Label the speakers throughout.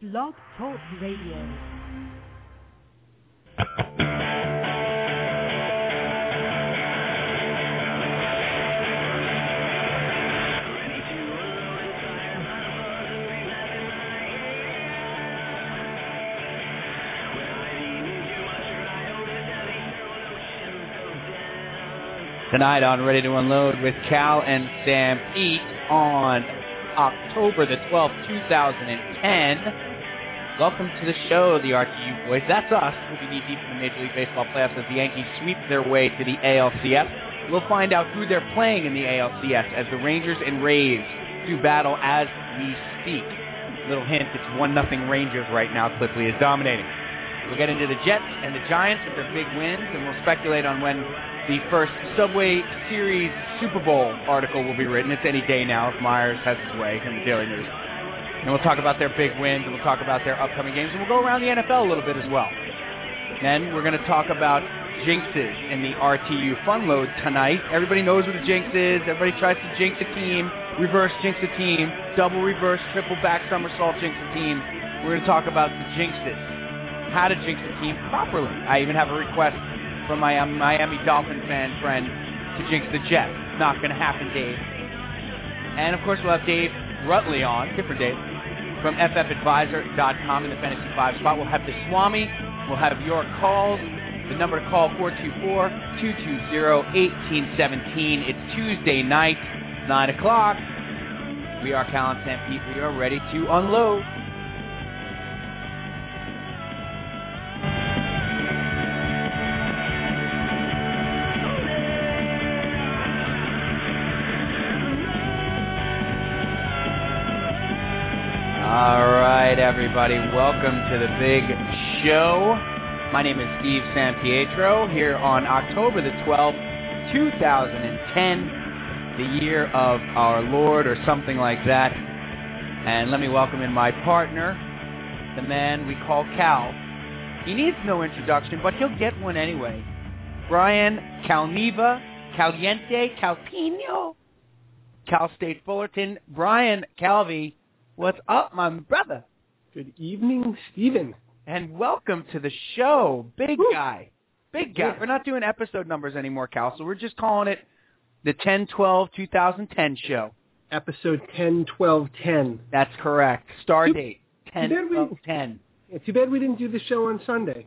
Speaker 1: Blog Talk Radio.
Speaker 2: Tonight on Ready to Unload with Cal and Sam Pete on October the 12th, 2010. Welcome to the show, the RTU boys. That's us. We'll be knee deep in the Major League Baseball playoffs as the Yankees sweep their way to the ALCS. We'll find out who they're playing in the ALCS as the Rangers and Rays do battle as we speak. Little hint, it's 1-0 Rangers right now. Clipley is dominating. We'll get into the Jets and the Giants with their big wins, and we'll speculate on when the first Subway Series Super Bowl article will be written. It's any day now if Myers has his way in the Daily News. And we'll talk about their big wins, and we'll talk about their upcoming games, and we'll go around the NFL a little bit as well. Then we're going to talk about jinxes in the RTU Fun Load tonight. Everybody knows what a jinx is. Everybody tries to jinx a team, reverse jinx a team, double reverse, triple back somersault jinx a team. We're going to talk about the jinxes how to jinx the team properly. I even have a request from my um, Miami Dolphin fan friend to jinx the Jets. Not going to happen, Dave. And of course, we'll have Dave Rutley on, different Dave, from ffadvisor.com in the Fantasy 5 spot. We'll have the Swami. We'll have your calls. The number to call, 424-220-1817. It's Tuesday night, 9 o'clock. We are Cal and Sam Pete. We are ready to unload. All right, everybody, welcome to the big show. My name is Steve Sampietro here on October the 12th, 2010, the year of our Lord or something like that. And let me welcome in my partner, the man we call Cal. He needs no introduction, but he'll get one anyway. Brian Calneva, Caliente, Calpino, Cal State Fullerton, Brian Calvi. What's up, my brother?
Speaker 3: Good evening, Steven.
Speaker 2: And welcome to the show, big
Speaker 3: Woo.
Speaker 2: guy. Big guy.
Speaker 3: Yeah.
Speaker 2: We're not doing episode numbers anymore, Cal, so we're just calling it the 10-12-2010 show.
Speaker 3: Episode 10, 12, 10.
Speaker 2: That's correct. Star
Speaker 3: Too-
Speaker 2: date,
Speaker 3: too bad we-
Speaker 2: 10-12-10.
Speaker 3: Yeah, too bad we didn't do the show on Sunday.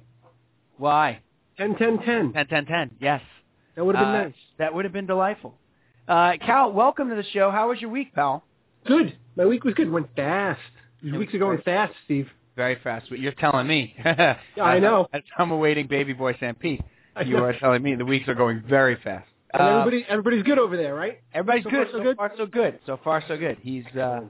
Speaker 2: Why?
Speaker 3: 10, 10, 10.
Speaker 2: 10-10-10, yes.
Speaker 3: That would have been
Speaker 2: Uh,
Speaker 3: nice.
Speaker 2: That would have been delightful. Uh, Cal, welcome to the show. How was your week, pal?
Speaker 3: Good. My week was good. Went fast. These
Speaker 2: It
Speaker 3: weeks
Speaker 2: was
Speaker 3: are going
Speaker 2: great.
Speaker 3: fast, Steve.
Speaker 2: Very fast. You're telling me. yeah,
Speaker 3: I know.
Speaker 2: As I'm awaiting baby boy Sam Pete,
Speaker 3: I
Speaker 2: you
Speaker 3: know.
Speaker 2: are telling me the weeks are going very fast.
Speaker 3: And
Speaker 2: Um,
Speaker 3: everybody, everybody's good over there, right?
Speaker 2: Everybody's
Speaker 3: So
Speaker 2: good.
Speaker 3: far, so
Speaker 2: So
Speaker 3: good?
Speaker 2: far, so good. So far, so good. He's uh,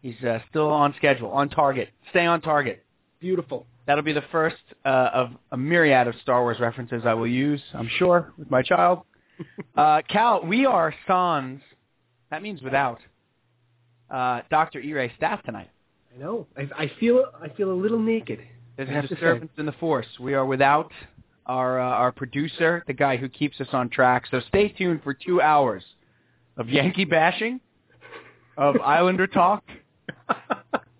Speaker 2: he's uh, still on schedule, on target. Stay on target.
Speaker 3: Beautiful.
Speaker 2: That'll be the first uh, of a myriad of Star Wars references I will use, I'm sure, with my child. Uh, Cal, we are sans. That means without. Uh, Dr. E-Ray staff tonight.
Speaker 3: I know. I, I feel I feel a little naked.
Speaker 2: There's
Speaker 3: I
Speaker 2: a
Speaker 3: have to say.
Speaker 2: disturbance in the force. We are without our uh, our producer, the guy who keeps us on track. So stay tuned for two hours of Yankee bashing, of Islander talk,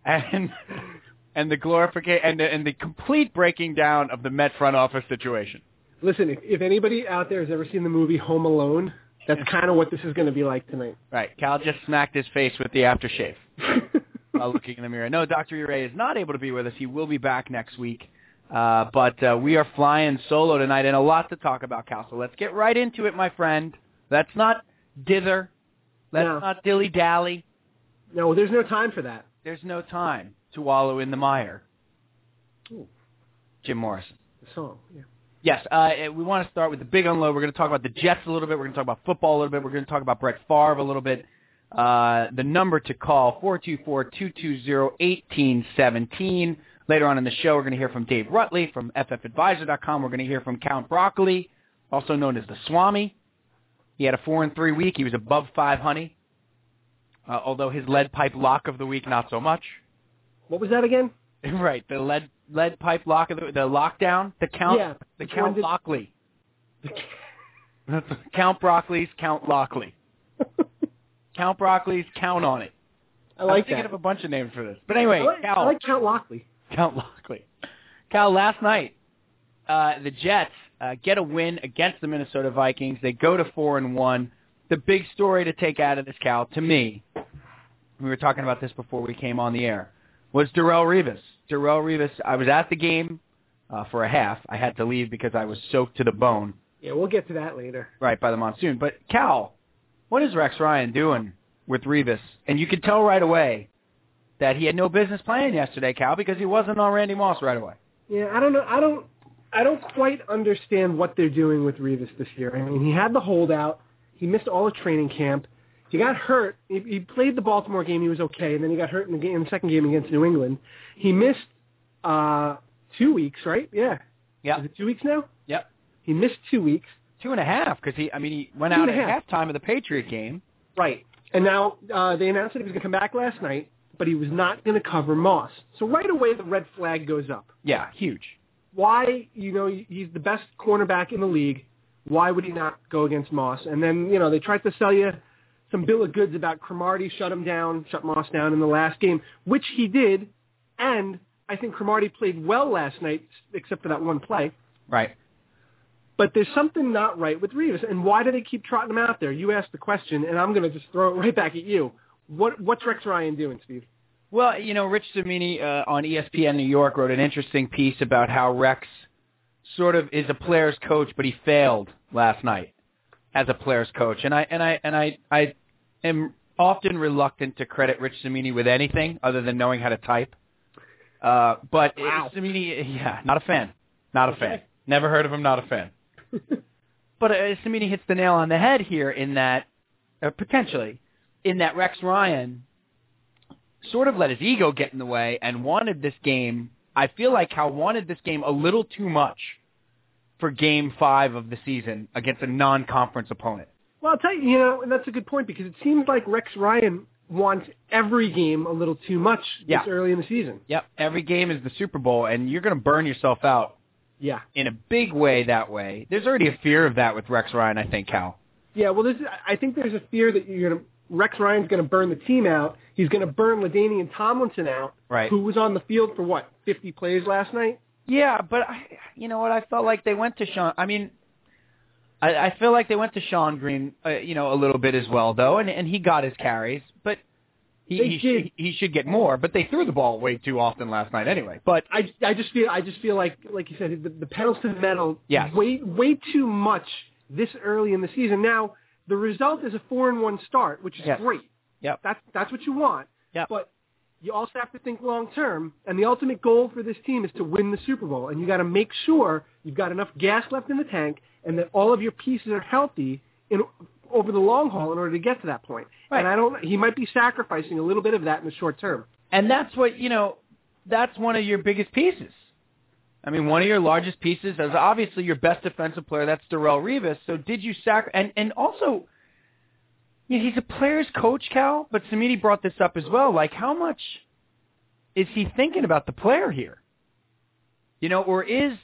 Speaker 2: and and the glorification and the, and the complete breaking down of the Met front office situation.
Speaker 3: Listen, if, if anybody out there has ever seen the movie Home Alone, that's kind of what this is going to be like tonight.
Speaker 2: Right, Cal just smacked his face with the aftershave while looking in the mirror. No, Dr. Uray is not able to be with us. He will be back next week. Uh, but uh, we are flying solo tonight and a lot to talk about, Cal. So let's get right into it, my friend. Let's not dither. Let's
Speaker 3: No.
Speaker 2: not dilly-dally.
Speaker 3: no, there's no time for that.
Speaker 2: There's no time to wallow in the mire.
Speaker 3: Ooh.
Speaker 2: Jim Morrison.
Speaker 3: The song. Yeah.
Speaker 2: Yes, uh, we want to start with the big unload. We're going to talk about the Jets a little bit. We're going to talk about football a little bit. We're going to talk about Brett Favre a little bit. Uh, the number to call, 424-220-1817. Later on in the show, we're going to hear from Dave Rutley from ffadvisor.com. We're going to hear from Count Broccoli, also known as the Swami. He had a 4 and 3 week. He was above 500, uh, although his lead pipe lock of the week, not so much.
Speaker 3: What was that again?
Speaker 2: Right, the lead lead pipe lock of the, the lockdown, the count,
Speaker 3: Yeah,
Speaker 2: the
Speaker 3: which
Speaker 2: count
Speaker 3: one did-
Speaker 2: Lockley. Count Broccoli's Count Lockley. Count Broccoli's Count on it.
Speaker 3: I like
Speaker 2: am thinking
Speaker 3: that.
Speaker 2: of a bunch of names for this. But anyway,
Speaker 3: I like,
Speaker 2: Cal,
Speaker 3: I like Count Lockley.
Speaker 2: Count Lockley. Cal, last night, uh, the Jets uh, get a win against the Minnesota Vikings. They go to four and one. The big story to take out of this, Cal, to me, we were talking about this before we came on the air, was Darrell Revis. Darrell Revis. I was at the game uh, for a half. I had to leave because I was soaked to the bone
Speaker 3: Yeah, we'll get to that later.
Speaker 2: right by the monsoon. But Cal, what is Rex Ryan doing with Revis? And you could tell right away that he had no business playing yesterday, Cal, because he wasn't on Randy Moss right away.
Speaker 3: Yeah, I don't know. I don't. I don't quite understand what they're doing with Revis this year. I mean, he had the holdout. He missed all of training camp. He got hurt. He, he played the Baltimore game. He was okay, and then he got hurt in the game, in the second game against New England. He missed uh, two weeks, right? Yeah.
Speaker 2: Yeah.
Speaker 3: Is it two weeks now?
Speaker 2: Yep.
Speaker 3: He missed two weeks.
Speaker 2: Two and a half, because he, I mean, he went
Speaker 3: Two
Speaker 2: out
Speaker 3: and a
Speaker 2: at halftime of the Patriot game.
Speaker 3: Right. And now uh, they announced that he was going to come back last night, but he was not going to cover Moss. So right away the red flag goes up.
Speaker 2: Yeah, huge.
Speaker 3: Why, you know, he's the best cornerback in the league. Why would he not go against Moss? And then, you know, they tried to sell you some bill of goods about Cromartie shut him down, shut Moss down in the last game, which he did. And I think Cromartie played well last night, except for that one play.
Speaker 2: Right.
Speaker 3: But there's something not right with Revis. And why do they keep trotting him out there? You asked the question, and I'm going to just throw it right back at you. What What's Rex Ryan doing, Steve?
Speaker 2: Well, you know, Rich Domini uh, on ESPN New York wrote an interesting piece about how Rex sort of is a player's coach, but he failed last night as a player's coach. And I and I and I I am often reluctant to credit Rich Domini with anything other than knowing how to type. Uh, but
Speaker 3: Wow.
Speaker 2: Domini, yeah, not a fan, not a fan.
Speaker 3: Okay.
Speaker 2: Never heard of him, not a fan. But uh, Samini hits the nail on the head here in that, uh, potentially, in that Rex Ryan sort of let his ego get in the way and wanted this game. I feel like Cal wanted this game a little too much for Game Five of the season against a non-conference opponent.
Speaker 3: Well, I'll tell you, you know, and that's a good point because it seems like Rex Ryan wants every game a little too much
Speaker 2: Yeah.
Speaker 3: this early in the season.
Speaker 2: Yep, every game is the Super Bowl, and you're going to burn yourself out
Speaker 3: Yeah.
Speaker 2: in a big way that way. There's already a fear of that with Rex Ryan, I think, Cal.
Speaker 3: Yeah, well, this is, I think there's a fear that you're going to, Rex Ryan's going to burn the team out. He's going to burn and Tomlinson out,
Speaker 2: Right.
Speaker 3: who was on the field for, what, 50 plays last night?
Speaker 2: Yeah, but I, you know what? I felt like they went to Sean. I mean, I, I feel like they went to Sean Green, uh, you know, a little bit as well, though, and and he got his carries, but he
Speaker 3: They
Speaker 2: he,
Speaker 3: did.
Speaker 2: sh- he should get more. But they threw the ball way too often last night, anyway. But
Speaker 3: I, I just feel I just feel like like you said the, the pedals to the metal
Speaker 2: Yes.
Speaker 3: way way too much this early in the season. Now the result is a four and one start, which is
Speaker 2: Yes.
Speaker 3: great.
Speaker 2: Yep.
Speaker 3: That's that's what you want.
Speaker 2: Yep.
Speaker 3: But you also have to think long term, and the ultimate goal for this team is to win the Super Bowl, and you got to make sure you've got enough gas left in the tank, and that all of your pieces are healthy in over the long haul in order to get to that point.
Speaker 2: Right.
Speaker 3: And I don't. He might be sacrificing a little bit of that in the short term.
Speaker 2: and that's what you know. That's one of your biggest pieces. I mean, one of your largest pieces is obviously your best defensive player. That's Darrell Revis. So did you sac? And and also, yeah, he's a player's coach, Cal. But Samiti brought this up as well. Like, how much is he thinking about the player here? You know, or is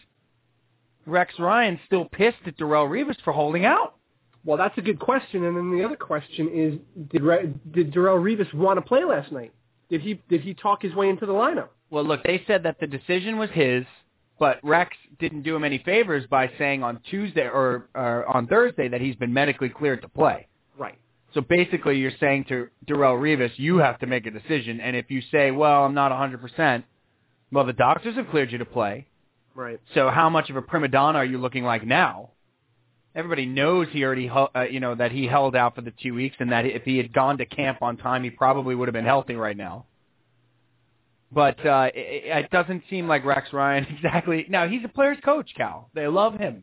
Speaker 2: Rex Ryan still pissed at Darrell Revis for holding out?
Speaker 3: Well, that's a good question. And then the other question is, did Re- did Darrell Revis want to play last night? Did he did he talk his way into the lineup?
Speaker 2: Well, look, they said that the decision was his, but Rex didn't do him any favors by saying on Tuesday or, or on Thursday that he's been medically cleared to play.
Speaker 3: Right.
Speaker 2: So basically, you're saying to Darrell Rivas, you have to make a decision, and if you say, well, I'm not 100%, well, the doctors have cleared you to play,
Speaker 3: Right.
Speaker 2: so how much of a prima donna are you looking like now? Everybody knows he already, hel- uh, you know, that he held out for the two weeks, and that if he had gone to camp on time, he probably would have been healthy right now. But uh, it, it doesn't seem like Rex Ryan exactly. Now he's a player's coach, Cal. They love him.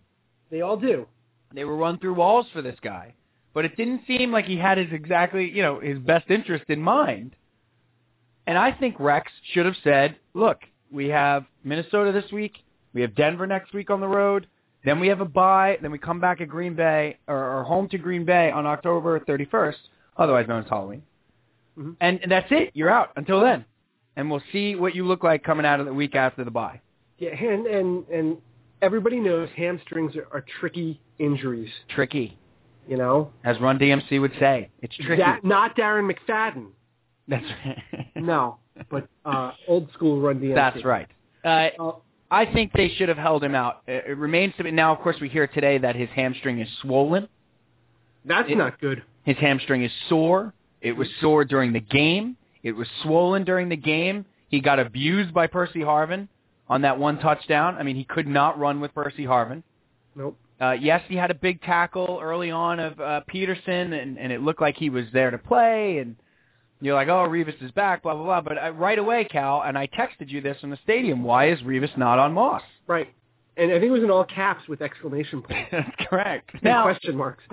Speaker 3: They all do.
Speaker 2: They were run through walls for this guy, but it didn't seem like he had his exactly, you know, his best interest in mind. And I think Rex should have said, "Look, we have Minnesota this week, we have Denver next week on the road, then we have a bye, then we come back at Green Bay or, or home to Green Bay on October 31st, otherwise known as Halloween,
Speaker 3: Mhm.
Speaker 2: and, and that's it. You're out until then, and we'll see what you look like coming out of the week after the bye."
Speaker 3: Yeah. And and and everybody knows hamstrings are, are tricky injuries.
Speaker 2: Tricky,
Speaker 3: You know,
Speaker 2: as Run DMC would say, it's tricky.
Speaker 3: That- not Darren McFadden.
Speaker 2: That's right.
Speaker 3: No, but uh, old school Run DMC.
Speaker 2: That's right. Uh,
Speaker 3: Uh,
Speaker 2: I think they should have held him out. It it remains to be now. Of course, we hear today that his hamstring is swollen.
Speaker 3: that's
Speaker 2: It-
Speaker 3: not good.
Speaker 2: His hamstring is sore. It was sore during the game. It was swollen during the game. He got abused by Percy Harvin on that one touchdown. I mean, he could not run with Percy Harvin.
Speaker 3: Nope.
Speaker 2: Uh, yes, he had a big tackle early on of uh, Peterson, and, and it looked like he was there to play. And you're like, oh, Revis is back, blah, blah, blah. But I, right away, Cal, and I texted you this in the stadium, why is Revis not on Moss?
Speaker 3: Right. And I think it was in all caps with exclamation points
Speaker 2: That's correct.
Speaker 3: and
Speaker 2: Now,
Speaker 3: question marks.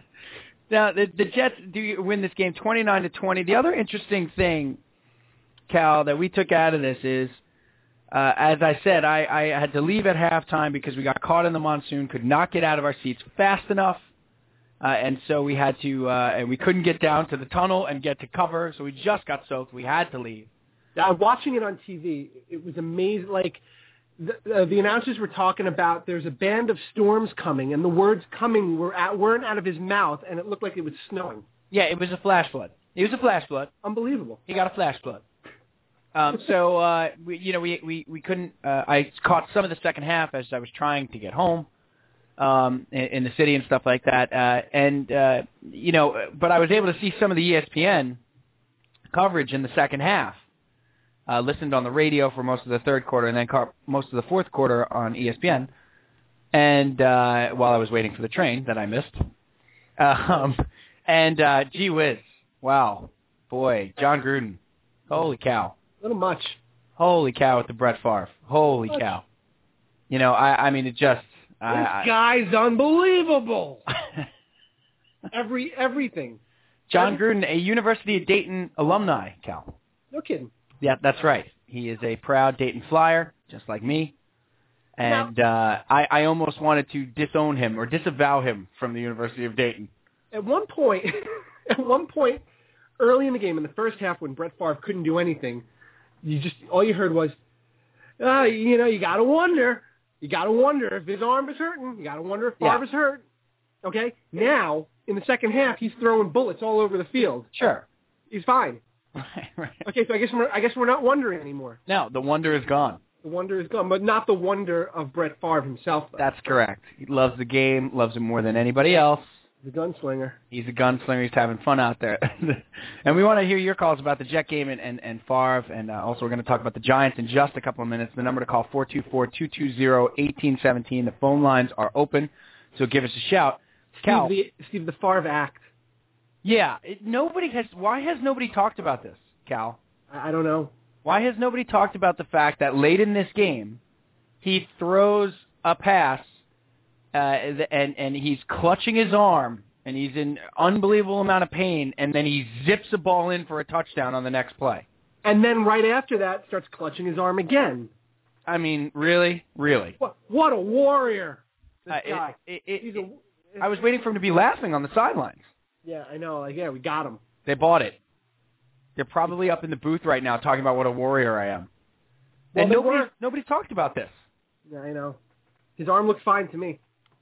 Speaker 2: now the, the Jets do win this game 29 to 20. The other interesting thing, Cal, that we took out of this is, uh, as I said, I, I had to leave at halftime because we got caught in the monsoon, could not get out of our seats fast enough. Uh, and so we had to, uh, and we couldn't get down to the tunnel and get to cover, so we just got soaked. We had to leave.
Speaker 3: Uh, watching it on TV, it was amazing. Like the, uh, the announcers were talking about, there's a band of storms coming, and the words "coming" were out, weren't out of his mouth, and it looked like it was snowing.
Speaker 2: Yeah, it was a flash flood. It was a flash flood.
Speaker 3: Unbelievable.
Speaker 2: He got a flash flood. Um, so uh, we, you know, we we we couldn't. Uh, I caught some of the second half as I was trying to get home um, in, in the city and stuff like that. Uh, and uh, you know, but I was able to see some of the E ESPN coverage in the second half. Uh, listened on the radio for most of the third quarter, and then caught most of the fourth quarter on E ESPN. And uh, while I was waiting for the train that I missed, um, and uh, gee whiz, wow, boy, John Gruden, holy cow.
Speaker 3: A little much.
Speaker 2: Holy cow with the Brett Favre. Holy
Speaker 3: What?
Speaker 2: cow. You know, I I mean it just I,
Speaker 3: this
Speaker 2: I-
Speaker 3: guy's unbelievable. Every everything.
Speaker 2: John Gruden, a University of Dayton alumni, Cal.
Speaker 3: No kidding.
Speaker 2: Yeah, that's right. He is a proud Dayton Flyer, just like me. And uh, I, I almost wanted to disown him or disavow him from the University of Dayton.
Speaker 3: At one point, at one point, early in the game in the first half when Brett Favre couldn't do anything, you just all you heard was, uh, you know, you gotta wonder, you gotta wonder if his arm is hurting, you gotta wonder if
Speaker 2: Yeah.
Speaker 3: Favre is hurt. Okay, now in the second half he's throwing bullets all over the field.
Speaker 2: Sure.
Speaker 3: He's fine.
Speaker 2: Right, right.
Speaker 3: Okay, so I guess we're I guess we're not wondering anymore.
Speaker 2: No, the wonder is gone.
Speaker 3: The wonder is gone, but not the wonder of Brett Favre himself. Though.
Speaker 2: That's correct. He loves the game, loves it more than anybody else.
Speaker 3: the gunslinger.
Speaker 2: he's a gunslinger. He's having fun out there. and we want to hear your calls about the Jet game and, and, and Favre. And uh, also, we're going to talk about the Giants in just a couple of minutes. The number to call, 424-220-1817. The phone lines are open, so give us a shout. Cal,
Speaker 3: Steve the, Steve the Favre act.
Speaker 2: yeah, it, nobody has, why has nobody talked about this, Cal?
Speaker 3: I, I don't know.
Speaker 2: Why has nobody talked about the fact that late in this game, he throws a pass, uh, and and he's clutching his arm, and he's in unbelievable amount of pain, and then he zips the ball in for a touchdown on the next play.
Speaker 3: And then right after that, starts clutching his arm again.
Speaker 2: I mean, really, really.
Speaker 3: What, what a warrior! This
Speaker 2: Uh,
Speaker 3: guy.
Speaker 2: it- it-
Speaker 3: He's
Speaker 2: it-
Speaker 3: a,
Speaker 2: I was waiting for him to be laughing on the sidelines.
Speaker 3: yeah, I know. Like, yeah, we got him.
Speaker 2: They bought it. They're probably up in the booth right now talking about what a warrior I am.
Speaker 3: Well,
Speaker 2: and
Speaker 3: they
Speaker 2: nobody,
Speaker 3: were-
Speaker 2: nobody talked about this.
Speaker 3: Yeah, I know. His arm looked fine to me.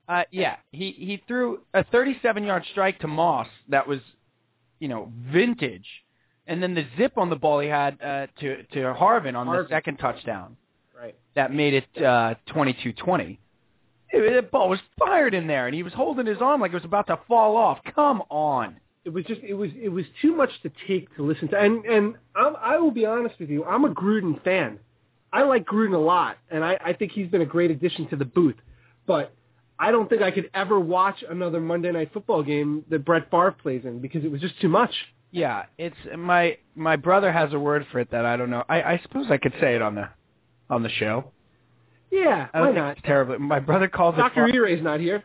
Speaker 2: Uh, yeah, he he threw a 37-yard strike to Moss that was, you know, vintage, and then the zip on the ball he had uh, to to Harvin on
Speaker 3: Harvin.
Speaker 2: the second touchdown
Speaker 3: Right.
Speaker 2: that made it uh, 22-20. It- The ball was fired in there, and he was holding his arm like it was about to fall off. Come on,
Speaker 3: It was just, it was, it was too much to take to listen to. And and I'm, I will be honest with you, I'm a Gruden fan. I like Gruden a lot, and I, I think he's been a great addition to the booth. But I don't think I could ever watch another Monday Night Football game that Brett Favre plays in because it was just too much.
Speaker 2: yeah, it's my my brother has a word for it that I don't know. I, I suppose I could say it on the on the show.
Speaker 3: Yeah,
Speaker 2: I don't
Speaker 3: why
Speaker 2: think
Speaker 3: not?
Speaker 2: it's terrible. My brother calls it.
Speaker 3: Doctor E-Ray's not here.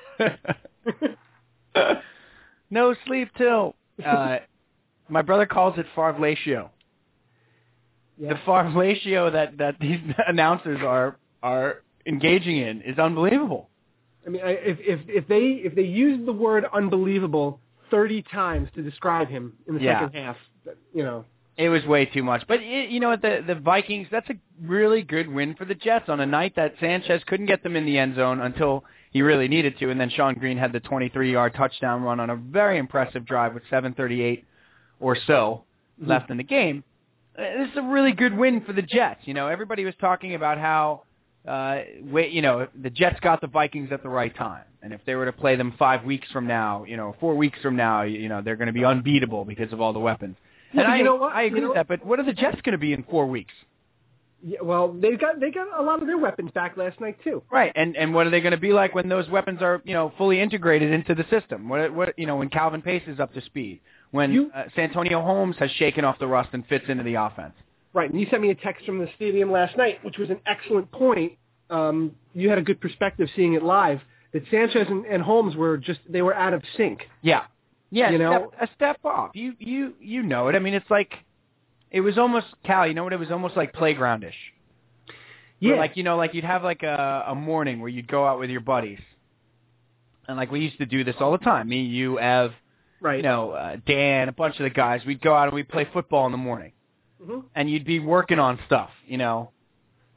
Speaker 2: no sleep till. Uh, my brother calls it farvlatio.
Speaker 3: Yeah.
Speaker 2: The farvlatio that that these announcers are are engaging in is unbelievable.
Speaker 3: I mean, I, if if if they if they used the word unbelievable thirty times to describe him in the
Speaker 2: Yeah.
Speaker 3: second half, you know,
Speaker 2: It was way too much, but it, you know what? The the Vikings. That's a really good win for the Jets on a night that Sanchez couldn't get them in the end zone until he really needed to, and then Sean Green had the 23-yard touchdown run on a very impressive drive with 7:38 or so Mm-hmm. left in the game. Uh, This is a really good win for the Jets. You know, everybody was talking about how, uh, wait, you know, the Jets got the Vikings at the right time, and if they were to play them five weeks from now, you know, four weeks from now, you you know, they're going to be unbeatable because of all the weapons.
Speaker 3: Yeah,
Speaker 2: and
Speaker 3: but
Speaker 2: I,
Speaker 3: you know what?
Speaker 2: I agree
Speaker 3: You know-
Speaker 2: with that. But what are the Jets going to be in four weeks?
Speaker 3: Yeah, well, they got they got a lot of their weapons back last night too.
Speaker 2: Right, and and what are they going to be like when those weapons are you know fully integrated into the system? What what you know when Calvin Pace is up to speed, when
Speaker 3: You-
Speaker 2: uh, Santonio Holmes has shaken off the rust and fits into the offense.
Speaker 3: Right, and you sent me a text from the stadium last night, which was an excellent point. Um, you had a good perspective seeing it live. That Sanchez and, and Holmes were just they were out of sync.
Speaker 2: Yeah, yeah,
Speaker 3: You
Speaker 2: a
Speaker 3: know-
Speaker 2: step, a step off. You you you know it. I mean, it's like it was almost Cal. You know what? It was almost like playgroundish. Where, like you know, like you'd have like a, a morning where you'd go out with your buddies, and like we used to do this all the time. Me, you, Ev,
Speaker 3: right.
Speaker 2: you know, uh, Dan, a bunch of the guys. We'd go out and we'd play football in the morning.
Speaker 3: Mhm.
Speaker 2: and you'd be working on stuff, you know.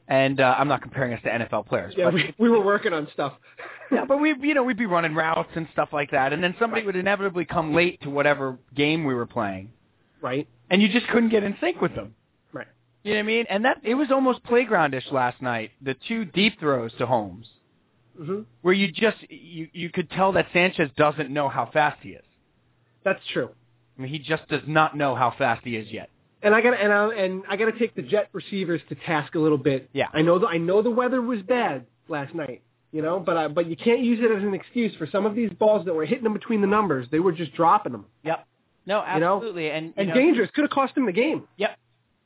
Speaker 2: And uh, I'm not comparing us to NFL players,
Speaker 3: Yeah,
Speaker 2: but
Speaker 3: we, we were working on stuff.
Speaker 2: yeah, but we you know we'd be running routes and stuff like that, and then somebody would inevitably come late to whatever game we were playing,
Speaker 3: right.
Speaker 2: and you just couldn't get in sync with them.
Speaker 3: Right.
Speaker 2: You know what I mean? And that it was almost playgroundish last night. The two deep throws to Holmes,
Speaker 3: hmm
Speaker 2: where you just you you could tell that Sanchez doesn't know how fast he is.
Speaker 3: That's true.
Speaker 2: I mean, he just does not know how fast he is yet.
Speaker 3: And I got and I and I got to take the Jet receivers to task a little bit.
Speaker 2: Yeah.
Speaker 3: I know the I know the weather was bad last night, you know, but I, but you can't use it as an excuse for some of these balls that were hitting them between the numbers. They were just dropping them
Speaker 2: No,
Speaker 3: You know?
Speaker 2: absolutely, and you
Speaker 3: and
Speaker 2: know,
Speaker 3: dangerous. Could have cost them the game.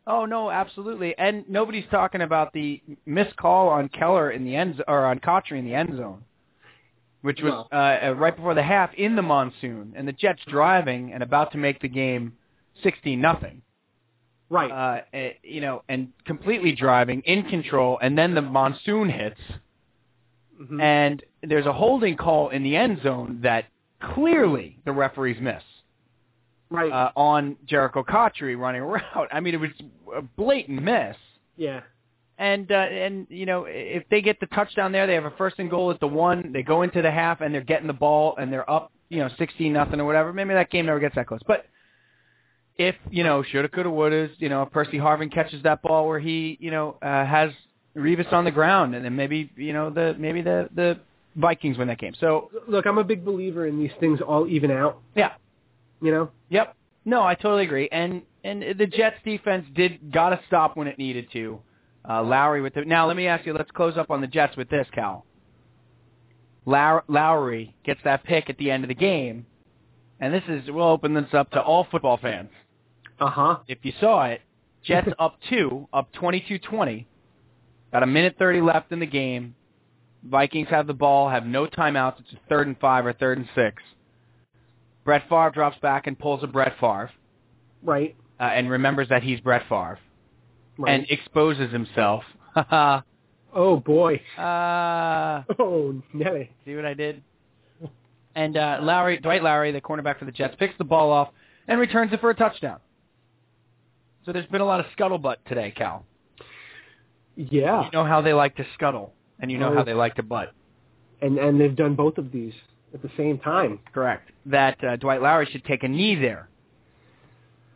Speaker 2: Oh no, absolutely. And nobody's talking about the missed call on Keller in the end or on Cotchery in the end zone, which was
Speaker 3: Well-
Speaker 2: uh, uh, right before the half in the monsoon, and the Jets driving and about to make the game sixteen nothing.
Speaker 3: Right.
Speaker 2: Uh, eh, you know, and completely driving in control, and then the monsoon hits,
Speaker 3: Mhm.
Speaker 2: and there's a holding call in the end zone that clearly the referees miss
Speaker 3: right.
Speaker 2: uh, on Jericho Cotchery running a route. I mean, it was a blatant miss.
Speaker 3: yeah.
Speaker 2: And uh, and you know if they get the touchdown there, they have a first and goal at the one. They go into the half and they're getting the ball and they're up, you know, sixteen nothing or whatever. Maybe that game never gets that close. But if you know shoulda coulda wouldas, you know, if Percy Harvin catches that ball where he you know uh, has Revis on the ground, and then maybe you know the maybe the the Vikings win that game. So
Speaker 3: Look, I'm a big believer in these things all even out.
Speaker 2: Yeah.
Speaker 3: You know.
Speaker 2: Yep. No, I totally agree. And and the Jets defense did got to stop when it needed to. Uh, Lowry with the now. Let me ask you. Let's close up on the Jets with this, Cal. Low- Lowry gets that pick at the end of the game, and this is we'll open this up to all football fans.
Speaker 3: Uh huh.
Speaker 2: If you saw it, Jets up two, up 22-20. Got a minute thirty left in the game. Vikings have the ball, have no timeouts. It's a third and five or third and six. Brett Favre drops back and pulls a Brett Favre
Speaker 3: Right.
Speaker 2: uh, and remembers that he's Brett Favre
Speaker 3: Right.
Speaker 2: and exposes himself. uh,
Speaker 3: oh boy.
Speaker 2: see
Speaker 3: Oh Nelly.
Speaker 2: what I did? And uh, Lowry, Dwight Lowry, the cornerback for the Jets, picks the ball off and returns it for a touchdown. So there's been a lot of scuttlebutt today, Cal.
Speaker 3: Yeah.
Speaker 2: You know how they like to scuttle, and you know how they like to butt.
Speaker 3: And and they've done both of these at the same time.
Speaker 2: Correct. That uh, Dwight Lowry should take a knee there,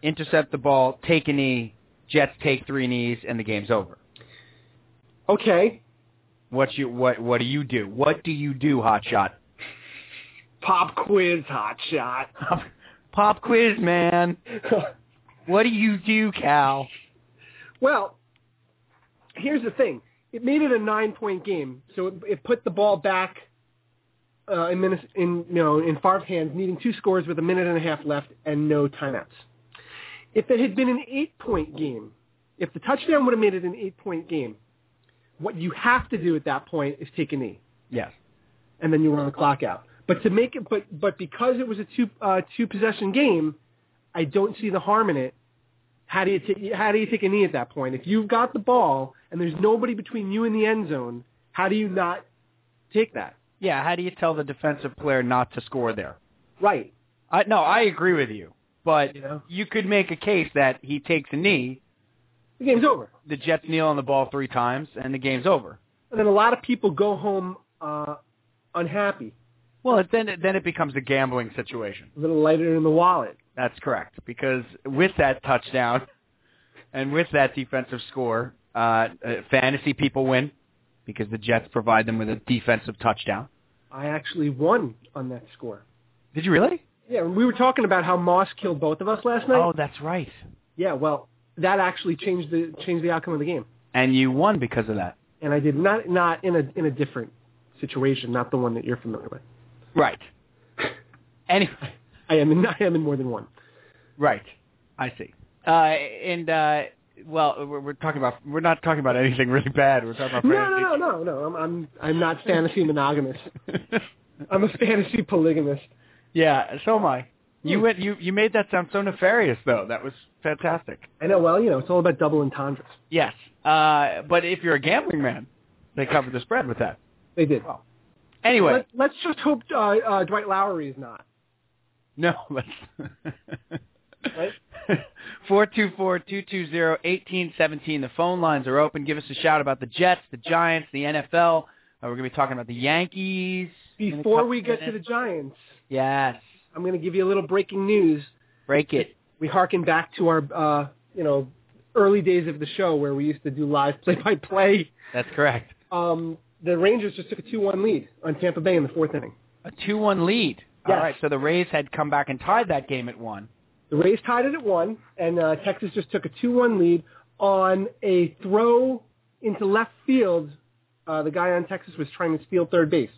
Speaker 2: intercept the ball, take a knee. Jets take three knees, and the game's over.
Speaker 3: Okay.
Speaker 2: What's your what? What do you do? What do you do, Hot Shot?
Speaker 3: Pop quiz, hot shot.
Speaker 2: Pop, pop quiz, man. What do you do, Cal?
Speaker 3: well, here's the thing. It made it a nine-point game, so it, it put the ball back uh, in, Minnes- in you know in Favre's hands, needing two scores with a minute and a half left and no timeouts. If it had been an eight-point game, if the touchdown would have made it an eight-point game, what you have to do at that point is take a knee
Speaker 2: Yes.
Speaker 3: and then you run the clock out. But to make it, but but because it was a two uh, two possession game, I don't see the harm in it. How do you ta- how do you take a knee at that point? If you've got the ball and there's nobody between you and the end zone, how do you not take that?
Speaker 2: Yeah. How do you tell the defensive player not to score there?
Speaker 3: Right.
Speaker 2: I, no, I agree with you, but
Speaker 3: You know,
Speaker 2: you could make a case that he takes a knee,
Speaker 3: the game's over.
Speaker 2: the Jets kneel on the ball three times, and the game's over.
Speaker 3: And then a lot of people go home uh, unhappy,
Speaker 2: Well, it, then it, then it becomes a gambling situation.
Speaker 3: a little lighter in the wallet.
Speaker 2: That's correct. Because with that touchdown and with that defensive score, uh, uh, fantasy people win because the Jets provide them with a defensive touchdown.
Speaker 3: I actually won on that score.
Speaker 2: Did you really?
Speaker 3: Yeah, we were talking about how Moss killed both of us last night.
Speaker 2: Oh, that's right.
Speaker 3: Yeah, well, that actually changed the changed the outcome of the game.
Speaker 2: And you won because of that.
Speaker 3: And I did not not in a in a different situation, not the one that you're familiar with.
Speaker 2: Right. anyway,
Speaker 3: I am in I am in more than one.
Speaker 2: right. I see. Uh, and uh, well, we're, we're talking about we're not talking about anything really bad. We're talking about
Speaker 3: No, no, no, no, no. I'm I'm I'm not fantasy monogamous.
Speaker 2: fantasy.
Speaker 3: I'm a fantasy polygamist.
Speaker 2: yeah, so am I. You went. You you made that sound so nefarious, though. That was fantastic.
Speaker 3: I know. Well, you know, it's all about double entendres.
Speaker 2: Yes. Uh, but if you're a gambling man, they cover the spread with that.
Speaker 3: They did.
Speaker 2: Anyway,
Speaker 3: Let, let's just hope uh, uh, Dwight Lowry is not.
Speaker 2: no. Let's. Four two four two two zero eighteen seventeen. The phone lines are open. Give us a shout about the Jets, the Giants, the NFL. Uh, we're going to be talking about the Yankees in a
Speaker 3: Before
Speaker 2: couple
Speaker 3: we get to the
Speaker 2: minutes.
Speaker 3: Giants,
Speaker 2: yes,
Speaker 3: I'm going to give you a little breaking news.
Speaker 2: break it.
Speaker 3: We hearken back to our, uh, you know, early days of the show where we used to do live play-by-play.
Speaker 2: That's correct.
Speaker 3: Um, the Rangers just took a 2-1 lead on Tampa Bay in the fourth inning.
Speaker 2: A two-one lead. All
Speaker 3: Yes.
Speaker 2: right, so the Rays had come back and tied that game at one.
Speaker 3: The Rays tied it at one, and uh, Texas just took a 2-1 lead on a throw into left field. Uh, the guy on Texas was trying to steal third base,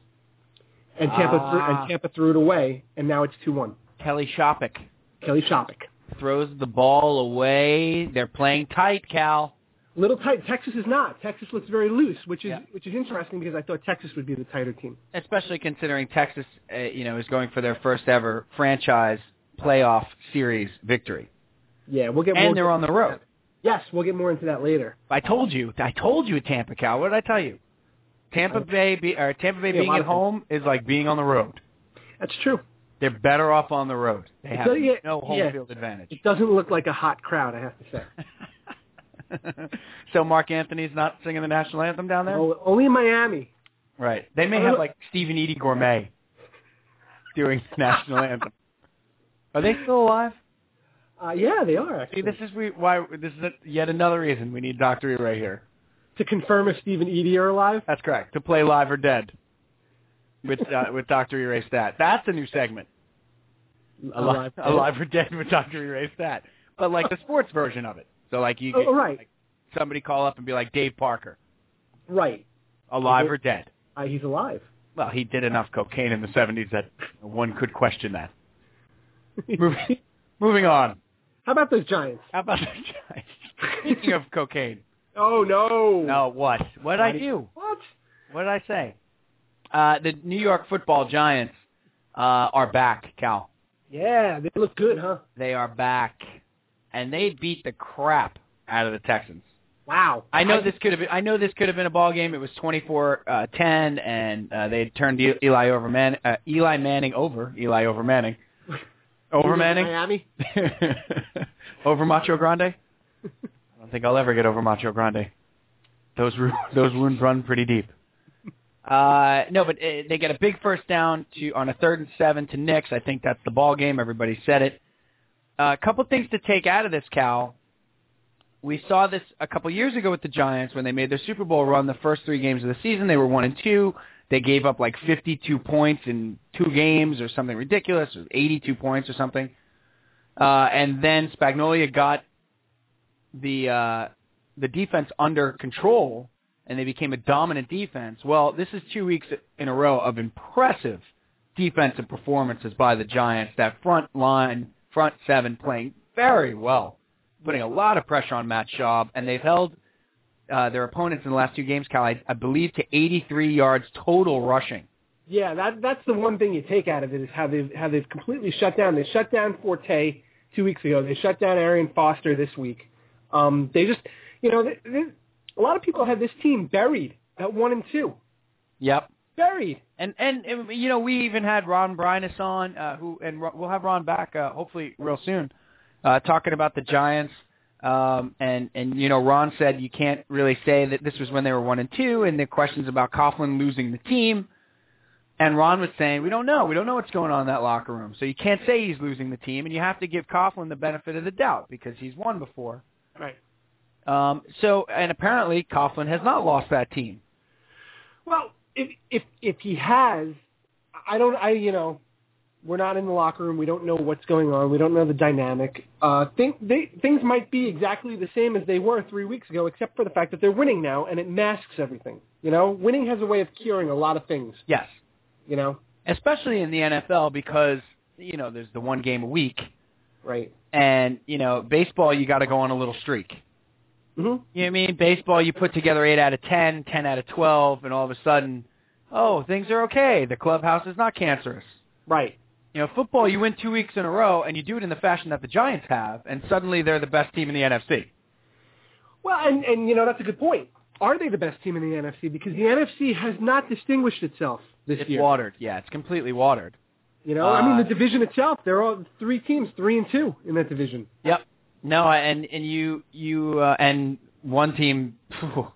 Speaker 3: and Tampa threw,
Speaker 2: Ah.
Speaker 3: and Tampa threw it away, and now it's 2-1.
Speaker 2: Kelly Shopik
Speaker 3: Kelly Shopik.
Speaker 2: throws the ball away. They're playing tight, Cal.
Speaker 3: Little tight. Texas is not. Texas looks very loose, which is
Speaker 2: Yeah.
Speaker 3: which is interesting because I thought Texas would be the tighter team.
Speaker 2: especially considering Texas, uh, you know, is going for their first ever franchise playoff series victory,
Speaker 3: Yeah, we'll get more.
Speaker 2: and they're on the road.
Speaker 3: yes, we'll get more into that later.
Speaker 2: I told you, I told you, Tampa Cal. What did I tell you? Tampa Bay, be, or Tampa Bay
Speaker 3: Yeah, a
Speaker 2: being
Speaker 3: lot
Speaker 2: at
Speaker 3: of things.
Speaker 2: home is like being on the road.
Speaker 3: That's true.
Speaker 2: They're better off on the road. They have
Speaker 3: So, yeah,
Speaker 2: no home
Speaker 3: yeah.
Speaker 2: field advantage.
Speaker 3: It doesn't look like a hot crowd, I have to say.
Speaker 2: so Mark Anthony's not singing the national anthem down there,
Speaker 3: Oh, only in Miami.
Speaker 2: right? They may
Speaker 3: I
Speaker 2: have
Speaker 3: don't-
Speaker 2: like Stephen Edie Gourmet doing the national anthem. Are they still alive?
Speaker 3: Uh, yeah, they are
Speaker 2: See,
Speaker 3: actually.
Speaker 2: this is we, why this is yet another reason we need Doctor E right here.
Speaker 3: to confirm if Steve and Edie are alive.
Speaker 2: That's correct. To play live or dead with uh, with Doctor E Ray Stat. That's a new segment.
Speaker 3: Alive.
Speaker 2: alive or dead with Doctor E Ray Stat, but like the sports version of it. So like you
Speaker 3: Oh,
Speaker 2: get
Speaker 3: right.
Speaker 2: like, somebody call up and be like Dave Parker,
Speaker 3: Right.
Speaker 2: alive
Speaker 3: Mhm.
Speaker 2: or dead.
Speaker 3: Uh, he's alive.
Speaker 2: Well, he did enough cocaine in the '70s that one could question that. Moving-
Speaker 3: How
Speaker 2: Moving on.
Speaker 3: about those Giants?
Speaker 2: How about the Giants? Speaking of cocaine,
Speaker 3: Oh no.
Speaker 2: no, what? What did I do?
Speaker 3: What?
Speaker 2: What did I say? Uh, the New York Football Giants uh, are back, Cal.
Speaker 3: Yeah, they look good, huh?
Speaker 2: They are back, and they beat the crap out of the Texans.
Speaker 3: Wow.
Speaker 2: I know this could have been. I know this could have been a ball game. It was 24-10, and uh, they had turned E- Eli over Man, uh, Eli Manning over Eli over Manning, over Manning,
Speaker 3: Miami.
Speaker 2: over Macho Grande. I don't think I'll ever get over Macho Grande. Those ru- those wounds run pretty deep. Uh, no, but uh, they get a big first down to on a third and seven to Knicks. I think that's the ball game. Everybody said it. Uh, A couple things to take out of this, Cal. We saw this a couple years ago with the Giants when they made their Super Bowl run. The first three games of the season, they were one and two. They gave up like 52 points in two games or something ridiculous, or 82 points or something. Uh, and then Spagnolia got the uh, the defense under control, and they became a dominant defense. Well, this is two weeks in a row of impressive defensive performances by the Giants. That front line, front seven, playing very well, putting a lot of pressure on Matt Schaub, and they've held uh, their opponents in the last two games, Cal, I, I believe, to 83 yards total rushing.
Speaker 3: Yeah, that that's the one thing you take out of it is how they've how they've completely shut down. They shut down Forte two weeks ago. They shut down Arian Foster this week. Um, they just, you know, th th a lot of people had this team buried at one and two,
Speaker 2: Yep.
Speaker 3: buried.
Speaker 2: And, and and, you know we even had Ron Brinus on uh, who and Ro- we'll have Ron back uh, hopefully real soon uh, talking about the Giants um, and and you know Ron said you can't really say that this was when they were one and two and the questions about Coughlin losing the team And Ron was saying, we don't know. We don't know what's going on in that locker room. So you can't say he's losing the team, and you have to give Coughlin the benefit of the doubt because he's won before.
Speaker 3: Right.
Speaker 2: Um, so, and apparently Coughlin has not lost that team.
Speaker 3: Well, if if if he has, I don't. I you know, we're not in the locker room. We don't know what's going on. We don't know the dynamic. Uh, think they, things might be exactly the same as they were three weeks ago, except for the fact that they're winning now, and it masks everything. You know, winning has a way of curing a lot of things.
Speaker 2: Yes.
Speaker 3: You know,
Speaker 2: Especially in the NFL because, you know, there's the one game a week.
Speaker 3: right?
Speaker 2: And, you know, baseball, you got to go on a little streak.
Speaker 3: hmm
Speaker 2: You know what I mean? Baseball, you put together 8 out of ten, ten out of 12, and all of a sudden, oh, things are okay. The clubhouse is not cancerous.
Speaker 3: Right.
Speaker 2: You know, football, you win two weeks in a row, and you do it in the fashion that the Giants have, and suddenly they're the best team in the NFC.
Speaker 3: Well, and and you know that's a good point. Are they the best team in the NFC? Because the NFC has not distinguished itself this
Speaker 2: It's
Speaker 3: year.
Speaker 2: watered. Yeah, it's completely watered.
Speaker 3: You know, I mean
Speaker 2: Uh,
Speaker 3: the division itself. They're all three teams, three and two in that division.
Speaker 2: Yep. No, and and you you uh, and one team, phew,
Speaker 3: Wow.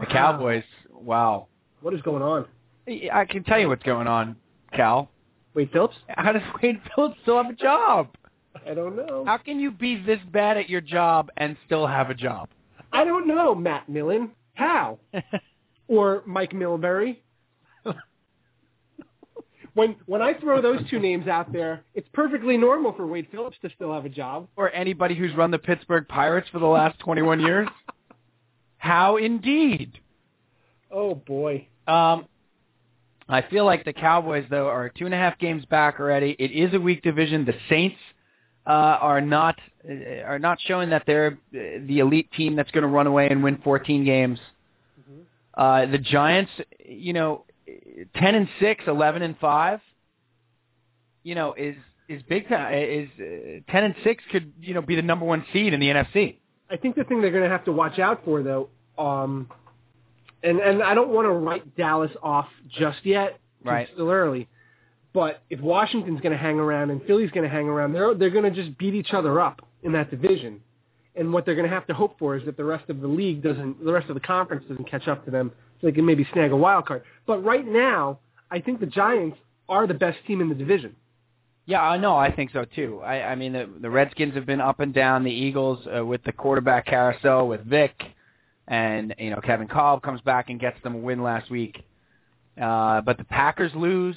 Speaker 2: the Cowboys. Wow.
Speaker 3: What is going on?
Speaker 2: I I can tell you what's going on, Cal.
Speaker 3: Wait, Phillips?
Speaker 2: How does Wade Phillips still have a job?
Speaker 3: I don't know.
Speaker 2: How can you be this bad at your job and still have a job?
Speaker 3: I don't know, Matt Millen. How? Or Mike Milbury. when when I throw those two names out there, it's perfectly normal for Wade Phillips to still have a job.
Speaker 2: or anybody who's run the Pittsburgh Pirates for the last 21 years? How indeed.
Speaker 3: Oh boy.
Speaker 2: Um, I feel like the Cowboys, though, are two and a half games back already. It is a weak division. The Saints uh, are not uh, are not showing that they're uh, the elite team that's going to run away and win 14 games. Uh, the Giants, you know, 10 and 6, 11 and 5, you know, is is big time is uh, 10 and 6 could, you know, be the number 1 seed in the NFC.
Speaker 3: I think the thing they're going to have to watch out for though, um, and and I don't want to write Dallas off just yet. 'cause
Speaker 2: Right.
Speaker 3: It's still early. But if Washington's going to hang around and Philly's going to hang around, they're they're going to just beat each other up in that division. And what they're going to have to hope for is that the rest of the league doesn't, the rest of the conference doesn't catch up to them, so they can maybe snag a wild card. But right now, I think the Giants are the best team in the division.
Speaker 2: Yeah, I know. I think so too. I, I mean, the, the Redskins have been up and down. The Eagles uh, with the quarterback carousel with Vic, and you know Kevin Cobb comes back and gets them a win last week. Uh, but the Packers lose,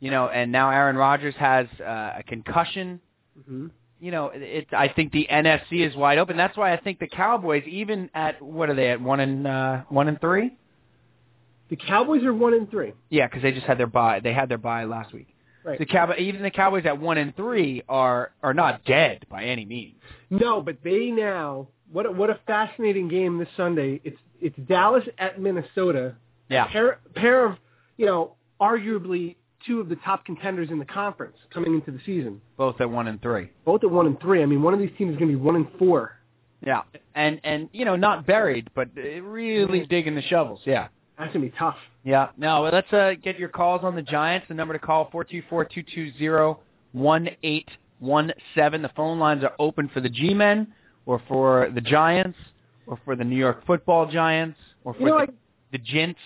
Speaker 2: you know, and now Aaron Rodgers has uh, a concussion.
Speaker 3: Mm-hmm.
Speaker 2: You know, it, it, I think the NFC is wide open. That's why I think the Cowboys, even at what are they at one and uh, one and three?
Speaker 3: The Cowboys are one and three.
Speaker 2: Yeah, because they just had their bye. They had their bye last week.
Speaker 3: Right.
Speaker 2: The Cow- even the Cowboys at one and three are are not dead by any means.
Speaker 3: No, but they now what a, what a fascinating game this Sunday. It's it's Dallas at Minnesota.
Speaker 2: Yeah.
Speaker 3: Pair pair of you know arguably two of the top contenders in the conference coming into the season.
Speaker 2: Both at one and three.
Speaker 3: Both at one and three. I mean, one of these teams is going to be one and four.
Speaker 2: Yeah. And and you know not buried, but uh, really digging the shovels. Yeah.
Speaker 3: That's going to be tough.
Speaker 2: Yeah. Now well, let's uh, get your calls on the Giants. The number to call four two four two two zero one eight one seven. The phone lines are open for the G Men or for the Giants or for the New York Football Giants or for
Speaker 3: You know,
Speaker 2: the,
Speaker 3: I,
Speaker 2: the Gents.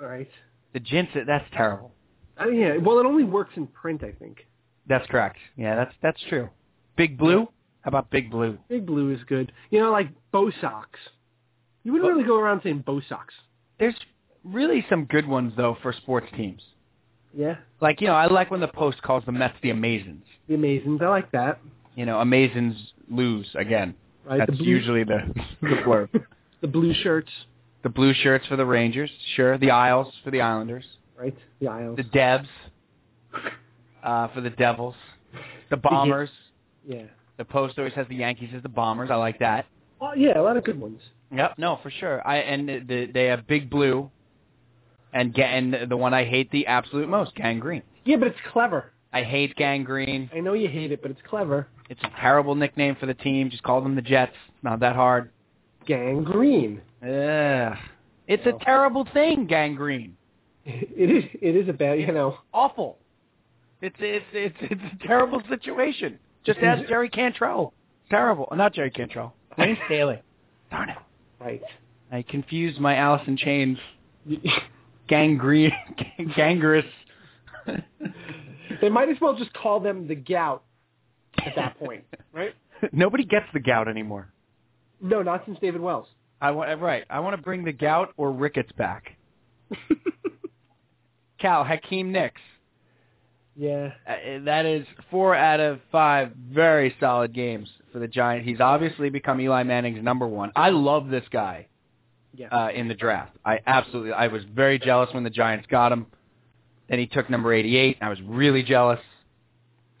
Speaker 3: all right.
Speaker 2: The Gents. That's terrible.
Speaker 3: I mean, yeah. Well, it only works in print, I think.
Speaker 2: That's correct. Yeah, that's that's true. Big Blue. How about Big Blue?
Speaker 3: Big Blue is good. You know, like Bo Sox. You wouldn't really go around saying Bo Sox.
Speaker 2: There's really some good ones though for sports teams.
Speaker 3: Yeah,
Speaker 2: Like you know, I like when the Post calls the Mets the Amazons.
Speaker 3: the Amazons. I like that.
Speaker 2: You know, Amazons lose again.
Speaker 3: Right.
Speaker 2: that's
Speaker 3: the blue,
Speaker 2: usually the the blurb.
Speaker 3: the blue shirts.
Speaker 2: The blue shirts for the Rangers, sure. The Isles for the Islanders.
Speaker 3: Right. The Isles.
Speaker 2: The Debs uh, for the Devils. The Bombers.
Speaker 3: yeah.
Speaker 2: The Post always has the Yankees as the Bombers. I like that.
Speaker 3: Oh, yeah, a lot of good ones.
Speaker 2: Yep, no, for sure. I and the, the, they have Big Blue, and ga- and the- the one I hate the absolute most, Gang Green.
Speaker 3: Yeah, but it's clever.
Speaker 2: I hate Gang Green.
Speaker 3: I know you hate it, but it's clever.
Speaker 2: It's a terrible nickname for the team. Just call them the Jets. Not that hard.
Speaker 3: Gang green.
Speaker 2: Ugh. It's a
Speaker 3: Well.
Speaker 2: terrible thing, Gang Green.
Speaker 3: It is. It is a bad. You know.
Speaker 2: Awful. It's it's it's it's a terrible situation. Just ask Jerry Cantrell. Terrible. Not Jerry Cantrell. Wayne Staley. Darn it.
Speaker 3: Right.
Speaker 2: I confused my Allison Chains
Speaker 3: You-
Speaker 2: gangre- gangrous.
Speaker 3: They might as well just call them the gout at that point, right?
Speaker 2: Nobody gets the gout anymore.
Speaker 3: No, not since David Wells.
Speaker 2: I want right. I want to bring the gout or rickets back. Cal Hakeem Nicks.
Speaker 3: yeah.
Speaker 2: Uh, that is four out of five very solid games for the Giant. He's obviously become Eli Manning's number one. I love this guy
Speaker 3: Yeah.
Speaker 2: uh, in the draft. I absolutely. I was very jealous when the Giants got him. Then he took number 88. I was really jealous,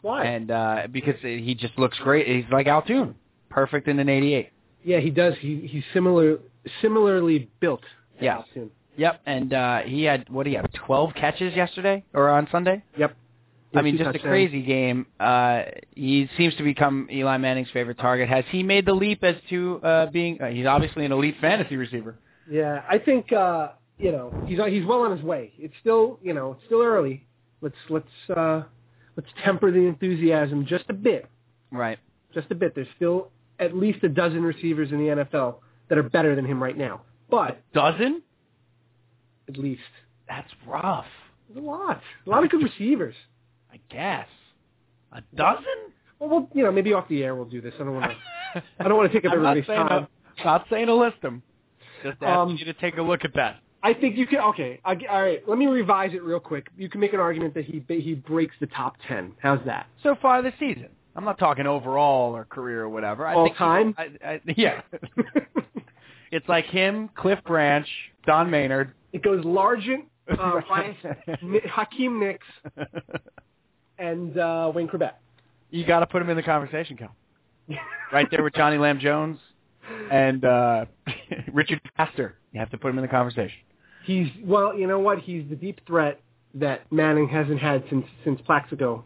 Speaker 3: Why?
Speaker 2: and uh, because he just looks great. He's like Altoon, perfect in an 88.
Speaker 3: yeah, he does. He he's similar similarly built. to
Speaker 2: Yeah.
Speaker 3: Altoon.
Speaker 2: Yep, and uh, he had what do you have? Twelve catches yesterday or on Sunday?
Speaker 3: Yep.
Speaker 2: I mean,
Speaker 3: Two
Speaker 2: just a
Speaker 3: touchdowns.
Speaker 2: crazy game. Uh, he seems to become Eli Manning's favorite target. Has he made the leap as to uh, being? Uh, he's obviously an elite fantasy receiver.
Speaker 3: Yeah, I think uh, you know he's he's well on his way. It's still you know it's still early. Let's let's uh, let's temper the enthusiasm just a bit,
Speaker 2: Right.
Speaker 3: just a bit. There's still at least a dozen receivers in the NFL that are better than him right now, but
Speaker 2: Dozen?
Speaker 3: at least
Speaker 2: That's rough.
Speaker 3: there's a lot, a lot of good receivers.
Speaker 2: I guess. A dozen?
Speaker 3: Well, we'll you know maybe off the air we'll do this. I don't want to I don't wanna take up
Speaker 2: I'm not
Speaker 3: everybody's
Speaker 2: saying
Speaker 3: time.
Speaker 2: To, not saying to list them. Just asking
Speaker 3: Um,
Speaker 2: you to take a look at that.
Speaker 3: I think you can. Okay, I, all right. Let me revise it real quick. You can make an argument that he ba- he breaks the top ten. How's that?
Speaker 2: so far this season. I'm not talking overall or career or whatever. I
Speaker 3: All
Speaker 2: think he-
Speaker 3: time?
Speaker 2: I, I, yeah. it's like him, Cliff Branch, Don Maynard.
Speaker 3: it goes Largent, uh,
Speaker 2: Right.
Speaker 3: Ni- Hakeem Nicks, and uh, Wayne Corbett.
Speaker 2: you got to put him in the conversation, Cal. Right there with Johnny Lamb Jones and uh, Richard Pastor. You have to put him in the conversation.
Speaker 3: He's well, you know what? He's the deep threat that Manning hasn't had since since Plaxico.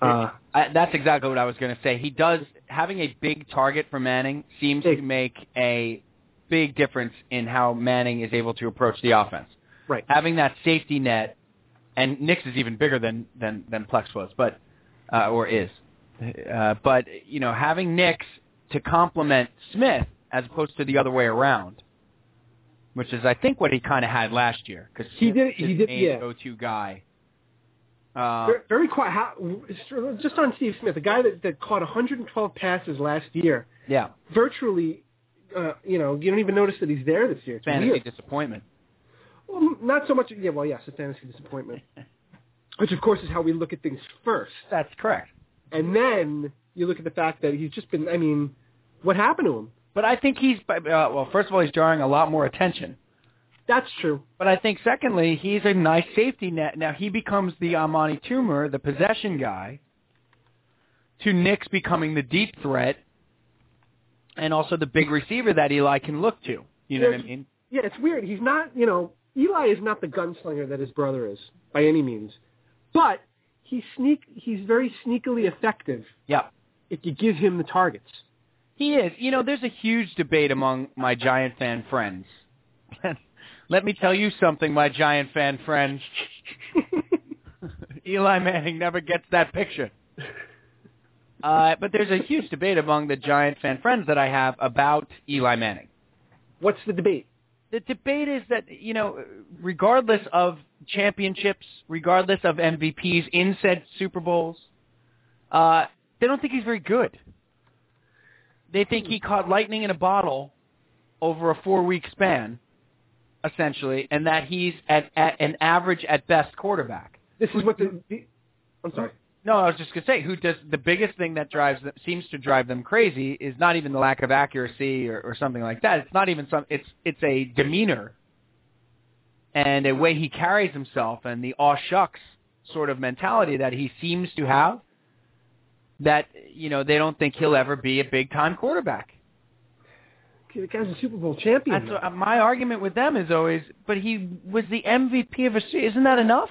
Speaker 3: Uh,
Speaker 2: I, that's exactly what I was going to say. He does having a big target for Manning seems to
Speaker 3: Big.
Speaker 2: make a big difference in how Manning is able to approach the offense.
Speaker 3: Right.
Speaker 2: Having that safety net, and Nix is even bigger than than than Plex was, but uh, or is, uh, but you know having Nix to complement Smith as opposed to the other way around, which is I think what he kind of had last year because
Speaker 3: He did- he did- yeah.
Speaker 2: go-to guy. Uh,
Speaker 3: very, very quiet. How, just on Steve Smith, a guy that, that caught 112 passes last year,
Speaker 2: yeah,
Speaker 3: virtually. Uh, you know, you don't even notice that he's there this year. It's
Speaker 2: fantasy
Speaker 3: weird.
Speaker 2: disappointment.
Speaker 3: Well, not so much. Yeah, well, yes, a fantasy disappointment, which of course is how we look at things first,
Speaker 2: That's correct.
Speaker 3: and then you look at the fact that he's just been. I mean, what happened to him?
Speaker 2: But I think he's uh, well. First of all, he's drawing a lot more attention.
Speaker 3: That's true.
Speaker 2: But I think secondly, he's a nice safety net. Now he becomes the Amani Toomer, the possession guy, to Nick's becoming the deep threat, and also the big receiver that Eli can look to. You know what I mean?
Speaker 3: Yeah, it's weird. He's not, you know, Eli is not the gunslinger that his brother is by any means, but he's sneak. He's very sneakily effective
Speaker 2: Yeah.
Speaker 3: if you give him the targets.
Speaker 2: He is. You know, there's a huge debate among my Giant fan friends. Let me tell you something, my Giant fan friends. Eli Manning never gets that picture. Uh, but there's a huge debate among the Giant fan friends that I have about Eli Manning.
Speaker 3: What's the debate?
Speaker 2: The debate is that, you know, regardless of championships, regardless of MVPs in said Super Bowls, uh, they don't think he's very good. They think he caught lightning in a bottle over a four-week span, essentially, and that he's at, at an average at best quarterback.
Speaker 3: This is what the. the I'm sorry.
Speaker 2: No, I was just gonna say, who does the biggest thing that drives them, seems to drive them crazy is not even the lack of accuracy or, or something like that. It's not even some. It's it's a demeanor and a way he carries himself and the aw shucks sort of mentality that he seems to have. That you know they don't think he'll ever be a big time quarterback.
Speaker 3: The guy's a Super Bowl champion.
Speaker 2: That's what, uh, my argument with them is always, but he was the MVP of a. se- Isn't that enough?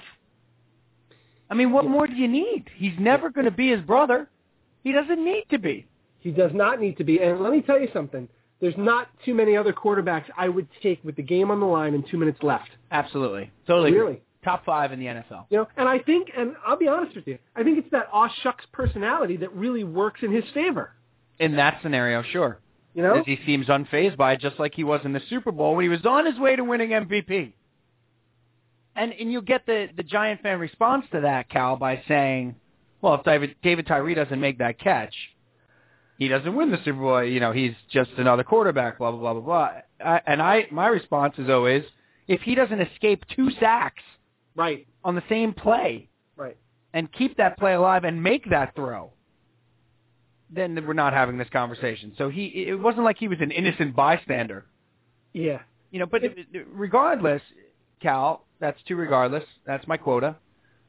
Speaker 2: I mean, what more do you need? He's never going to be his brother. He doesn't need to be.
Speaker 3: He does not need to be. And let me tell you something. There's not too many other quarterbacks I would take with the game on the line and two minutes left.
Speaker 2: Absolutely, totally.
Speaker 3: Really.
Speaker 2: top five in the NFL.
Speaker 3: You know, and I think, and I'll be honest with you, I think it's that aw shucks personality that really works in his favor.
Speaker 2: In that scenario, sure,
Speaker 3: You know,
Speaker 2: as he seems unfazed by it, just like he was in the Super Bowl when he was on his way to winning MVP. and and you get the the Giant fan response to that, Cal, by saying, "Well, if David, David Tyree doesn't make that catch, he doesn't win the Super Bowl. You know, he's just another quarterback." Blah blah blah blah blah. I, and I my response is always, if he doesn't escape two sacks
Speaker 3: Right.
Speaker 2: on the same play,
Speaker 3: Right.
Speaker 2: and keep that play alive and make that throw, then we're not having this conversation. So he it wasn't like he was an innocent bystander.
Speaker 3: Yeah.
Speaker 2: You know, but regardless, Cal, that's too regardless. That's my quota.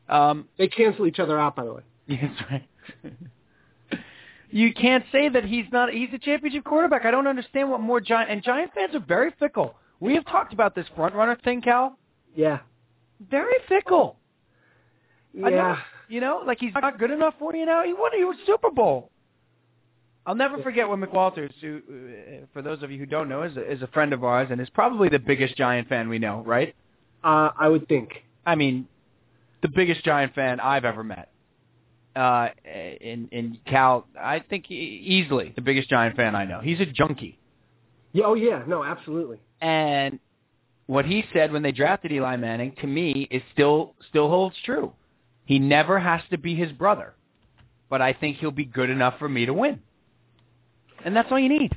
Speaker 2: Um,
Speaker 3: They cancel each other out, by the way.
Speaker 2: yes, right. you can't say that he's not. He's a championship quarterback. I don't understand what more giant and giant fans are very fickle. We have talked about this front runner thing, Cal.
Speaker 3: Yeah.
Speaker 2: Very fickle.
Speaker 3: Yeah.
Speaker 2: Another- you know, like he's not good enough for you now. He won. He was Super Bowl. I'll never
Speaker 3: Yeah.
Speaker 2: forget when McWalters, who, uh, for those of you who don't know, is a, is a friend of ours and is probably the biggest Giant fan we know, right?
Speaker 3: Uh, I would think.
Speaker 2: I mean, the biggest Giant fan I've ever met. Uh, in in Cal, I think e- easily the biggest Giant fan I know. He's a junkie,
Speaker 3: Yeah, oh yeah, no, absolutely.
Speaker 2: and what he said when they drafted Eli Manning to me is still still holds true. He never has to be his brother, but I think he'll be good enough for me to win, and that's all you need.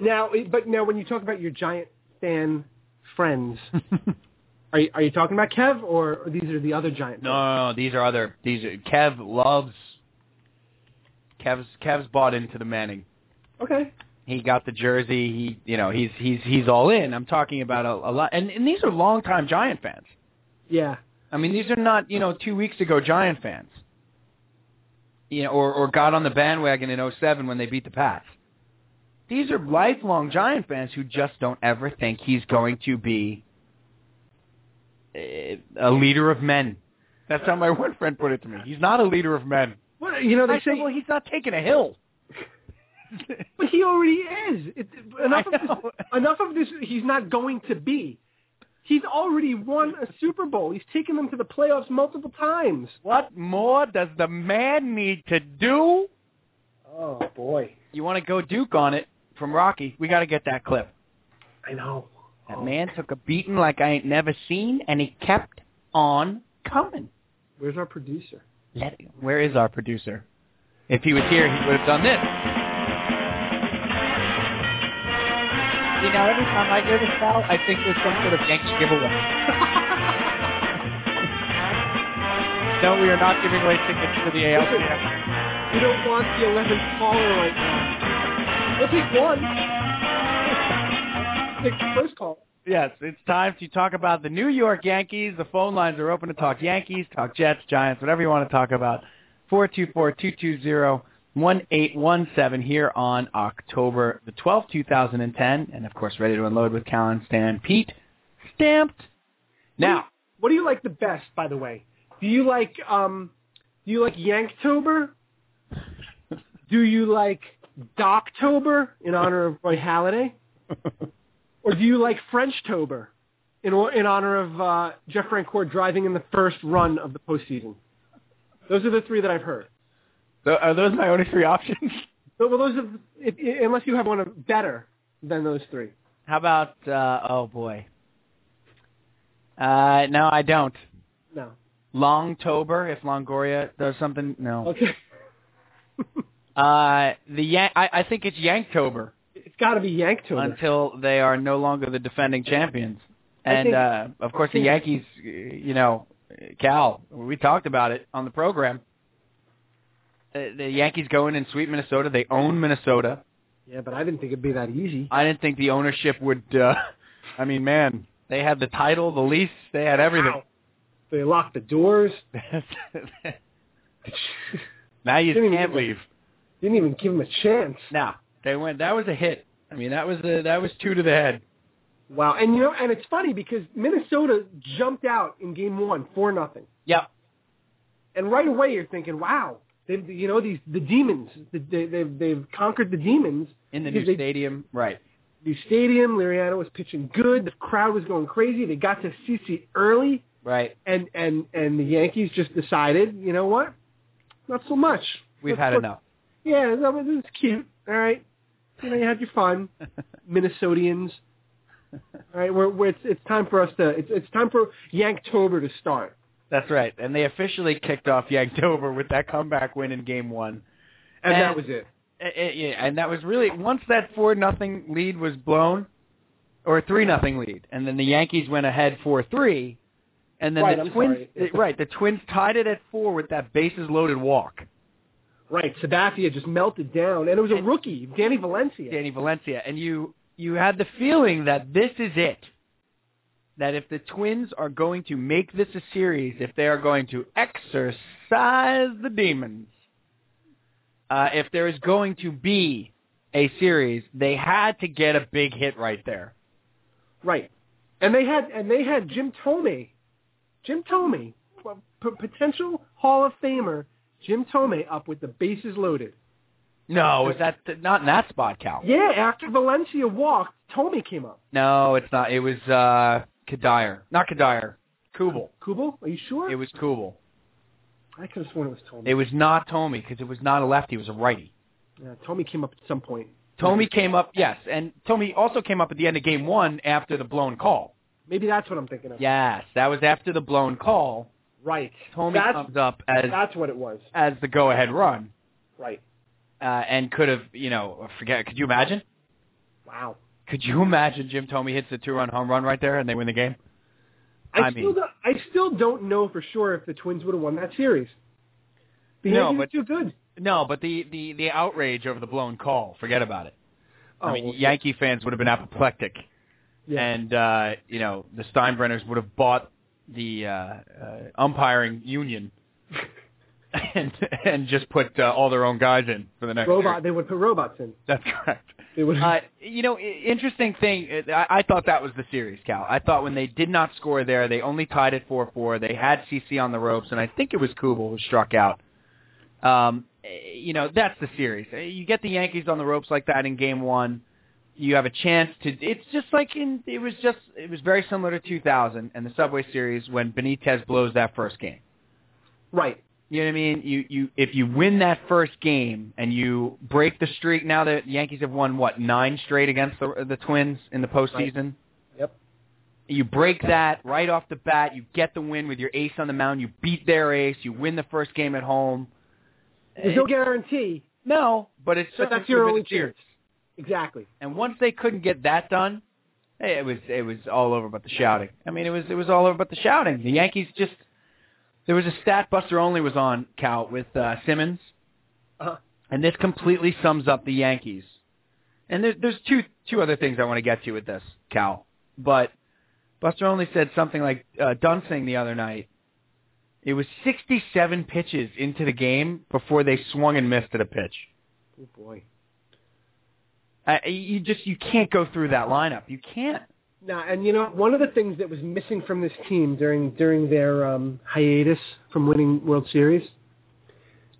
Speaker 3: Now, but now when you talk about your giant fan friends, are you, are you talking about Kev or or these are the other giant?
Speaker 2: No, no, no. These are other. These are, Kev loves. Kev's Kev's bought into the Manning.
Speaker 3: Okay.
Speaker 2: He got the jersey. He, you know, he's he's he's all in. I'm talking about a, a lot, and and these are longtime Giant fans.
Speaker 3: Yeah.
Speaker 2: I mean, these are not you know two weeks ago Giant fans. You know, or or got on the bandwagon in '07 when they beat the Pats. These are lifelong Giant fans who just don't ever think he's going to be eh, a leader of men. That's how my one friend put it to me. He's not a leader of men.
Speaker 3: Well, you know they
Speaker 2: I
Speaker 3: say,
Speaker 2: said, well, he's not taking a hill.
Speaker 3: but he already is. It, enough of
Speaker 2: I know.
Speaker 3: this. Enough of this. He's not going to be. He's already won a Super Bowl. He's taken them to the playoffs multiple times.
Speaker 2: What more does the man need to do?
Speaker 3: Oh boy,
Speaker 2: You want to go Duke on it from Rocky? We got to get that clip.
Speaker 3: I know.
Speaker 2: That man took a beating like I ain't never seen, and he kept on coming.
Speaker 3: Where's our producer?
Speaker 2: Let, where is our producer? If he was here, he would have done this. You know, every time I hear this bell, I think there's some sort of Yankee giveaway. No, we are not giving away tickets to the ALCS.
Speaker 3: We don't want the 11th caller right now. We'll take one. Take the first call.
Speaker 2: Yes, it's time to talk about the New York Yankees. The phone lines are open to talk Yankees, talk Jets, Giants, whatever you want to talk about. 424-220-1817 here on October the 12th, 2010. And, of course, ready to unload with Colin Stan Pete. Stamped. Now,
Speaker 3: What do you like the best, by the way? Do you like um do you like Yanktober? do you like Doctober in honor of Roy Halladay? or do you like Frenchtober in or- in honor of uh, Jeff Francoeur driving in the first run of the postseason? Those are the three that I've heard.
Speaker 2: th- are those my only three options?
Speaker 3: So, well, those are the, if, i- unless you have one of- better than those three.
Speaker 2: How about, uh, oh, boy. Uh, no, I don't.
Speaker 3: No.
Speaker 2: Longtober, if Longoria does something. No.
Speaker 3: Okay.
Speaker 2: Uh, the Yan- I, I think it's Yanktober
Speaker 3: it's got to be Yanktober.
Speaker 2: until they are no longer the defending champions.
Speaker 3: I
Speaker 2: And
Speaker 3: think-
Speaker 2: uh, of course, the
Speaker 3: I
Speaker 2: Yankees. uh, You know, Cal. We talked about it on the program. Uh, The Yankees go in and sweep Minnesota. They own Minnesota.
Speaker 3: yeah, but I didn't think it'd be that easy.
Speaker 2: I didn't think the ownership would. Uh, I mean, man, they had the title, the lease, they had everything.
Speaker 3: Wow. They locked the doors.
Speaker 2: now you
Speaker 3: Didn't even
Speaker 2: can't
Speaker 3: give
Speaker 2: leave.
Speaker 3: Didn't even give him a chance.
Speaker 2: Now they went. That was a hit. I mean, that was a, that was two to the head.
Speaker 3: Wow. And you know, and it's funny because Minnesota jumped out in game one, four nothing.
Speaker 2: Yep.
Speaker 3: And right away you're thinking, wow, they've you know these the demons. They, they, they've they've conquered the demons.
Speaker 2: In the
Speaker 3: Because
Speaker 2: new
Speaker 3: they-
Speaker 2: stadium, right?
Speaker 3: New stadium. Liriano was pitching good. The crowd was going crazy. They got to CC early.
Speaker 2: Right.
Speaker 3: and and and the Yankees just decided, you know what? Not so much.
Speaker 2: We've
Speaker 3: Let's
Speaker 2: had
Speaker 3: look-
Speaker 2: enough.
Speaker 3: Yeah, that was, this is cute. All right, you know you had your fun, Minnesotians. All right, we're, we're, it's, it's time for us to it's, it's time for Yanktober to start.
Speaker 2: That's right. And they officially kicked off Yanktober with that comeback win in Game One.
Speaker 3: And,
Speaker 2: And-
Speaker 3: that was it.
Speaker 2: Eh, eh, yeah, and that was really once that four nothing lead was blown, or three nothing lead, and then the Yankees went ahead four three, and then
Speaker 3: Right,
Speaker 2: the
Speaker 3: I'm
Speaker 2: Twins
Speaker 3: sorry. It's-
Speaker 2: eh, right the Twins tied it at four with that bases loaded walk.
Speaker 3: Right, Sabathia just melted down, and it was a
Speaker 2: And-
Speaker 3: rookie, Danny Valencia.
Speaker 2: Danny Valencia, and you you had the feeling that this is it. That if the Twins are going to make this a series, if they are going to exercise the demons, uh, if there is going to be a series, they had to get a big hit right there.
Speaker 3: Right, and they had and they had Jim Tomey, Jim Tomey, well, p- potential Hall of Famer Jim Tomey up with the bases loaded.
Speaker 2: No, is that not in that spot, Cal?
Speaker 3: Yeah, after Valencia walked, Tomey came up.
Speaker 2: No, it's not. It was uh, Kadir, not Kadir, Kubel.
Speaker 3: Kubel, are you sure?
Speaker 2: It was Kubel.
Speaker 3: I could have sworn it was Tomey.
Speaker 2: It was not Tommy because it was not a lefty; it was a righty.
Speaker 3: yeah, Tomey came up at some point.
Speaker 2: Tommy came up, yes, and Tommy also came up at the end of game one after the blown call.
Speaker 3: Maybe that's what I'm thinking of.
Speaker 2: Yes, that was after the blown call.
Speaker 3: Right.
Speaker 2: Tommy
Speaker 3: that's,
Speaker 2: comes up as
Speaker 3: that's what it was.
Speaker 2: as the go ahead run,
Speaker 3: Right.
Speaker 2: uh, and could have, you know, forget. Could you imagine?
Speaker 3: Wow.
Speaker 2: Could you imagine Jim Tomey hits a two run home run right there and they win the game?
Speaker 3: I,
Speaker 2: I
Speaker 3: still
Speaker 2: mean-
Speaker 3: don't, I still don't know for sure if the Twins would have won that series. The
Speaker 2: No,
Speaker 3: Yankees
Speaker 2: but-
Speaker 3: are too good.
Speaker 2: No, but the the the outrage over the blown call, forget about it.
Speaker 3: Oh,
Speaker 2: I mean,
Speaker 3: well,
Speaker 2: Yankee fans would have been apoplectic,
Speaker 3: yeah.
Speaker 2: and uh, you know the Steinbrenners would have bought the uh, uh, umpiring union and and just put uh, all their own guys in for the next
Speaker 3: robot. They would put robots in.
Speaker 2: That's correct.
Speaker 3: They would.
Speaker 2: Uh, you know, i- interesting thing. uh, I, I thought that was the series, Cal. I thought when they did not score there, they only tied it four-four. They had CC on the ropes, and I think it was Kubel who struck out. Um, eh, you know, that's the series. Eh, You get the Yankees on the ropes like that in Game One. You have a chance to. It's just like in. It was just. It was very similar to 2000 and the Subway Series when Benitez blows that first game.
Speaker 3: right.
Speaker 2: You know what I mean? You you if you win that first game and you break the streak now that the Yankees have won what nine straight against the the Twins in the postseason.
Speaker 3: Yep.
Speaker 2: You break that right off the bat. You get the win with your ace on the mound. You beat their ace. You win the first game at home.
Speaker 3: There's no guarantee,
Speaker 2: No, Eh. but it's
Speaker 3: but that's
Speaker 2: certainly
Speaker 3: your
Speaker 2: been a
Speaker 3: only
Speaker 2: series.
Speaker 3: chance. Exactly.
Speaker 2: And once they couldn't get that done, hey, it was it was all over but the shouting. I mean, it was it was all over but the shouting. The Yankees just there was a stat Buster only was on Cal with uh, Simmons,
Speaker 3: Uh-huh.
Speaker 2: and this completely sums up the Yankees. And there's there's two two other things I want to get to with this Cal, but Buster only said something like uh, Dunsing the other night. It was 67 pitches into the game before they swung and missed at a pitch.
Speaker 3: Oh boy.
Speaker 2: Uh, you just you can't go through that lineup. You can't.
Speaker 3: Now, and you know, one of the things that was missing from this team during during their um, hiatus from winning World Series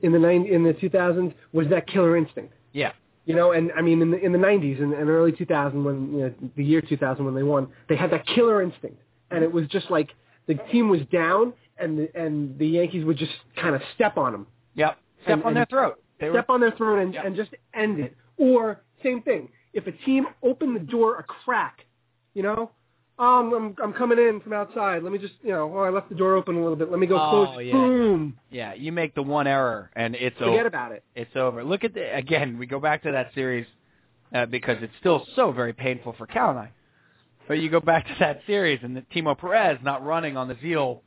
Speaker 3: in the nine in the 2000s was that killer instinct.
Speaker 2: Yeah.
Speaker 3: You know, and I mean, in the in the 90s and, and early 2000, when you know, the year 2000 when they won, they had that killer instinct, and it was just like the team was down, and the, and the Yankees would just kind of step on them,
Speaker 2: Yep. Step
Speaker 3: And-
Speaker 2: on their
Speaker 3: and-
Speaker 2: throat. They were,
Speaker 3: step on their throat, and,
Speaker 2: Yeah.
Speaker 3: and just end it. Or same thing, if a team opened the door a crack, you know, um, I'm I'm coming in from outside. Let me just, you know, oh, I left the door open a little bit. Let me go
Speaker 2: Oh,
Speaker 3: close.
Speaker 2: yeah.
Speaker 3: Boom,
Speaker 2: yeah. You make the one error and it's
Speaker 3: forget
Speaker 2: over.
Speaker 3: about it.
Speaker 2: It's over. Look at the again. We go back to that series uh, because it's still so very painful for Cal and I. But you go back to that series and the Timo Perez not running on the Zeal,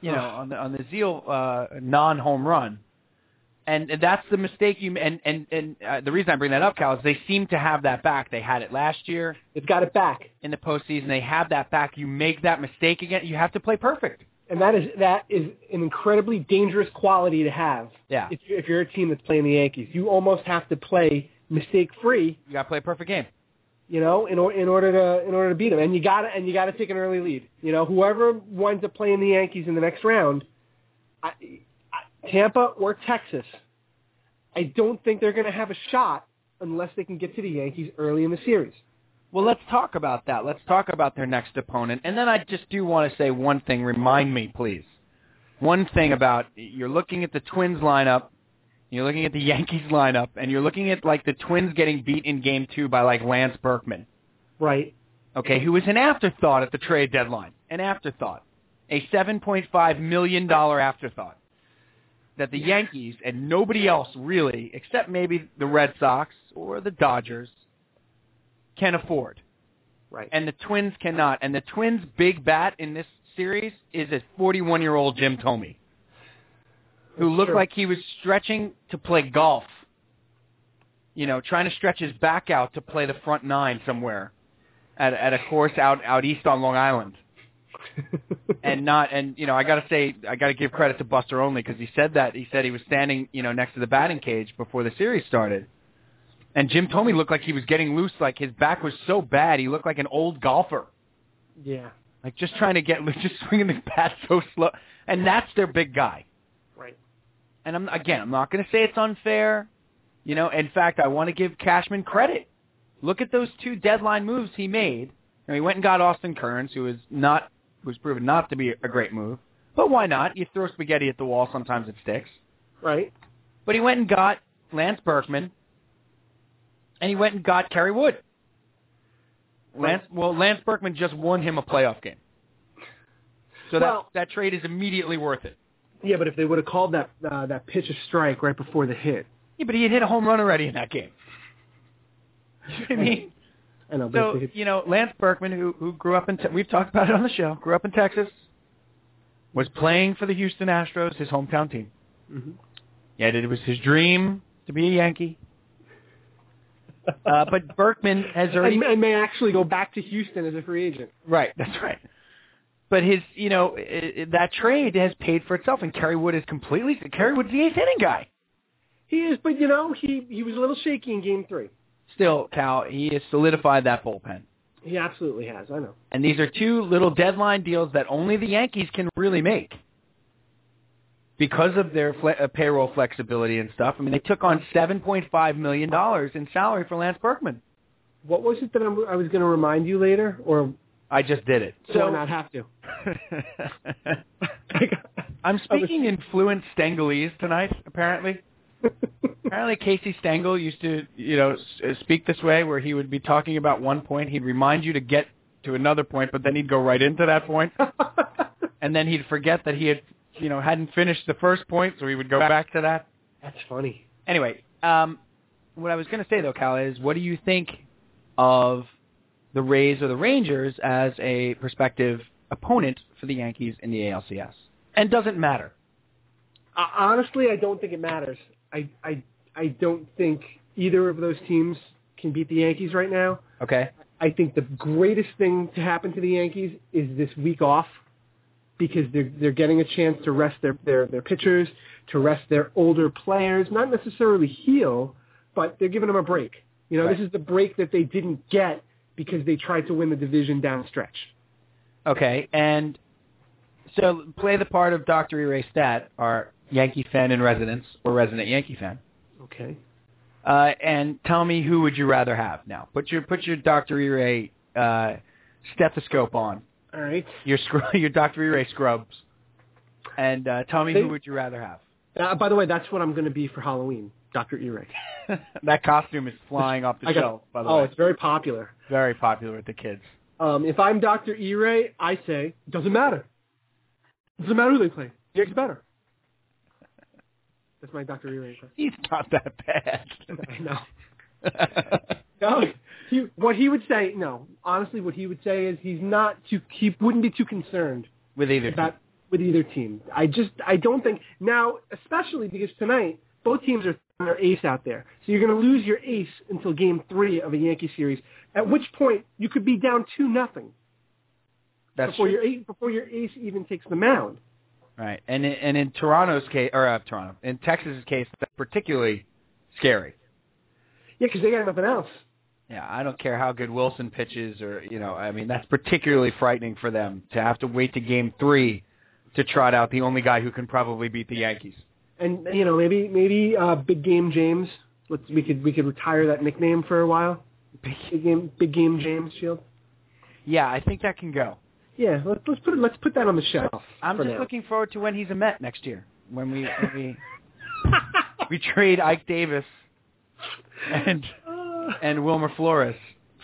Speaker 2: you know, on the on the Zeal uh, non-home run. And and that's the mistake you and and and uh, the reason I bring that up, Cal, is they seem to have that back. They had it last year.
Speaker 3: They've got it back,
Speaker 2: in the postseason. They have that back. You make that mistake again. You have to play perfect.
Speaker 3: and that is that is an incredibly dangerous quality to have.
Speaker 2: Yeah.
Speaker 3: if, if you're a team that's playing the Yankees, you almost have to play mistake free,
Speaker 2: You got to play a perfect game.
Speaker 3: you know, in, or, in order to in order to beat them. And you got to and you got to take an early lead. You know, whoever winds up playing the Yankees in the next round, I, I, Tampa or Texas, I don't think they're going to have a shot unless they can get to the Yankees early in the series.
Speaker 2: Well, let's talk about that. Let's talk about their next opponent. And then I just do want to say one thing. Remind me, please. One thing about you're looking at the Twins lineup, you're looking at the Yankees lineup, and you're looking at like the Twins getting beat in Game Two by like Lance Berkman.
Speaker 3: Right.
Speaker 2: okay, who was an afterthought at the trade deadline, an afterthought, a $7.5 million afterthought that the Yankees and nobody else really, except maybe the Red Sox or the Dodgers, can afford.
Speaker 3: Right.
Speaker 2: And the Twins cannot. And the Twins' big bat in this series is a 41-year-old Jim Tomey, who
Speaker 3: That's
Speaker 2: looked
Speaker 3: true.
Speaker 2: like he was stretching to play golf. You know, trying to stretch his back out to play the front nine somewhere at at a course out out east on Long Island and not and you know I gotta say I gotta give credit to Buster only because he said that he said he was standing you know next to the batting cage before the series started, and Jim Tomey looked like he was getting loose like his back was so bad he looked like an old golfer
Speaker 3: yeah,
Speaker 2: like just trying to get just swinging the bat so slow and that's their big guy
Speaker 3: right.
Speaker 2: and I'm again, I'm not going to say it's unfair. You know, in fact, I want to give Cashman credit. Look at those two deadline moves he made. You know, he went and got Austin Kearns, who is not who's proven not to be a great move. But why not? You throw spaghetti at the wall, sometimes it sticks.
Speaker 3: Right.
Speaker 2: But he went and got Lance Berkman, and he went and got Kerry Wood. Lance, well, Lance Berkman just won him a playoff game, so
Speaker 3: Well-
Speaker 2: that that trade is immediately worth it.
Speaker 3: Yeah, but if they would have called that uh, that pitch a strike right before the hit,
Speaker 2: Yeah, but he had hit a home run already in that game. You know what I mean?
Speaker 3: I know. But if
Speaker 2: So
Speaker 3: they had-
Speaker 2: you know, Lance Berkman, who who grew up in, te- we've talked about it on the show, grew up in Texas, was playing for the Houston Astros, his hometown team.
Speaker 3: Mhm.
Speaker 2: Yet it was his dream to be a Yankee. Uh, but Berkman has already
Speaker 3: and, and may actually go back to Houston as a free agent.
Speaker 2: right. That's right. But his, you know, i i that trade has paid for itself, and Kerry Wood is completely. Kerry Wood's the eighth inning guy.
Speaker 3: He is, but you know, he he was a little shaky in Game Three.
Speaker 2: Still, Cal, he has solidified that bullpen.
Speaker 3: He absolutely has. I know.
Speaker 2: And these are two little deadline deals that only the Yankees can really make because of their fle- uh, payroll flexibility and stuff. I mean, they took on $7.5 million in salary for Lance Berkman.
Speaker 3: What was it that I'm, I was going to remind you later, or
Speaker 2: I just did it.
Speaker 3: so not have to?
Speaker 2: I'm speaking in fluent Stengalese tonight, apparently. Apparently, Casey Stengel used to, you know, s- uh, speak this way, where he would be talking about one point, he'd remind you to get to another point, but then he'd go right into that point. and then he'd forget that he had you know hadn't finished the first point, so he would go back to that.
Speaker 3: That's funny.
Speaker 2: Anyway, um, what I was going to say though, Cal, is what do you think of the Rays or the Rangers as a prospective opponent for the Yankees in the ALCS? And doesn't matter.
Speaker 3: Uh, honestly, I don't think it matters. I I I don't think either of those teams can beat the Yankees right now.
Speaker 2: Okay.
Speaker 3: I think the greatest thing to happen to the Yankees is this week off because they're they're getting a chance to rest their their their pitchers, to rest their older players, not necessarily heal, but they're giving them a break. You know,
Speaker 2: Right.
Speaker 3: this is the break that they didn't get because they tried to win the division down stretch.
Speaker 2: Okay. And so play the part of Dr. E. Ray Stat, our Yankee fan in residence or resident Yankee fan.
Speaker 3: Okay.
Speaker 2: uh, and tell me who would you rather have now. Put your put your Dr. E-Ray uh, stethoscope on.
Speaker 3: All right.
Speaker 2: Your scr- your Dr. E-Ray scrubs, and uh, tell me
Speaker 3: They-
Speaker 2: who would you rather have.
Speaker 3: Uh, by the way, that's what I'm going to be for Halloween, Dr. Eric.
Speaker 2: that costume is flying off the shelf. By the
Speaker 3: oh,
Speaker 2: way,
Speaker 3: it's very popular.
Speaker 2: very popular with the kids.
Speaker 3: Um, if I'm Dr. E-Ray, I say, doesn't matter. Doesn't matter who they play. Jake's better. That's my Dr. E-Ray impression.
Speaker 2: He's not that bad.
Speaker 3: I know. No, he, what he would say, no. Honestly, what he would say is he's not too, he wouldn't be too concerned
Speaker 2: with either.
Speaker 3: about with either team. I just, I don't think, now, especially because tonight, both teams are throwing their ace out there. So you're going to lose your ace until game three of a Yankee series, at which point you could be down 2 nothing
Speaker 2: That's
Speaker 3: before your, ace, before your ace even takes the mound.
Speaker 2: right. And in, and in Toronto's case, or uh, Toronto, in Texas's case, that's particularly scary.
Speaker 3: Yeah, 'cause they got nothing else.
Speaker 2: Yeah, I don't care how good Wilson pitches or, you know, I mean, that's particularly frightening for them to have to wait to game three to trot out the only guy who can probably beat the Yankees.
Speaker 3: And you know, maybe maybe uh, Big Game James. Let's we could we could retire that nickname for a while. Big Game Big Game James Shield.
Speaker 2: Yeah, I think that can go.
Speaker 3: Yeah, let's let's put it, let's put that on the shelf.
Speaker 2: I'm
Speaker 3: for
Speaker 2: just
Speaker 3: now.
Speaker 2: looking forward to when he's a Met next year, when we when we, we trade Ike Davis and and Wilmer Flores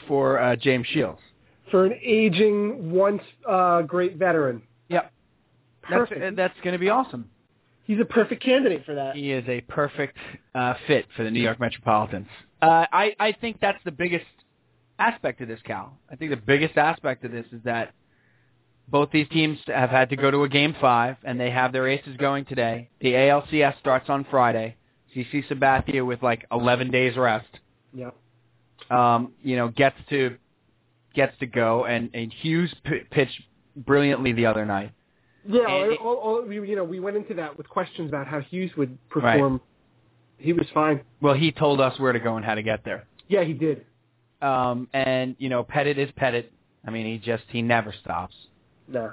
Speaker 2: for uh, James Shields.
Speaker 3: for an aging, once uh, great veteran.
Speaker 2: Yep.
Speaker 3: Perfect.
Speaker 2: That's, that's going to be awesome.
Speaker 3: He's a perfect candidate for that.
Speaker 2: He is a perfect uh, fit for the New York Metropolitans. Uh, I, I think that's the biggest aspect of this, Cal. I think the biggest aspect of this is that both these teams have had to go to a game five, and they have their aces going today. The ALCS starts on Friday. CC Sabathia with like 11 days rest,
Speaker 3: Yeah.
Speaker 2: um, you know, gets to gets to go, and, and Hughes p- pitched brilliantly the other night.
Speaker 3: Yeah,
Speaker 2: And it-
Speaker 3: all, all, we, you know, we went into that with questions about how Hughes would perform. He was fine.
Speaker 2: Well, he told us where to go and how to get there.
Speaker 3: Yeah, he did.
Speaker 2: Um, and you know, Pettit is Pettit. I mean, he just he never stops.
Speaker 3: No.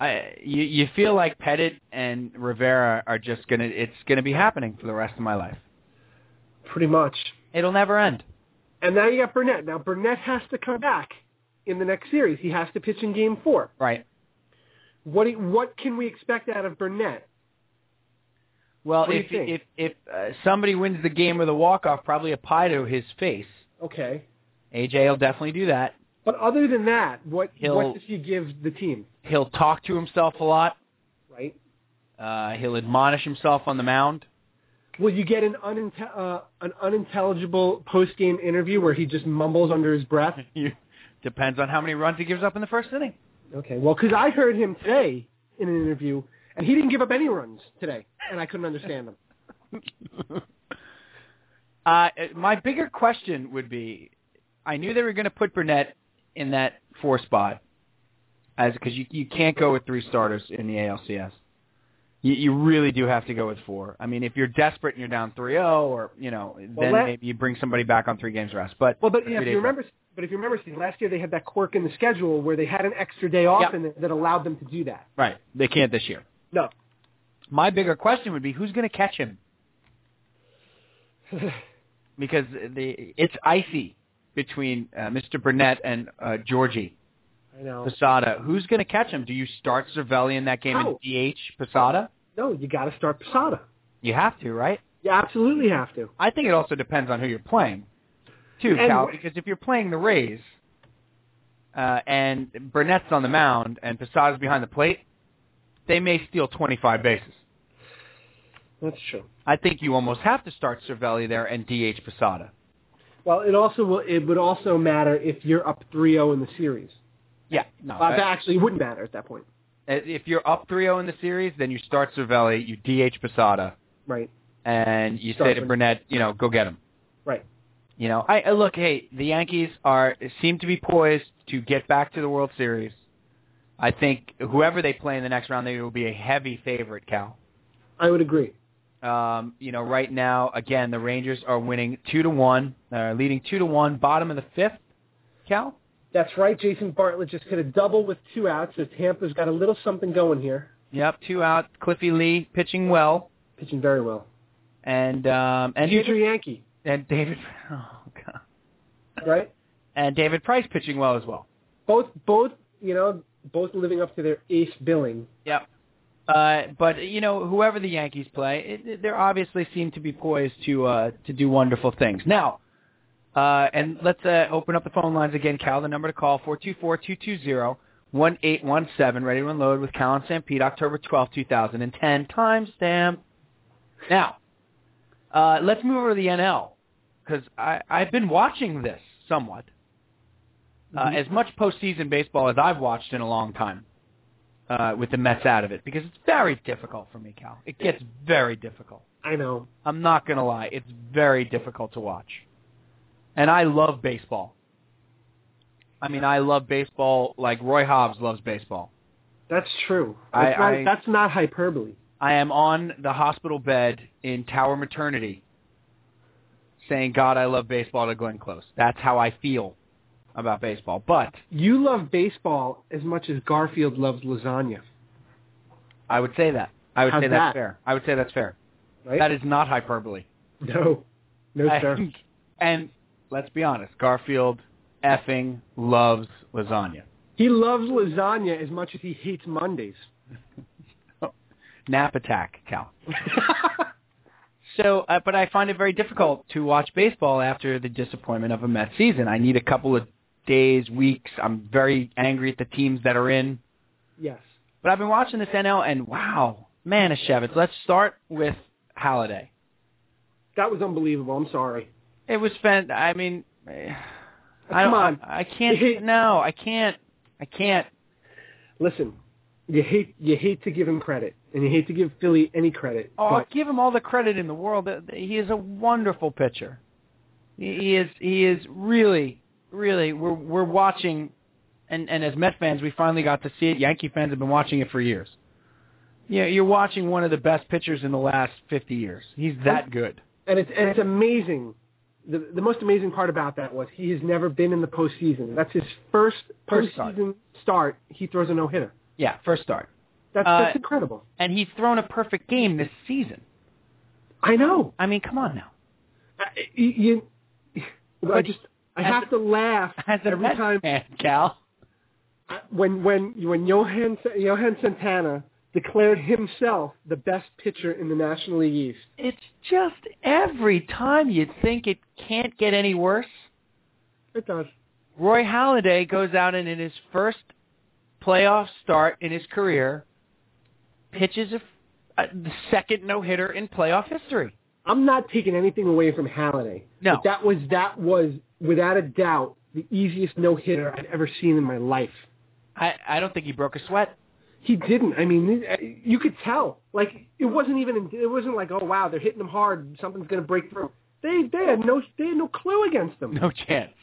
Speaker 2: I you you feel like Pettit and Rivera are just gonna it's gonna be happening for the rest of my life.
Speaker 3: Pretty much.
Speaker 2: It'll never end.
Speaker 3: And now you got Burnett. Now Burnett has to come back in the next series. He has to pitch in game four.
Speaker 2: Right.
Speaker 3: What do you- what can we expect out of Burnett?
Speaker 2: Well,
Speaker 3: What do you
Speaker 2: if
Speaker 3: think?
Speaker 2: if if uh, somebody wins the game with a walk off, probably a pie to his face.
Speaker 3: Okay.
Speaker 2: AJ will definitely do that.
Speaker 3: But other than that, what
Speaker 2: He'll-
Speaker 3: what does he give the team?
Speaker 2: He'll talk to himself a lot.
Speaker 3: Right.
Speaker 2: Uh, he'll admonish himself on the mound.
Speaker 3: Will you get an uninte- uh, an unintelligible post game interview where he just mumbles under his breath?
Speaker 2: You- Depends on how many runs he gives up in the first inning.
Speaker 3: Okay. Well, because I heard him today in an interview, and he didn't give up any runs today, and I couldn't understand him.
Speaker 2: uh, my bigger question would be, I knew they were going to put Burnett in that four spot, as because you you can't go with three starters in the ALCS. You, you really do have to go with four. I mean, if you're desperate and you're down 3-0 or, you know, then
Speaker 3: Well, let-
Speaker 2: maybe you bring somebody back on three games rest. But
Speaker 3: Well, but
Speaker 2: Three
Speaker 3: if
Speaker 2: days
Speaker 3: you remember, but if you remember, Steve, last year they had that quirk in the schedule where they had an extra day off
Speaker 2: Yep.
Speaker 3: and that allowed them to do that.
Speaker 2: right, they can't this year.
Speaker 3: No.
Speaker 2: My bigger question would be who's going to catch him because the it's icy between uh, Mr. Burnett and uh, Georgie.
Speaker 3: I know.
Speaker 2: Posada. Who's going to catch him? Do you start Cervelli in that game
Speaker 3: No.
Speaker 2: and DH Posada?
Speaker 3: No, you got to start Posada.
Speaker 2: You have to, right?
Speaker 3: You absolutely have to.
Speaker 2: I think it also depends on who you're playing, too,
Speaker 3: And-
Speaker 2: Cal. Because if you're playing the Rays, uh, and Burnett's on the mound and Posada's behind the plate, they may steal 25 bases.
Speaker 3: That's true.
Speaker 2: I think you almost have to start Cervelli there and DH Posada.
Speaker 3: Well, it also will. It would also matter if you're up 3-0 in the series.
Speaker 2: Yeah, no. uh,
Speaker 3: Uh, that actually wouldn't matter at that point,
Speaker 2: if you're up 3-0 in the series, then you start Cervelli, you DH Posada,
Speaker 3: right?
Speaker 2: and you
Speaker 3: Start
Speaker 2: say to
Speaker 3: Burnett.
Speaker 2: Burnett, you know, go get him.
Speaker 3: Right.
Speaker 2: You know, I I- look. Hey, the Yankees are seem to be poised to get back to the World Series. I think whoever they play in the next round, they will be a heavy favorite. Cal.
Speaker 3: I would agree.
Speaker 2: Um, you know, right now, again, the Rangers are winning two to one, uh, leading two to one, bottom of the fifth. Cal.
Speaker 3: That's right. Jason Bartlett just hit a double with two outs, so Tampa's got a little something going here,
Speaker 2: Yep, two out. Cliffy Lee pitching well,
Speaker 3: pitching very well.
Speaker 2: and um, and
Speaker 3: Future
Speaker 2: David,
Speaker 3: Yankee,
Speaker 2: and David, oh god,
Speaker 3: right?
Speaker 2: and David Price pitching well as well.
Speaker 3: Both, both, you know, both living up to their ace billing.
Speaker 2: Yep. Uh, but you know, whoever the Yankees play, it- it, they're obviously seem to be poised to uh, to do wonderful things. Now, uh, and let's uh, open up the phone lines again, Cal. The number to call four two four two two zero one eight one seven. Ready to unload with Cal and Stampede, October twelfth, two thousand and ten. Timestamp. Now, uh, let's move over to the NL because I've been watching this somewhat. Uh,
Speaker 3: Mhm.
Speaker 2: As much postseason baseball as I've watched in a long time uh, with the Mets out of it because it's very difficult for me, Cal. It gets very difficult.
Speaker 3: I know.
Speaker 2: I'm not going to lie. It's very difficult to watch. And I love baseball. I mean, I love baseball like Roy Hobbs loves baseball.
Speaker 3: That's true.
Speaker 2: I-
Speaker 3: That's, not,
Speaker 2: I-
Speaker 3: that's not hyperbole.
Speaker 2: I am on the hospital bed in Tower Maternity saying, God, I love baseball to Glenn Close. That's how I feel about baseball. But
Speaker 3: You love baseball as much as Garfield loves lasagna,
Speaker 2: I would say that. I would
Speaker 3: How's
Speaker 2: say that's
Speaker 3: that?
Speaker 2: fair. I would say that's fair.
Speaker 3: right?
Speaker 2: That is not hyperbole.
Speaker 3: no, no, sir.
Speaker 2: and, and let's be honest, Garfield effing loves lasagna.
Speaker 3: He loves lasagna as much as he hates Mondays.
Speaker 2: Nap attack, Cal. So, uh, but I find it very difficult to watch baseball after the disappointment of a Mets season. I need a couple of days, weeks. I'm very angry at the teams that are in.
Speaker 3: Yes.
Speaker 2: But I've been watching this NL, and wow, Manischewitz. Let's start with Halliday.
Speaker 3: That was unbelievable. I'm sorry.
Speaker 2: It was fan. I mean, eh, I
Speaker 3: Come
Speaker 2: don't,
Speaker 3: on.
Speaker 2: I can't. no, I can't. I can't.
Speaker 3: Listen, you hate you hate to give him credit, and you hate to give Philly any credit.
Speaker 2: Oh, I'll
Speaker 3: but
Speaker 2: give him all the credit in the world. Uh, He is a wonderful pitcher. He- He is. He is really, really. We're we're watching, and and as Met fans, we finally got to see it. Yankee fans have been watching it for years. Yeah, you're watching one of the best pitchers in the last 50 years. He's that good.
Speaker 3: and it's and it's amazing. The the most amazing part about that was he has never been in the postseason. That's his first
Speaker 2: First start.
Speaker 3: postseason start. He throws a no hitter.
Speaker 2: Yeah, first start.
Speaker 3: That's
Speaker 2: Uh,
Speaker 3: that's incredible.
Speaker 2: And he's thrown a perfect game this season.
Speaker 3: I know.
Speaker 2: I mean, come on now.
Speaker 3: I, you, I
Speaker 2: But-
Speaker 3: just I have to laugh
Speaker 2: As a
Speaker 3: every
Speaker 2: Met
Speaker 3: time
Speaker 2: fan, Cal.
Speaker 3: when when when Johan Johan Santana declared himself the best pitcher in the National League East.
Speaker 2: It's just every time you think it can't get any worse,
Speaker 3: It does.
Speaker 2: Roy Halladay goes out and in his first playoff start in his career, pitches a, a the second no hitter in playoff history.
Speaker 3: I'm not taking anything away from Halliday.
Speaker 2: No.
Speaker 3: But that was that was without a doubt the easiest no hitter I've ever seen in my life.
Speaker 2: I, I don't think he broke a sweat.
Speaker 3: He didn't. I mean, you could tell. Like it wasn't even. It wasn't like, oh wow, they're hitting him hard. Something's gonna break through. They they had no they had no clue against them.
Speaker 2: No chance.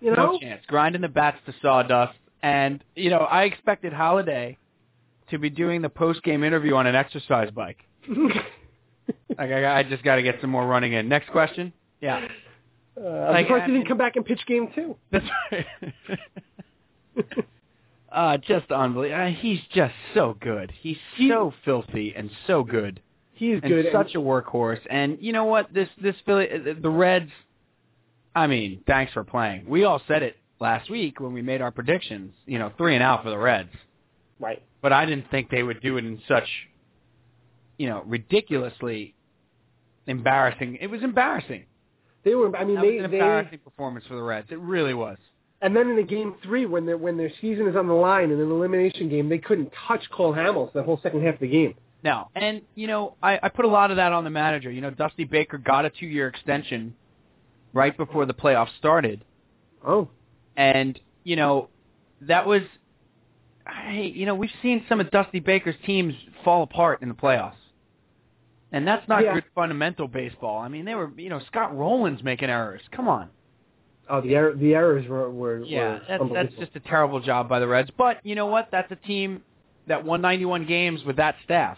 Speaker 3: you know.
Speaker 2: No chance. Grinding the bats to sawdust. And, you know, I expected Halladay to be doing the post-game interview on an exercise bike. Like, I, I just got to get some more running in. Next question? Yeah.
Speaker 3: uh, I'm
Speaker 2: Like,
Speaker 3: surprised
Speaker 2: I
Speaker 3: he
Speaker 2: mean-
Speaker 3: didn't come back and pitch game two.
Speaker 2: That's right. uh, just unbelievable. Uh, he's just so good. He's
Speaker 3: He-
Speaker 2: so filthy and so good.
Speaker 3: He is
Speaker 2: And
Speaker 3: good.
Speaker 2: such a workhorse. And you know what? This this Philly, uh, the Reds. I mean, thanks for playing. We all said it last week when we made our predictions. You know, three and out for the Reds.
Speaker 3: right.
Speaker 2: But I didn't think they would do it in such, you know, ridiculously embarrassing. It was embarrassing.
Speaker 3: They were. I mean,
Speaker 2: That was an
Speaker 3: they, they
Speaker 2: embarrassing performance for the Reds. It really was.
Speaker 3: And then in the game three, when their when their season is on the line in an elimination game, they couldn't touch Cole Hamels the whole second half of the game.
Speaker 2: No. And, you know, I, I put a lot of that on the manager. You know, Dusty Baker got a two-year extension right before the playoffs started.
Speaker 3: Oh,
Speaker 2: And, you know, that was, hey, you know, we've seen some of Dusty Baker's teams fall apart in the playoffs. And that's not
Speaker 3: Yeah.
Speaker 2: good fundamental baseball. I mean, they were, you know, Scott Rowland's making errors. Come on.
Speaker 3: oh, the error, the errors were were
Speaker 2: Yeah,
Speaker 3: were
Speaker 2: that's, that's
Speaker 3: unbelievable.
Speaker 2: just a terrible job by the Reds. But you know what? That's a team that won 91 games with that staff.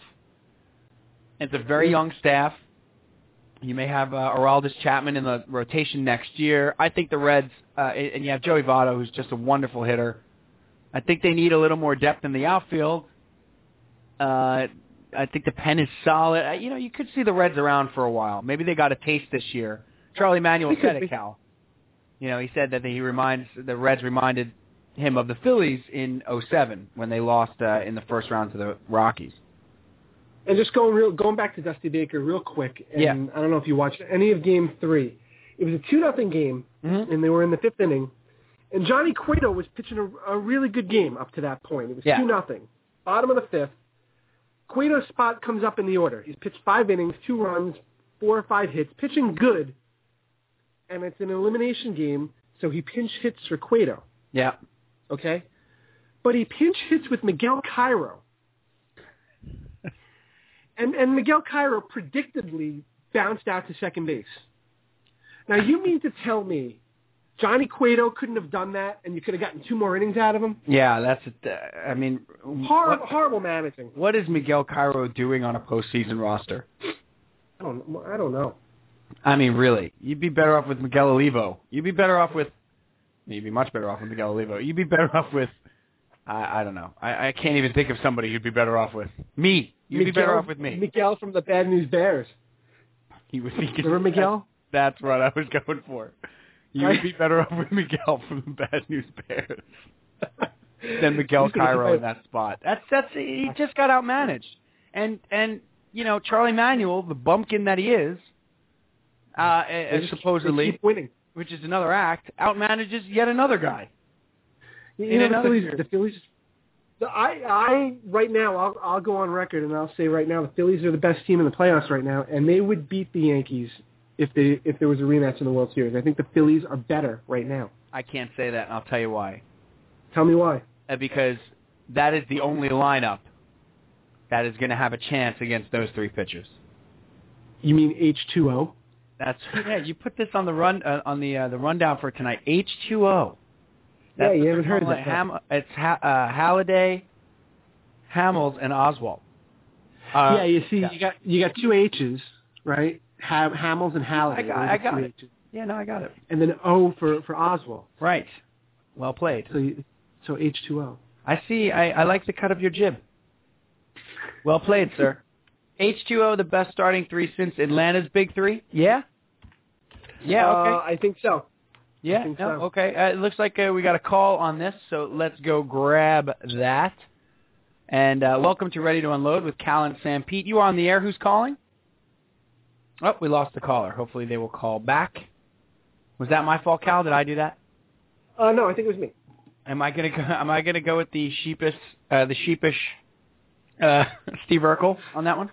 Speaker 2: It's a very young staff. You may have uh, Araldis Chapman in the rotation next year. I think the Reds, uh, and and you have Joey Votto, who's just a wonderful hitter. I think they need a little more depth in the outfield. Uh, I think the pen is solid. Uh, You know, you could see the Reds around for a while. Maybe they got a taste this year. Charlie Manuel
Speaker 3: They could
Speaker 2: said
Speaker 3: be.
Speaker 2: it, Cal. You know, he said that he reminds the Reds reminded him of the Phillies in '07 when they lost uh, in the first round to the Rockies.
Speaker 3: and just going real going back to Dusty Baker real quick. And
Speaker 2: Yeah.
Speaker 3: I don't know if you watched any of game three. It was a two nothing game,
Speaker 2: Mhm.
Speaker 3: and they were in the fifth inning. And Johnny Cueto was pitching a, a really good game up to that point. It was
Speaker 2: Yeah.
Speaker 3: two nothing, bottom of the fifth. Cueto's spot comes up in the order. He's pitched five innings, two runs, four or five hits, pitching good. And it's an elimination game, so he pinch hits for Cueto.
Speaker 2: Yeah,
Speaker 3: Okay, but he pinch hits with Miguel Cairo. And, and Miguel Cairo predictably bounced out to second base. Now you mean to tell me Johnny Cueto couldn't have done that and you could have gotten two more innings out of him?
Speaker 2: yeah, that's. it. Uh, I mean, what,
Speaker 3: Horrible, horrible managing.
Speaker 2: what is Miguel Cairo doing on a postseason roster?
Speaker 3: I don't, I don't know.
Speaker 2: I mean, really, you'd be better off with Miguel Olivo. You'd be better off with. You'd be much better off with Miguel Olivo. You'd be better off with. I, I don't know. I, I can't even think of somebody you'd be better off with. Me. You'd be better
Speaker 3: Miguel-
Speaker 2: off with me.
Speaker 3: Miguel from the Bad News Bears.
Speaker 2: He was thinking.
Speaker 3: Remember Miguel?
Speaker 2: That's what I was going for. You would be better off with Miguel from the Bad News Bears than Miguel Cairo in that spot. That's that's he just got outmanaged, and and you know Charlie Manuel, the bumpkin that he is, uh,
Speaker 3: They just-
Speaker 2: supposedly
Speaker 3: they keep winning.
Speaker 2: which is another act, outmanages yet another guy.
Speaker 3: You
Speaker 2: In
Speaker 3: know, the
Speaker 2: another
Speaker 3: Phillies,
Speaker 2: year.
Speaker 3: the Phillies. the- I, I right now I'll I'll go on record and I'll say right now the Phillies are the best team in the playoffs right now and they would beat the Yankees if they if there was a rematch in the World Series. I think the Phillies are better right now.
Speaker 2: I can't say that, and I'll tell you why.
Speaker 3: Tell me why.
Speaker 2: Uh, Because that is the only lineup that is going to have a chance against those three pitchers.
Speaker 3: You mean H two O?
Speaker 2: That's yeah. You put this on the run uh, on the uh, the rundown for tonight. H two O.
Speaker 3: Yeah, you haven't heard of that.
Speaker 2: Ham- It's ha- uh, Halliday, Hamels, and Oswald. Uh,
Speaker 3: yeah, you see,
Speaker 2: yeah.
Speaker 3: you got you got two H's, right? Ham, Hamels and
Speaker 2: I
Speaker 3: Halliday.
Speaker 2: got-
Speaker 3: Those are
Speaker 2: I got
Speaker 3: two
Speaker 2: it.
Speaker 3: H's.
Speaker 2: yeah. No, I got it.
Speaker 3: And then O for for Oswald.
Speaker 2: Right. Well played.
Speaker 3: So you, so H two O.
Speaker 2: I see. I, I like the cut of your jib. Well played, sir. H2O, the best starting three since Atlanta's big three. Yeah. Yeah. Okay.
Speaker 3: Uh, I think so.
Speaker 2: yeah.
Speaker 3: think
Speaker 2: no,
Speaker 3: so.
Speaker 2: Okay. Uh, it looks like uh, we got a call on this, so let's go grab that. And uh, welcome to Ready to Unload with Cal and Sam Pete. You are on the air. Who's calling? Oh, we lost the caller. Hopefully they will call back. Was that my fault, Cal? Did I do that?
Speaker 3: Uh, no, I think it was me.
Speaker 2: Am I gonna go, am I gonna go with the sheepish uh, the sheepish uh, Steve Urkel on that one?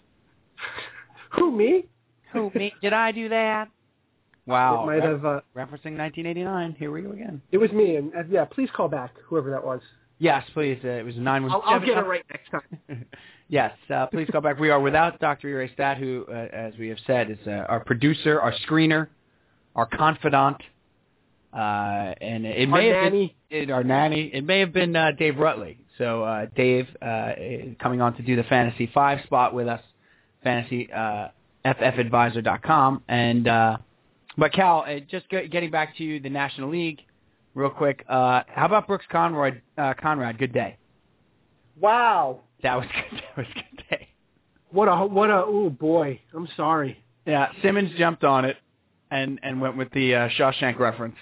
Speaker 3: Who me?
Speaker 2: Who me? Did I do that? Wow,
Speaker 3: it might have. Uh,
Speaker 2: referencing 1989. Here we go again.
Speaker 3: it was me, and uh, yeah, please call back whoever that was.
Speaker 2: Yes, please. Uh, it was nine one
Speaker 3: I'll, I'll get it right next time.
Speaker 2: yes, uh, please call back. We are without Dr. Ray Stat, who, uh, as we have said, is uh, our producer, our screener, our confidant, uh, and it
Speaker 3: Our
Speaker 2: may have
Speaker 3: nanny.
Speaker 2: been it, our nanny. It may have been uh, Dave Rutley. So uh, Dave uh, is coming on to do the Fantasy Five spot with us, Fantasy uh, FFAdvisor.com, and uh, but Cal, uh, just get, getting back to the National League. Real quick, uh, how about Brooks Conrad? Uh, Conrad, good day.
Speaker 3: Wow,
Speaker 2: That was good. That was a good day.
Speaker 3: what a what a oh boy. I'm sorry.
Speaker 2: Yeah, Simmons jumped on it and and went with the uh, Shawshank reference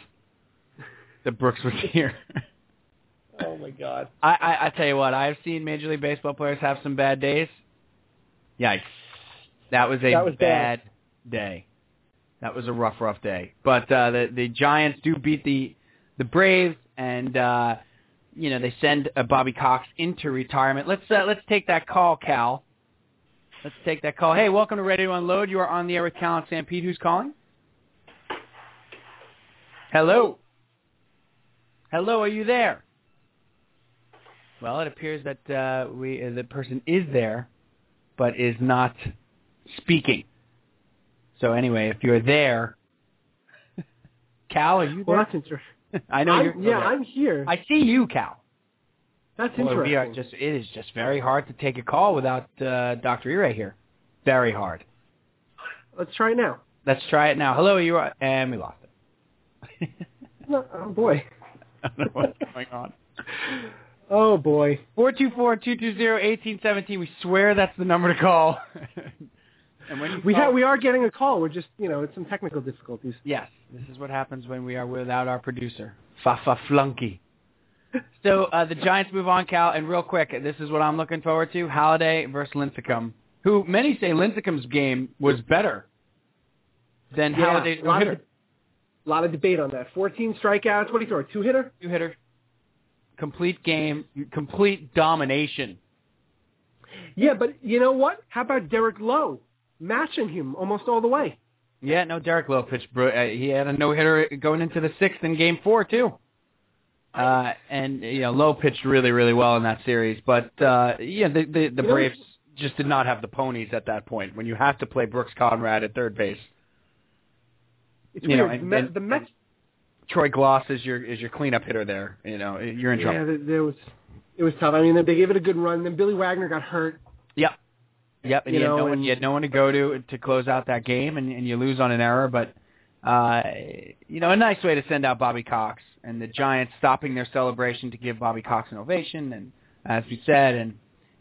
Speaker 2: that Brooks was here.
Speaker 3: Oh my God.
Speaker 2: I, I I tell you what, I've seen Major League Baseball players have some bad days. Yikes! That was a
Speaker 3: That was
Speaker 2: bad
Speaker 3: bad.
Speaker 2: day. That was a rough, rough day. But uh, the the Giants do beat the the Braves, and uh, you know they send uh, Bobby Cox into retirement. Let's uh, let's take that call, Cal. Let's take that call. Hey, welcome to Ready to Unload. You are on the air with Cal and Stampede. Who's calling? Hello. Hello, are you there? Well, it appears that uh, we uh, the person is there, but is not speaking. So anyway, if you're there, Cal, are you
Speaker 3: Well,
Speaker 2: there?
Speaker 3: that's interesting.
Speaker 2: I know you're.
Speaker 3: I'm, yeah,
Speaker 2: there.
Speaker 3: I'm here.
Speaker 2: I see you, Cal.
Speaker 3: that's
Speaker 2: Boy, we are
Speaker 3: interesting.
Speaker 2: just. It is just very hard to take a call without uh, Doctor Ire here. Very hard.
Speaker 3: Let's try it now.
Speaker 2: Let's try it now. Hello, you are, and we lost it.
Speaker 3: No, oh boy.
Speaker 2: I don't know what's going on.
Speaker 3: Oh boy.
Speaker 2: 424-220-1817. We swear that's the number to call. and when you
Speaker 3: We
Speaker 2: call-
Speaker 3: ha- we are getting a call. We're just you know it's some technical difficulties.
Speaker 2: Yes, this is what happens when we are without our producer, Fafa Flunky. So uh, the Giants move on, Cal, and real quick, this is what I'm looking forward to: Halliday versus Lincecum, who many say Lincecum's game was better than
Speaker 3: Yeah,
Speaker 2: Halliday's
Speaker 3: a lot of
Speaker 2: hitter.
Speaker 3: A lot of debate on that. 14 strikeouts. What do you throw? Two hitter?
Speaker 2: Two hitter, complete game, complete domination.
Speaker 3: Yeah, but you know what? How about Derek Lowe matching him almost all the way?
Speaker 2: Yeah, no, Derek Lowe pitched. Bro- uh, he had a no hitter going into the sixth in Game Four too. Uh, and you know, Lowe pitched really, really well in that series. But uh, yeah, the the, the
Speaker 3: You know-
Speaker 2: Braves just did not have the ponies at that point. When you have to play Brooks Conrad at third base,
Speaker 3: It's
Speaker 2: You know,
Speaker 3: weird.
Speaker 2: and-
Speaker 3: Me-
Speaker 2: and-
Speaker 3: the Mets.
Speaker 2: Troy Gloss is your is your cleanup hitter there. You know, you're in trouble.
Speaker 3: yeah, there, there was. It was tough. I mean, they gave it a good run. Then Billy Wagner got hurt.
Speaker 2: Yep, and you,
Speaker 3: You
Speaker 2: had
Speaker 3: know,
Speaker 2: no one,
Speaker 3: and-
Speaker 2: you had no one to go to to close out that game, and, and you lose on an error. But uh, you know, a nice way to send out Bobby Cox and the Giants stopping their celebration to give Bobby Cox an ovation, and as we said, and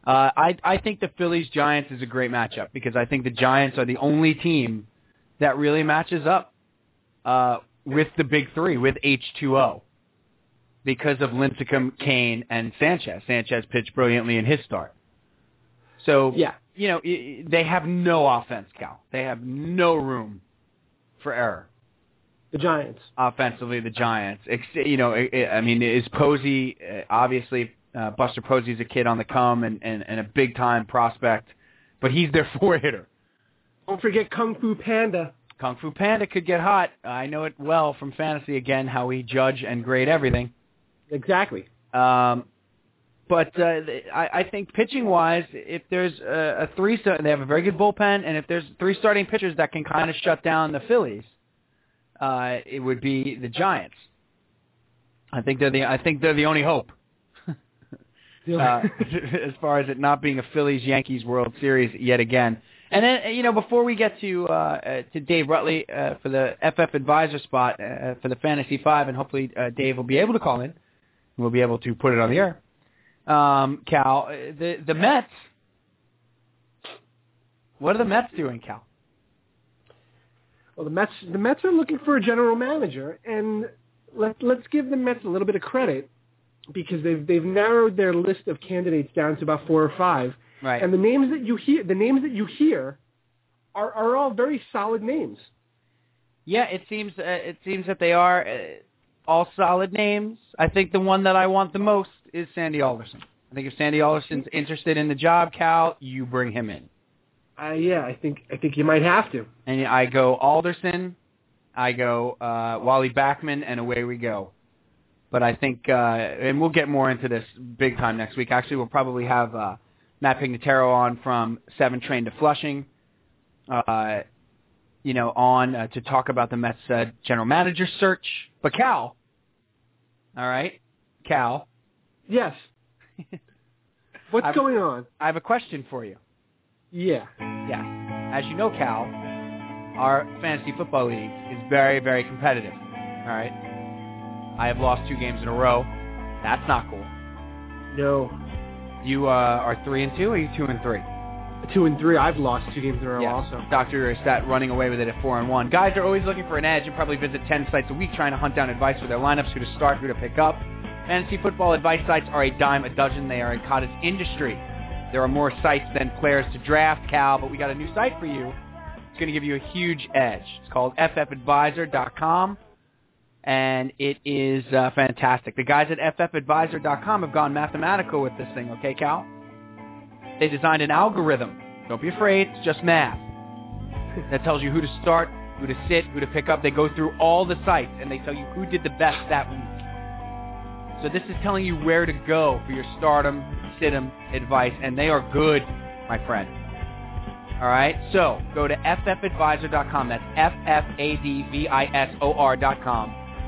Speaker 2: uh, I I think the Phillies Giants is a great matchup because I think the Giants are the only team that really matches up uh, with the big three with H two O because of Lincecum, Kane, and Sanchez. Sanchez pitched brilliantly in his start. So
Speaker 3: Yeah.
Speaker 2: you know, i- i- they have no offense, Cal. They have no room for error.
Speaker 3: the Giants.
Speaker 2: offensively the Giants. Ex- You know, i i I mean, is Posey uh, obviously uh, Buster Posey's a kid on the come and, and, and a big time prospect, but he's their four hitter.
Speaker 3: Don't forget Kung Fu Panda.
Speaker 2: Kung Fu Panda could get hot. I know it well from fantasy again how we judge and grade everything.
Speaker 3: Exactly.
Speaker 2: Um, but uh, th- I, I think pitching wise, if there's a, a three star, they have a very good bullpen, and if there's three starting pitchers that can kind of shut down the Phillies, uh, it would be the Giants. I think they're the I think they're the only hope uh, as far as it not being a Phillies Yankees World Series yet again. And then you know before we get to uh, uh, to Dave Rutley uh, for the FF advisor spot uh, for the Fantasy Five, and hopefully uh, Dave will be able to call in. and We'll be able to put it on the air. Um, Cal, uh, the the Mets. What are the Mets doing, Cal?
Speaker 3: well, the Mets the Mets are looking for a general manager, and let let's give the Mets a little bit of credit because they've they've narrowed their list of candidates down to about four or five.
Speaker 2: Right.
Speaker 3: And the names that you hear, the names that you hear, are are all very solid names.
Speaker 2: Yeah, it seems uh, it seems that they are uh, all solid names. I think the one that I want the most is Sandy Alderson. I think if Sandy Alderson's interested in the job, Cal, you bring him in.
Speaker 3: Uh, yeah, I think I think you might have to.
Speaker 2: And I go Alderson, I go uh, Wally Backman, and away we go. But I think, uh, and we'll get more into this big time next week. Actually, we'll probably have uh, Matt Pignataro on from Seven Train to Flushing, uh, you know, on uh, to talk about the Mets uh, general manager search. But Cal, all right, Cal,
Speaker 3: Yes. What's
Speaker 2: I'm-
Speaker 3: going on?
Speaker 2: I have a question for you.
Speaker 3: Yeah.
Speaker 2: Yeah. As you know, Cal, our fantasy football league is very, very competitive. All right. I have lost two games in a row. That's not cool.
Speaker 3: No.
Speaker 2: You uh, are three and two, or are you two and three?
Speaker 3: Two and three. I've lost two games in a row. Also.
Speaker 2: Doctor Stat running away with it at four and one. Guys are always looking for an edge and probably visit ten sites a week trying to hunt down advice for their lineups, who to start, who to pick up. Fantasy football advice sites are a dime a dozen. They are a cottage industry. There are more sites than players to draft, Cal, but we got a new site for you. It's going to give you a huge edge. It's called ffadvisor.com, and it is uh, fantastic. The guys at ffadvisor.com have gone mathematical with this thing, okay, Cal? They designed an algorithm. Don't be afraid. It's just math that tells you who to start, who to sit, who to pick up. They go through all the sites and they tell you who did the best that week. So this is telling you where to go for your stardom, situm advice, and they are good, my friend. All right, so go to ffadvisor.com. That's f-f-a-d-v-i-s-o-r.com,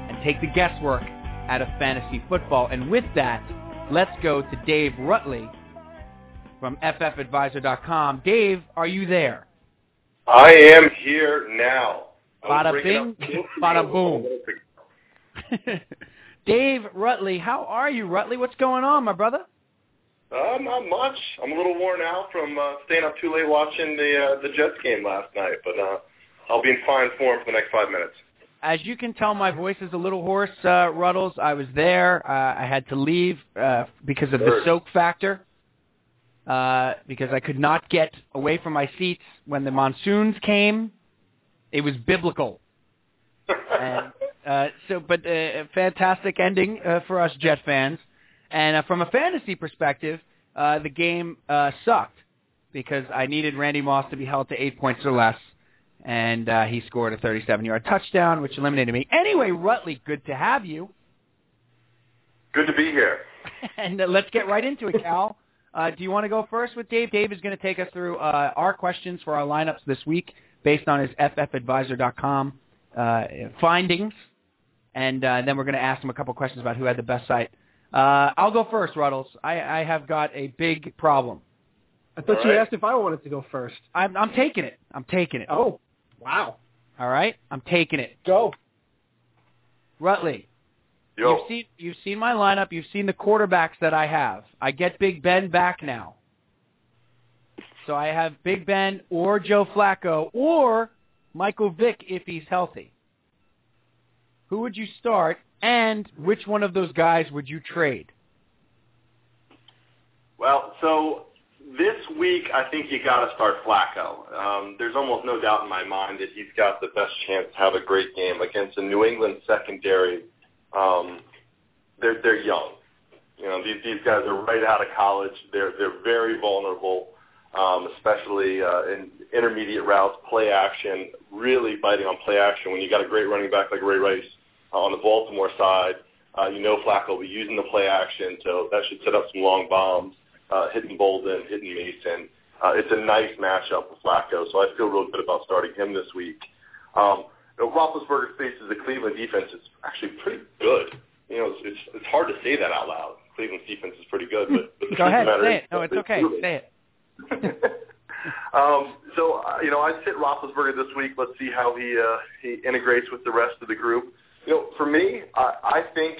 Speaker 2: and take the guesswork out of fantasy football. And with that, let's go to Dave Rutley from ffadvisor.com. Dave, are you there?
Speaker 4: I am here now. I was
Speaker 2: Bada
Speaker 4: breaking
Speaker 2: bing,
Speaker 4: up-
Speaker 2: bada boom. Dave Rutley, how are you, Rutley? What's going on, my brother?
Speaker 4: Uh, not much. I'm a little worn out from uh, staying up too late watching the uh, the Jets game last night, but uh, I'll be in fine form for the next five minutes.
Speaker 2: As you can tell, my voice is a little hoarse, uh, Ruttles. I was there. Uh, I had to leave uh, because of the
Speaker 4: Sure.
Speaker 2: soak factor, uh, because I could not get away from my seats when the monsoons came. It was biblical. And, uh, so, but uh, a fantastic ending uh, for us Jet fans. And uh, from a fantasy perspective, uh, the game uh, sucked because I needed Randy Moss to be held to eight points or less, and uh, he scored a 37-yard touchdown, which eliminated me. Anyway, Rutley, good to have you,
Speaker 4: Good to be here.
Speaker 2: and uh, let's get right into it, Cal. Uh, do you want to go first with Dave? Dave is going to take us through uh, our questions for our lineups this week based on his ffadvisor.com uh, findings, and uh, then we're going to ask him a couple questions about who had the best site. Uh, I'll go first, Ruttles. I, I have got a big problem.
Speaker 3: I thought
Speaker 4: All
Speaker 3: you
Speaker 4: right.
Speaker 3: asked if I wanted to go first.
Speaker 2: I'm, I'm taking it. I'm taking it.
Speaker 3: Oh. Wow.
Speaker 2: All right, I'm taking it.
Speaker 3: Go.
Speaker 2: Rutley,
Speaker 4: Yo.
Speaker 2: you've seen you've seen my lineup. You've seen the quarterbacks that I have. I get Big Ben back now, so I have Big Ben or Joe Flacco or Michael Vick if he's healthy. Who would you start, and which one of those guys would you trade?
Speaker 4: Well, so this week, I think you got to start Flacco. Um, there's almost no doubt in my mind that he's got the best chance to have a great game against a New England secondary. Um, they're they're young. You know, these these guys are right out of college. They're they're very vulnerable, um, especially uh, in intermediate routes, play action, really biting on play action. When you got a great running back like Ray Rice uh, on the Baltimore side, uh, you know Flacco will be using the play action, so that should set up some long bombs uh, hitting Bolden, hitting Mason. Uh, it's a nice matchup with Flacco, so I feel real good about starting him this week. Um, you know, Roethlisberger faces the Cleveland defense. It's actually pretty good. You know, it's, it's, it's hard to say that out loud. Cleveland's defense is pretty good, but, but the
Speaker 2: Go
Speaker 4: truth
Speaker 2: ahead,
Speaker 4: of the matter
Speaker 2: say
Speaker 4: is
Speaker 2: it. No, it's
Speaker 4: they
Speaker 2: okay.
Speaker 4: really-
Speaker 2: Say it.
Speaker 4: um, so uh, you know, I sit Roethlisberger this week. Let's see how he uh, he integrates with the rest of the group. You know, for me, I, I think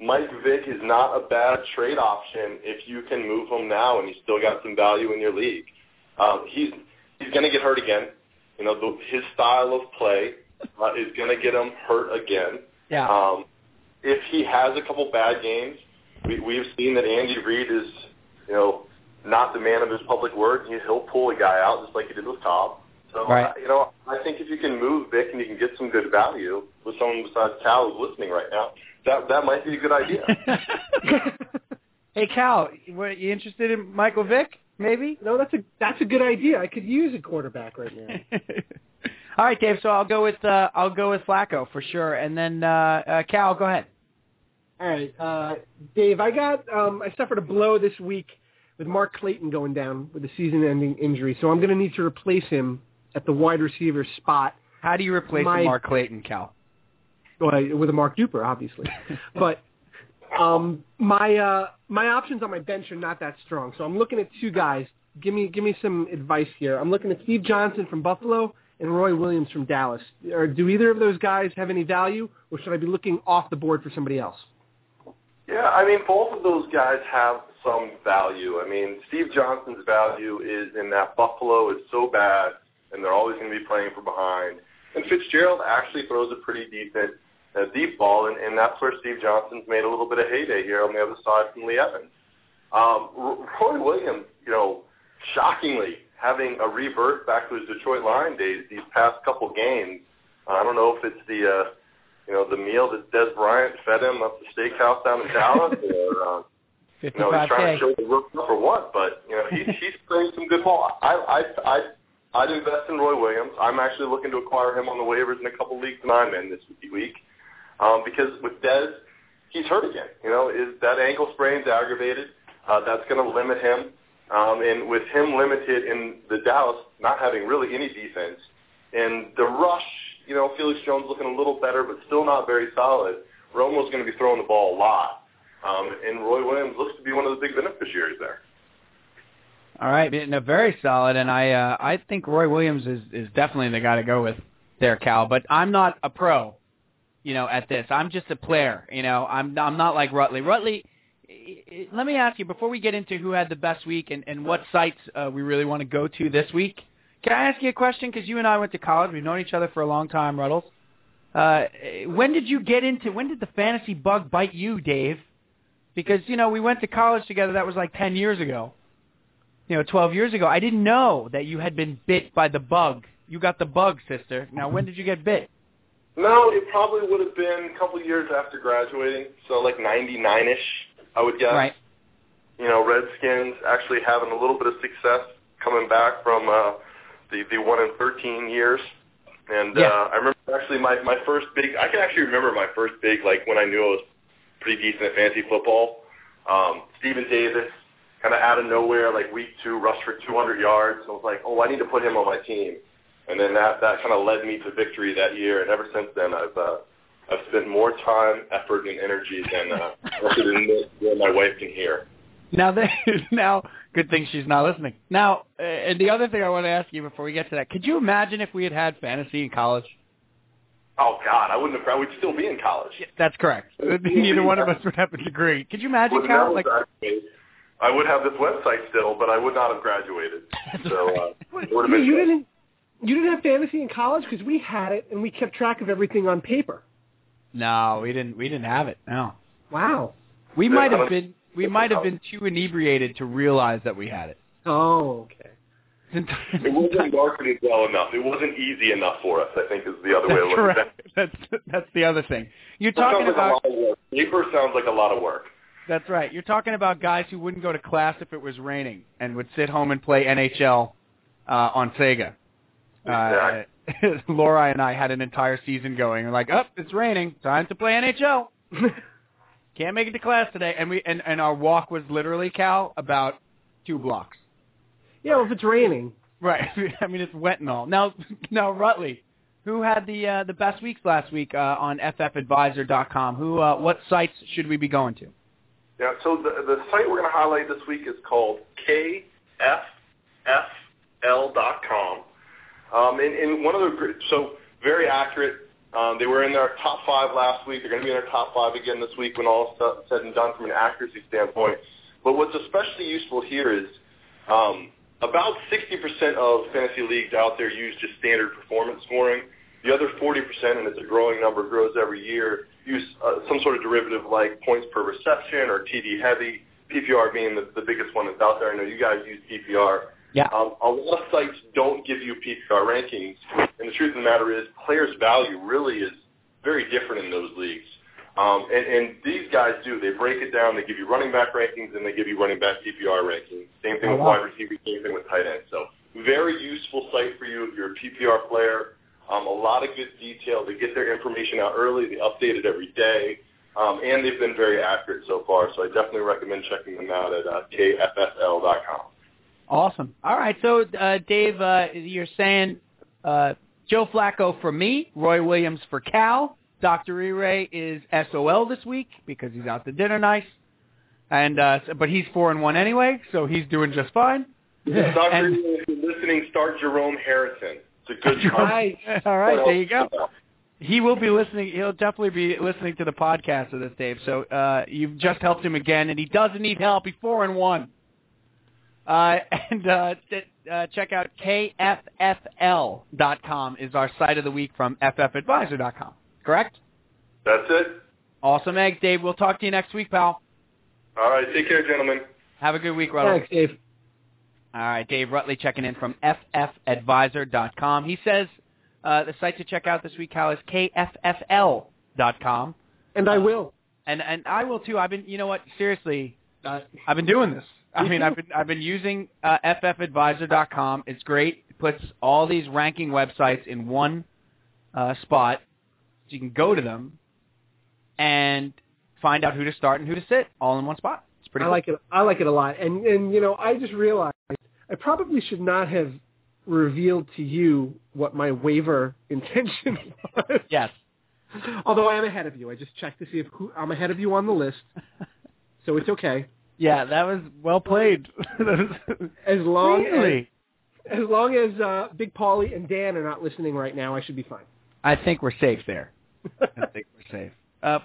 Speaker 4: Mike Vick is not a bad trade option if you can move him now and he's still got some value in your league. Um, he's he's going to get hurt again. You know, the, his style of play uh, is going to get him hurt again.
Speaker 2: Yeah.
Speaker 4: Um, if he has a couple bad games, we, we've seen that Andy Reid is, you know, not the man of his public word. He, he'll pull a guy out just like he did with Cobb. So,
Speaker 2: Right.
Speaker 4: I, you know, I think if you can move Vic and you can get some good value with someone besides Cal who's listening right now, that that might be a good idea.
Speaker 2: hey Cal, were you interested in Michael Vick? Maybe.
Speaker 3: No, that's a that's a good idea. I could use a quarterback right now.
Speaker 2: All right, Dave. So I'll go with uh, I'll go with Flacco for sure, and then uh, uh, Cal, go ahead.
Speaker 3: All right, uh, Dave. I got um, I suffered a blow this week with Mark Clayton going down with a season-ending injury, so I'm going to need to replace him at the wide receiver spot
Speaker 2: How do you replace
Speaker 3: My-
Speaker 2: Mark Clayton, Cal?
Speaker 3: well, with a Mark Duper, obviously. but um, my uh, my options on my bench are not that strong, so I'm looking at two guys. Give me give me some advice here. I'm looking at Steve Johnson from Buffalo and Roy Williams from Dallas. Or do either of those guys have any value, or should I be looking off the board for somebody else?
Speaker 4: Yeah, I mean, both of those guys have some value. I mean, Steve Johnson's value is in that Buffalo is so bad, and they're always going to be playing from behind. And Fitzgerald actually throws a pretty decent uh, deep ball, and, and that's where Steve Johnson's made a little bit of heyday here on the other side from Lee Evans. Um, R- Roy Williams, you know, shockingly having a rebirth back to his Detroit Lion days these past couple games. I don't know if it's the uh, you know, the meal that Des Bryant fed him up the steakhouse down in Dallas, or uh, you know, he's
Speaker 2: Fifty-five
Speaker 4: trying to
Speaker 2: K.
Speaker 4: show the rookie up or what. But you know, he, he's playing some good ball. I, I, I, I'd invest in Roy Williams. I'm actually looking to acquire him on the waivers in a couple leagues that I'm in this week, um, because with Des, he's hurt again. You know, is that ankle sprain's aggravated? Uh, that's going to limit him. Um, and with him limited in the Dallas not having really any defense, and the rush, you know, Felix Jones looking a little better, but still not very solid. Romo's going to be throwing the ball a lot, um, and Roy Williams looks to be one of the big beneficiaries there.
Speaker 2: All right, no, very solid, and I uh, I think Roy Williams is is definitely the guy to go with there, Cal. But I'm not a pro, you know, at this. I'm just a player, you know. I'm I'm not like Rutley. Rutley, i- i- let me ask you before we get into who had the best week and and what sites uh, we really want to go to this week. Can I ask you a question? Because you and I went to college. We've known each other for a long time, Ruddles. Uh, when did you get into? When did the fantasy bug bite you, Dave? Because you know we went to college together. That was like ten years ago you know, 12 years ago, I didn't know that you had been bit by the bug. You got the bug, sister. Now, when did you get bit?
Speaker 4: No, it probably would have been a couple of years after graduating, so like 99ish, I would guess.
Speaker 2: Right.
Speaker 4: You know, Redskins actually having a little bit of success coming back from uh, the the one in 13 years, and
Speaker 2: Yeah.
Speaker 4: uh, I remember actually my my first big. I can actually remember my first big like when I knew I was pretty decent at fantasy football. Um, Steven Davis, kind of out of nowhere, like week two, rushed for 200 yards. And I was like, oh, I need to put him on my team. And then that that kind of led me to victory that year. And ever since then, I've uh, I've spent more time, effort, and energy than uh, I could admit that my wife can hear.
Speaker 2: Now, there, now, good thing she's not listening. Now, uh, and the other thing I want to ask you before we get to that, could you imagine if we had had fantasy in college?
Speaker 4: Oh God, I wouldn't have. I would still be in college.
Speaker 2: That's correct. Neither one of us would have a degree. Could you imagine,
Speaker 4: Wouldn't
Speaker 2: Cal?
Speaker 4: have
Speaker 2: Like,
Speaker 4: graduated. I would have this website still, but I would not have graduated.
Speaker 2: That's
Speaker 4: so
Speaker 2: right.
Speaker 4: uh,
Speaker 3: What,
Speaker 4: it would have
Speaker 3: you,
Speaker 4: been
Speaker 3: you didn't you didn't have fantasy in college because we had it and we kept track of everything on paper.
Speaker 2: no, we didn't. We didn't have it. No,
Speaker 3: Wow.
Speaker 2: we
Speaker 4: Yeah,
Speaker 2: might have
Speaker 4: I don't-
Speaker 2: been. We might have been too inebriated to realize that we had it.
Speaker 3: Oh, okay.
Speaker 4: It wasn't marketed well enough. It wasn't easy enough for us. I think is the other way
Speaker 2: That's
Speaker 4: to look at
Speaker 2: correct.
Speaker 4: that.
Speaker 2: That's that's the other thing. You're
Speaker 4: That
Speaker 2: talking
Speaker 4: sounds like a
Speaker 2: about
Speaker 4: lot of work. Paper sounds like a lot of work.
Speaker 2: that's right. You're talking about guys who wouldn't go to class if it was raining and would sit home and play NHL uh, on Sega. Uh, Laura and I had an entire season going. We're like, up, oh, it's raining. Time to play NHL. Can't make it to class today. And we and, and our walk was literally Cal about two blocks.
Speaker 3: yeah, well, if it's raining.
Speaker 2: Right. I mean, it's wet and all. Now, now Rutley, who had the uh, the best weeks last week uh, on ffadvisor.com? Who? Uh, what sites should we be going to?
Speaker 4: Yeah, so the, the site we're going to highlight this week is called kffl.com. Um, and, and one of the, gr- so very accurate. Um, they were in their top five last week. They're going to be in their top five again this week when all is said and done from an accuracy standpoint. But what's especially useful here is um, about 60% of fantasy leagues out there use just standard performance scoring. The other 40%, and it's a growing number, grows every year, use uh, some sort of derivative like points per reception or TD heavy, PPR being the, the biggest one that's out there. I know you guys use PPR.
Speaker 2: Yeah.
Speaker 4: Um, a lot of sites don't give you PPR rankings, and the truth of the matter is players' value really is very different in those leagues. Um, and, and these guys do. They break it down. They give you running back rankings, and they give you running back PPR rankings. Same thing
Speaker 2: Oh,
Speaker 4: with
Speaker 2: wow.
Speaker 4: wide receiver, same thing with tight end. So very useful site for you if you're a PPR player. Um, a lot of good detail. They get their information out early. They update it every day. Um, and they've been very accurate so far, so I definitely recommend checking them out at uh, kffl.com.
Speaker 2: Awesome. All right. So, uh, Dave, uh, you're saying uh, Joe Flacco for me, Roy Williams for Cal, Dr. E-Ray is SOL this week because he's out to dinner nice, and uh, so- but he's four and one anyway, so he's doing just fine.
Speaker 4: Dr.
Speaker 2: And-
Speaker 4: Ewing, if you're listening, start Jerome Harrison. It's a good
Speaker 2: Jerome-
Speaker 4: time.
Speaker 2: All right. There you go. He will be listening. He'll definitely be listening to the podcast of this, Dave. So uh, you've just helped him again, and he doesn't need help. He's four and one. Uh, and uh, t- uh, check out kffl.com is our site of the week from ffadvisor.com. Correct?
Speaker 4: That's it.
Speaker 2: Awesome eggs, Dave. We'll talk to you next week, pal.
Speaker 4: All right. Take care, gentlemen.
Speaker 2: Have a good week, Ruddle.
Speaker 3: Thanks, Dave.
Speaker 2: All right, Dave Rutley checking in from ffadvisor.com. He says uh, the site to check out this week, Cal, is kffl.com.
Speaker 3: And I will.
Speaker 2: and and I will too. I've been, you know what? Seriously,
Speaker 3: Uh,
Speaker 2: I've been doing this. I
Speaker 3: Me
Speaker 2: mean,
Speaker 3: too.
Speaker 2: I've been I've been using uh, ffadvisor.com. It's great. It puts all these ranking websites in one uh, spot, so you can go to them and find out who to start and who to sit all in one spot. It's pretty.
Speaker 3: I
Speaker 2: cool.
Speaker 3: like it. I like it a lot. And and you know, I just realized I probably should not have revealed to you what my waiver intention was.
Speaker 2: Yes.
Speaker 3: Although I am ahead of you, I just checked to see if who, I'm ahead of you on the list, so it's okay.
Speaker 2: Yeah, that was well played.
Speaker 3: As long
Speaker 2: really?
Speaker 3: as as long as uh, Big Paulie and Dan are not listening right now, I should be fine.
Speaker 2: I think we're safe there. I think we're safe. Uh,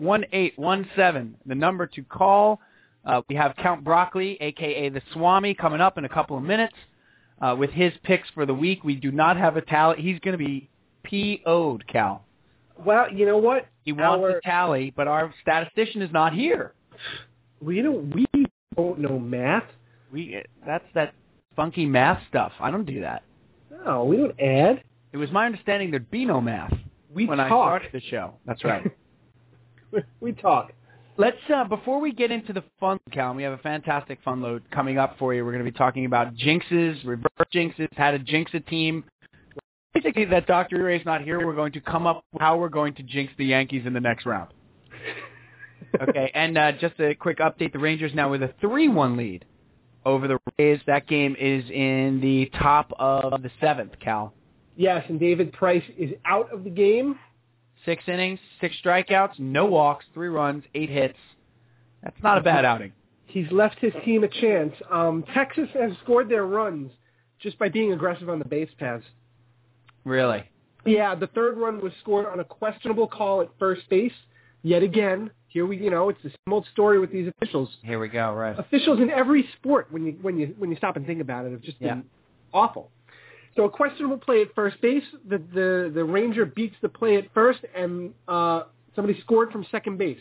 Speaker 2: 424-220-1817, the number to call. Uh, we have Count Broccoli, a.k.a. the Swami, coming up in a couple of minutes uh, with his picks for the week. We do not have a tally. He's going to be PO'd, Cal.
Speaker 3: well, you know what?
Speaker 2: He wants
Speaker 3: Our-
Speaker 2: a tally, but our statistician is not here.
Speaker 3: Well, you know, we don't know math.
Speaker 2: We That's that funky math stuff. I don't do that.
Speaker 3: No, we don't add.
Speaker 2: It was my understanding there'd be no math
Speaker 3: We
Speaker 2: when I
Speaker 3: talk.
Speaker 2: started the show. That's right.
Speaker 3: we talk.
Speaker 2: Let's uh, before we get into the fun, Cal. We have a fantastic fun load coming up for you. We're going to be talking about jinxes, reverse jinxes, how to jinx a team. Basically, that Dr. Ray's not here. We're going to come up with how we're going to jinx the Yankees in the next round. Okay, and uh, just a quick update: the Rangers now with a three-one lead over the Rays. That game is in the top of the seventh. Cal,
Speaker 3: Yes, and David Price is out of the game.
Speaker 2: six innings, six strikeouts, no walks, three runs, eight hits. That's not a bad outing.
Speaker 3: He's left his team a chance. Um, Texas has scored their runs just by being aggressive on the base paths.
Speaker 2: Really.
Speaker 3: Yeah, the third run was scored on a questionable call at first base. Yet again, here we, you know, it's the same old story with these officials.
Speaker 2: Here we go. Right.
Speaker 3: Officials in every sport, when you when you when you stop and think about it, have just been
Speaker 2: Yeah.
Speaker 3: awful. So a questionable play at first base. The the the Ranger beats the play at first, and uh, somebody scored from second base.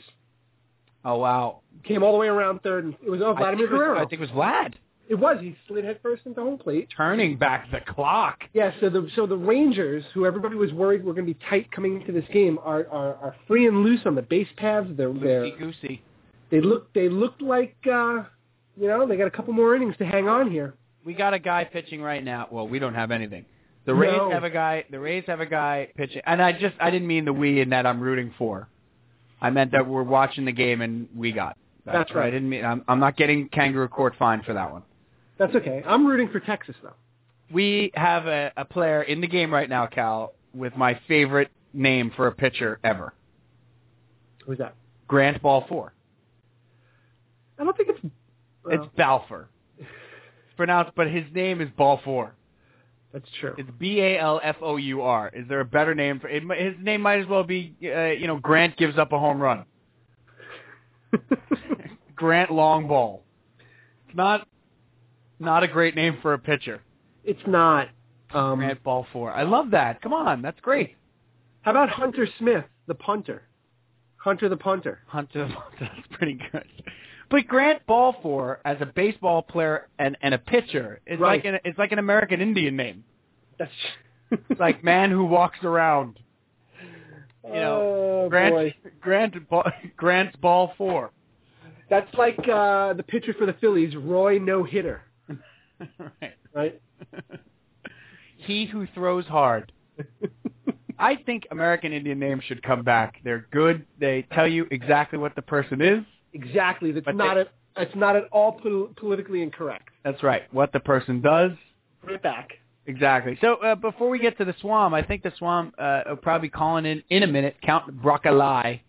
Speaker 2: Oh wow.
Speaker 3: Came all the way around third. And it was oh, Vladimir
Speaker 2: I think it was-
Speaker 3: Guerrero.
Speaker 2: I think it was Vlad
Speaker 3: it was. He slid headfirst into home plate.
Speaker 2: turning back the clock.
Speaker 3: Yeah, so the so the Rangers, who everybody was worried were going to be tight coming into this game, are, are are free and loose on the base paths. They're, they're
Speaker 2: Loosey goosey.
Speaker 3: they look they looked like uh, you know they got a couple more innings to hang on here.
Speaker 2: We got a guy pitching right now. Well, we don't have anything. The
Speaker 3: No.
Speaker 2: Rays have a guy. The Rays have a guy pitching, and I just I didn't mean the we in that I'm rooting for. I meant that we're watching the game and we got.
Speaker 3: That's right.
Speaker 2: I didn't mean I'm, I'm not getting kangaroo court fined for that one.
Speaker 3: That's okay. I'm rooting for Texas though.
Speaker 2: We have a, a player in the game right now, Cal, with my favorite name for a pitcher ever,
Speaker 3: Who's that?
Speaker 2: Grant Ball Four.
Speaker 3: I don't think it's. Well,
Speaker 2: It's Balfour. It's pronounced, but his name is Ball Four.
Speaker 3: that's true.
Speaker 2: It's B A L F O U R. Is there a better name for it? mi- His name might as well be, uh, you know, Grant gives up a home run. Grant long ball. It's not, not a great name for a pitcher.
Speaker 3: it's not. Um,
Speaker 2: Grant ball four. I love that. Come on, that's great.
Speaker 3: how about Hunter Smith, the punter? Hunter the punter.
Speaker 2: Hunter, that's pretty good. But Grant ball four as a baseball player and and a pitcher is
Speaker 3: Right.
Speaker 2: like an it's like an American Indian name.
Speaker 3: That's
Speaker 2: It's like man who walks around. You know,
Speaker 3: Oh, boy.
Speaker 2: Grant Grant ball, Grant's ball four.
Speaker 3: That's like uh, the pitcher for the Phillies, Roy No Hitter,
Speaker 2: right.
Speaker 3: right?
Speaker 2: he who throws hard. I think American Indian names should come back. They're good. They tell you exactly what the person is.
Speaker 3: exactly. That's
Speaker 2: But
Speaker 3: not a, that's not at all pol- politically incorrect.
Speaker 2: That's right. What the person does.
Speaker 3: Put it back.
Speaker 2: Exactly. So uh, before we get to the Swam, I think the Swam uh, are probably calling in in a minute. Count Brockalai.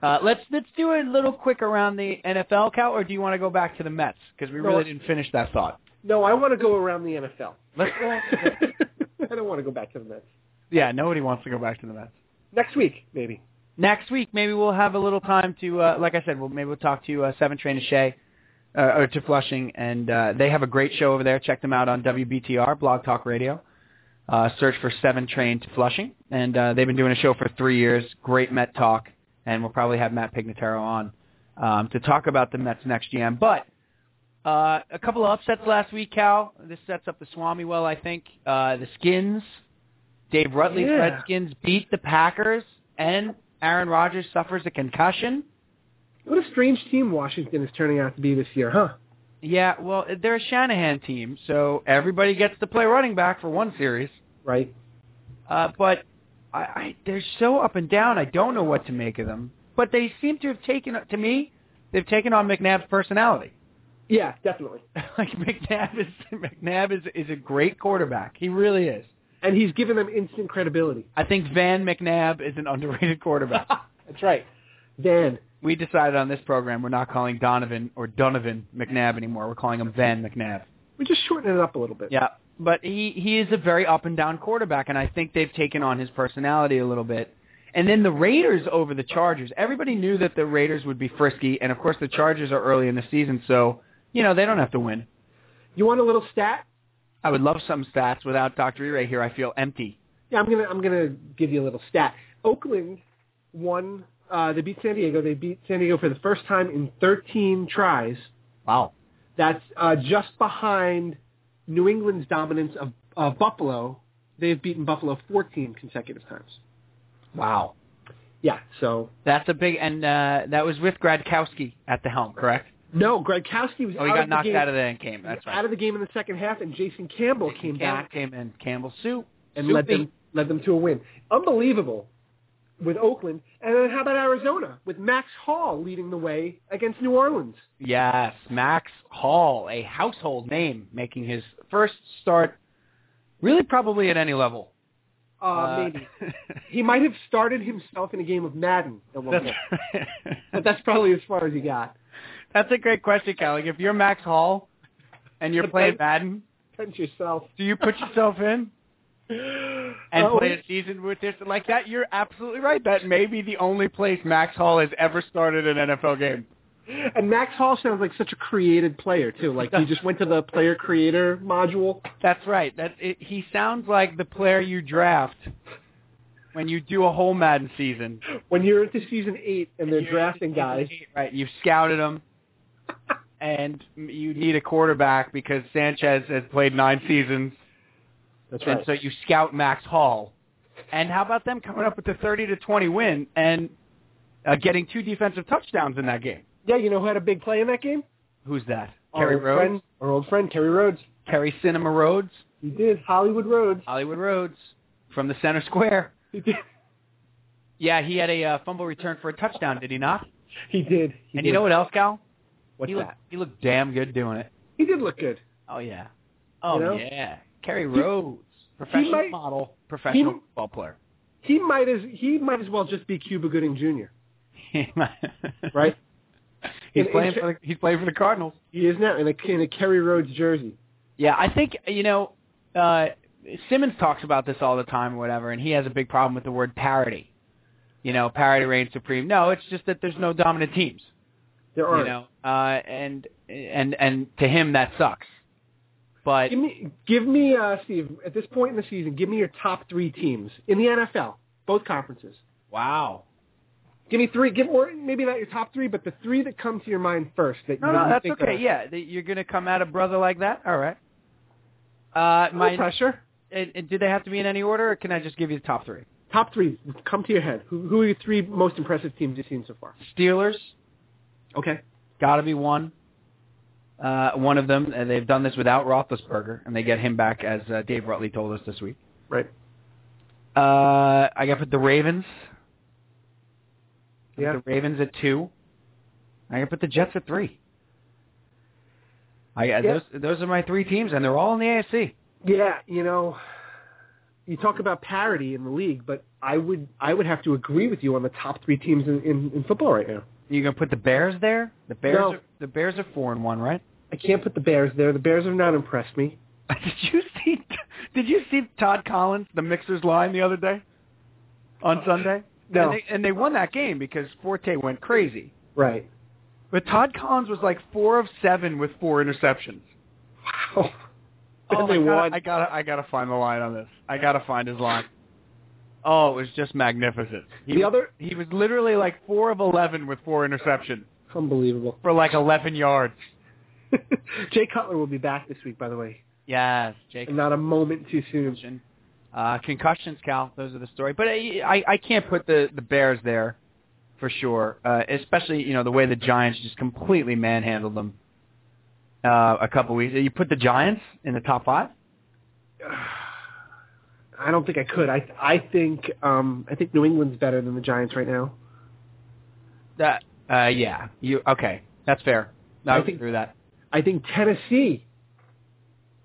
Speaker 2: Uh, let's let's do a little quick around the NFL, Cal, or do you want to go back to the Mets? Because we
Speaker 3: No,
Speaker 2: really
Speaker 3: let's-
Speaker 2: didn't finish that thought.
Speaker 3: No, I want to go around the NFL.
Speaker 2: Let's go.
Speaker 3: I don't want to go back to the Mets.
Speaker 2: yeah, nobody wants to go back to the Mets.
Speaker 3: Next week, maybe.
Speaker 2: next week maybe we'll have a little time to uh, like I said, we'll maybe we'll talk to uh, Seven Train to Shea uh, or to Flushing, and uh, they have a great show over there. Check them out on WBTR Blog Talk Radio. Uh, search for Seven Train to Flushing, and uh, they've been doing a show for three years. Great Met talk, and we'll probably have Matt Pignataro on um, to talk about the Mets next GM. But uh, a couple of upsets last week, Cal. This sets up the Swami well, I think. Uh, the Skins, Dave Rutley's
Speaker 3: Yeah.
Speaker 2: Redskins beat the Packers, and Aaron Rodgers suffers a concussion.
Speaker 3: What a strange team Washington is turning out to be this year, huh?
Speaker 2: Yeah, well, they're a Shanahan team, so everybody gets to play running back for one series.
Speaker 3: Right.
Speaker 2: Uh, but I, I, they're so up and down. I don't know what to make of them. But they seem to have taken, to me, they've taken on McNabb's personality.
Speaker 3: Yeah, definitely.
Speaker 2: like McNabb is McNabb is is a great quarterback. He really is.
Speaker 3: And he's given them instant credibility.
Speaker 2: I think Van McNabb is an underrated quarterback.
Speaker 3: That's right. Then
Speaker 2: we decided on this program we're not calling Donovan or Donovan McNabb anymore. We're calling him Van McNabb.
Speaker 3: we just shorten it up a little bit.
Speaker 2: Yeah, but he he is a very up and down quarterback, and I think they've taken on his personality a little bit. And then the Raiders over the Chargers. Everybody knew that the Raiders would be frisky, and of course the Chargers are early in the season, so you know they don't have to win.
Speaker 3: You want a little stat?
Speaker 2: I would love some stats without Dr. E-Ray here. I feel empty.
Speaker 3: Yeah, I'm gonna I'm gonna give you a little stat. Oakland won. Uh, they beat San Diego. They beat San Diego for the first time in 13 tries.
Speaker 2: Wow.
Speaker 3: That's uh, just behind New England's dominance of uh, Buffalo. They've beaten Buffalo 14 consecutive times.
Speaker 2: Wow.
Speaker 3: Yeah. So
Speaker 2: That's a big, and uh, that was with Gradkowski at the helm, correct?
Speaker 3: no, Gregkowski was
Speaker 2: Oh, he
Speaker 3: out
Speaker 2: got
Speaker 3: of
Speaker 2: knocked
Speaker 3: the game.
Speaker 2: out of there and came. That's right.
Speaker 3: out of the game in the second half, and Jason Campbell came
Speaker 2: Campbell
Speaker 3: back
Speaker 2: came in. Campbell Soup.
Speaker 3: and led them led them to a win. Unbelievable with Oakland. And then how about Arizona with Max Hall leading the way against New Orleans?
Speaker 2: Yes, Max Hall, a household name, making his first start, really probably at any level.
Speaker 3: Uh, maybe he might have started himself in a game of Madden at one
Speaker 2: that's,
Speaker 3: point, but that's probably as far as he got.
Speaker 2: that's a great question, Cal. Like, if you're Max Hall and you're
Speaker 3: But
Speaker 2: playing
Speaker 3: then-
Speaker 2: Madden,
Speaker 3: Punch yourself.
Speaker 2: do you put yourself in and
Speaker 3: Oh,
Speaker 2: play a season with this like that? You're absolutely right. That may be the only place Max Hall has ever started an NFL game.
Speaker 3: and Max Hall sounds like such a created player too. Like he just went to the player creator module.
Speaker 2: That's right. That it, he sounds like the player you draft when you do a whole Madden season.
Speaker 3: When you're into season eight and they're
Speaker 2: You're-
Speaker 3: drafting guys,
Speaker 2: Right, you've scouted them, and you need a quarterback because Sanchez has played nine seasons,
Speaker 3: that's
Speaker 2: and
Speaker 3: right.
Speaker 2: so you scout Max Hall. And how about them coming up with the 30 to 20 win and uh, getting two defensive touchdowns in that game?
Speaker 3: Yeah, you know who had a big play in that game?
Speaker 2: Who's that?
Speaker 3: Our
Speaker 2: Kerry
Speaker 3: old
Speaker 2: Rhodes?
Speaker 3: Oh, friend- our old friend Kerry Rhodes.
Speaker 2: Kerry Cinema Rhodes?
Speaker 3: He did Hollywood Rhodes.
Speaker 2: Hollywood Rhodes from the center square.
Speaker 3: He did.
Speaker 2: Yeah, he had a uh, fumble return for a touchdown, did he not?
Speaker 3: He did. He
Speaker 2: and
Speaker 3: did.
Speaker 2: you know what else, Cal?
Speaker 3: What's
Speaker 2: he
Speaker 3: that?
Speaker 2: Looked, he looked damn good doing it.
Speaker 3: He did look good.
Speaker 2: Oh yeah. Oh
Speaker 3: know?
Speaker 2: yeah. Kerry Rhodes, professional
Speaker 3: might-
Speaker 2: model, professional
Speaker 3: he-
Speaker 2: football player.
Speaker 3: He might as he might as well just be Cuba Gooding Jr. Right?
Speaker 2: He's
Speaker 3: In-
Speaker 2: playing
Speaker 3: in-
Speaker 2: for the, he's playing for the Cardinals.
Speaker 3: He is now in a in a Kerry Rhodes jersey.
Speaker 2: Yeah, I think you know uh, Simmons talks about this all the time or whatever, and he has a big problem with the word parity. You know, parity reigns supreme. No, it's just that there's no dominant teams.
Speaker 3: There are.
Speaker 2: You know, uh, and and and to him that sucks. But
Speaker 3: Give me, give me, uh, Steve. At this point in the season, give me your top three teams in the NFL, both conferences.
Speaker 2: wow,
Speaker 3: Give me three. Give or maybe not your top three, but the three that come to your mind first. That
Speaker 2: No,
Speaker 3: you
Speaker 2: no, that's
Speaker 3: think
Speaker 2: okay.
Speaker 3: Of.
Speaker 2: Yeah, that you're gonna come at a brother like that. All right. Uh,
Speaker 3: No
Speaker 2: my
Speaker 3: pressure.
Speaker 2: and, and do they have to be in any order, or can I just give you the top three?
Speaker 3: Top three come to your head. Who, who are your three most impressive teams you've seen so far?
Speaker 2: Steelers,
Speaker 3: Okay.
Speaker 2: got to be one. Uh, one of them, and they've done this without Roethlisberger, and they get him back, as uh, Dave Rutley told us this week.
Speaker 3: Right.
Speaker 2: Uh, I got to put the Ravens. I
Speaker 3: Yeah.
Speaker 2: put the Ravens at two. I got to put the Jets at three. I got
Speaker 3: Yeah.
Speaker 2: those. Those are my three teams, and they're all in the AFC.
Speaker 3: Yeah, you know, you talk about parity in the league, but I would I would have to agree with you on the top three teams in, in, in football right now.
Speaker 2: You gonna put the Bears there? The Bears.
Speaker 3: No.
Speaker 2: Are, the Bears are four and one, right?
Speaker 3: I can't put the Bears there. The Bears have not impressed me.
Speaker 2: did you see? Did you see Todd Collins, the Mixers line the other day on Sunday?
Speaker 3: No.
Speaker 2: And they, and they won that game because Forte went crazy.
Speaker 3: Right.
Speaker 2: But Todd Collins was like four of seven with four interceptions.
Speaker 3: Wow.
Speaker 2: Oh,
Speaker 3: they
Speaker 2: I gotta,
Speaker 3: won.
Speaker 2: I gotta, I gotta find the line on this. I gotta find his line. Oh, it was just magnificent. He
Speaker 3: The
Speaker 2: was-
Speaker 3: other-
Speaker 2: he was literally like four of eleven with four interceptions
Speaker 3: Unbelievable.
Speaker 2: for like eleven yards.
Speaker 3: Jay Cutler will be back this week, by the way.
Speaker 2: Yes, Jake.
Speaker 3: And not a moment too soon.
Speaker 2: concussion. Uh, concussions, Cal. Those are the story. But I, I, I can't put the, the Bears there for sure. Uh, especially you know the way the Giants just completely manhandled them. Uh, a couple weeks. You put the Giants in the top five.
Speaker 3: I don't think I could. I I think um I think New England's better than the Giants right now.
Speaker 2: That. Uh, yeah. You okay? That's fair. No,
Speaker 3: I
Speaker 2: I, agree
Speaker 3: think-
Speaker 2: through that.
Speaker 3: I think Tennessee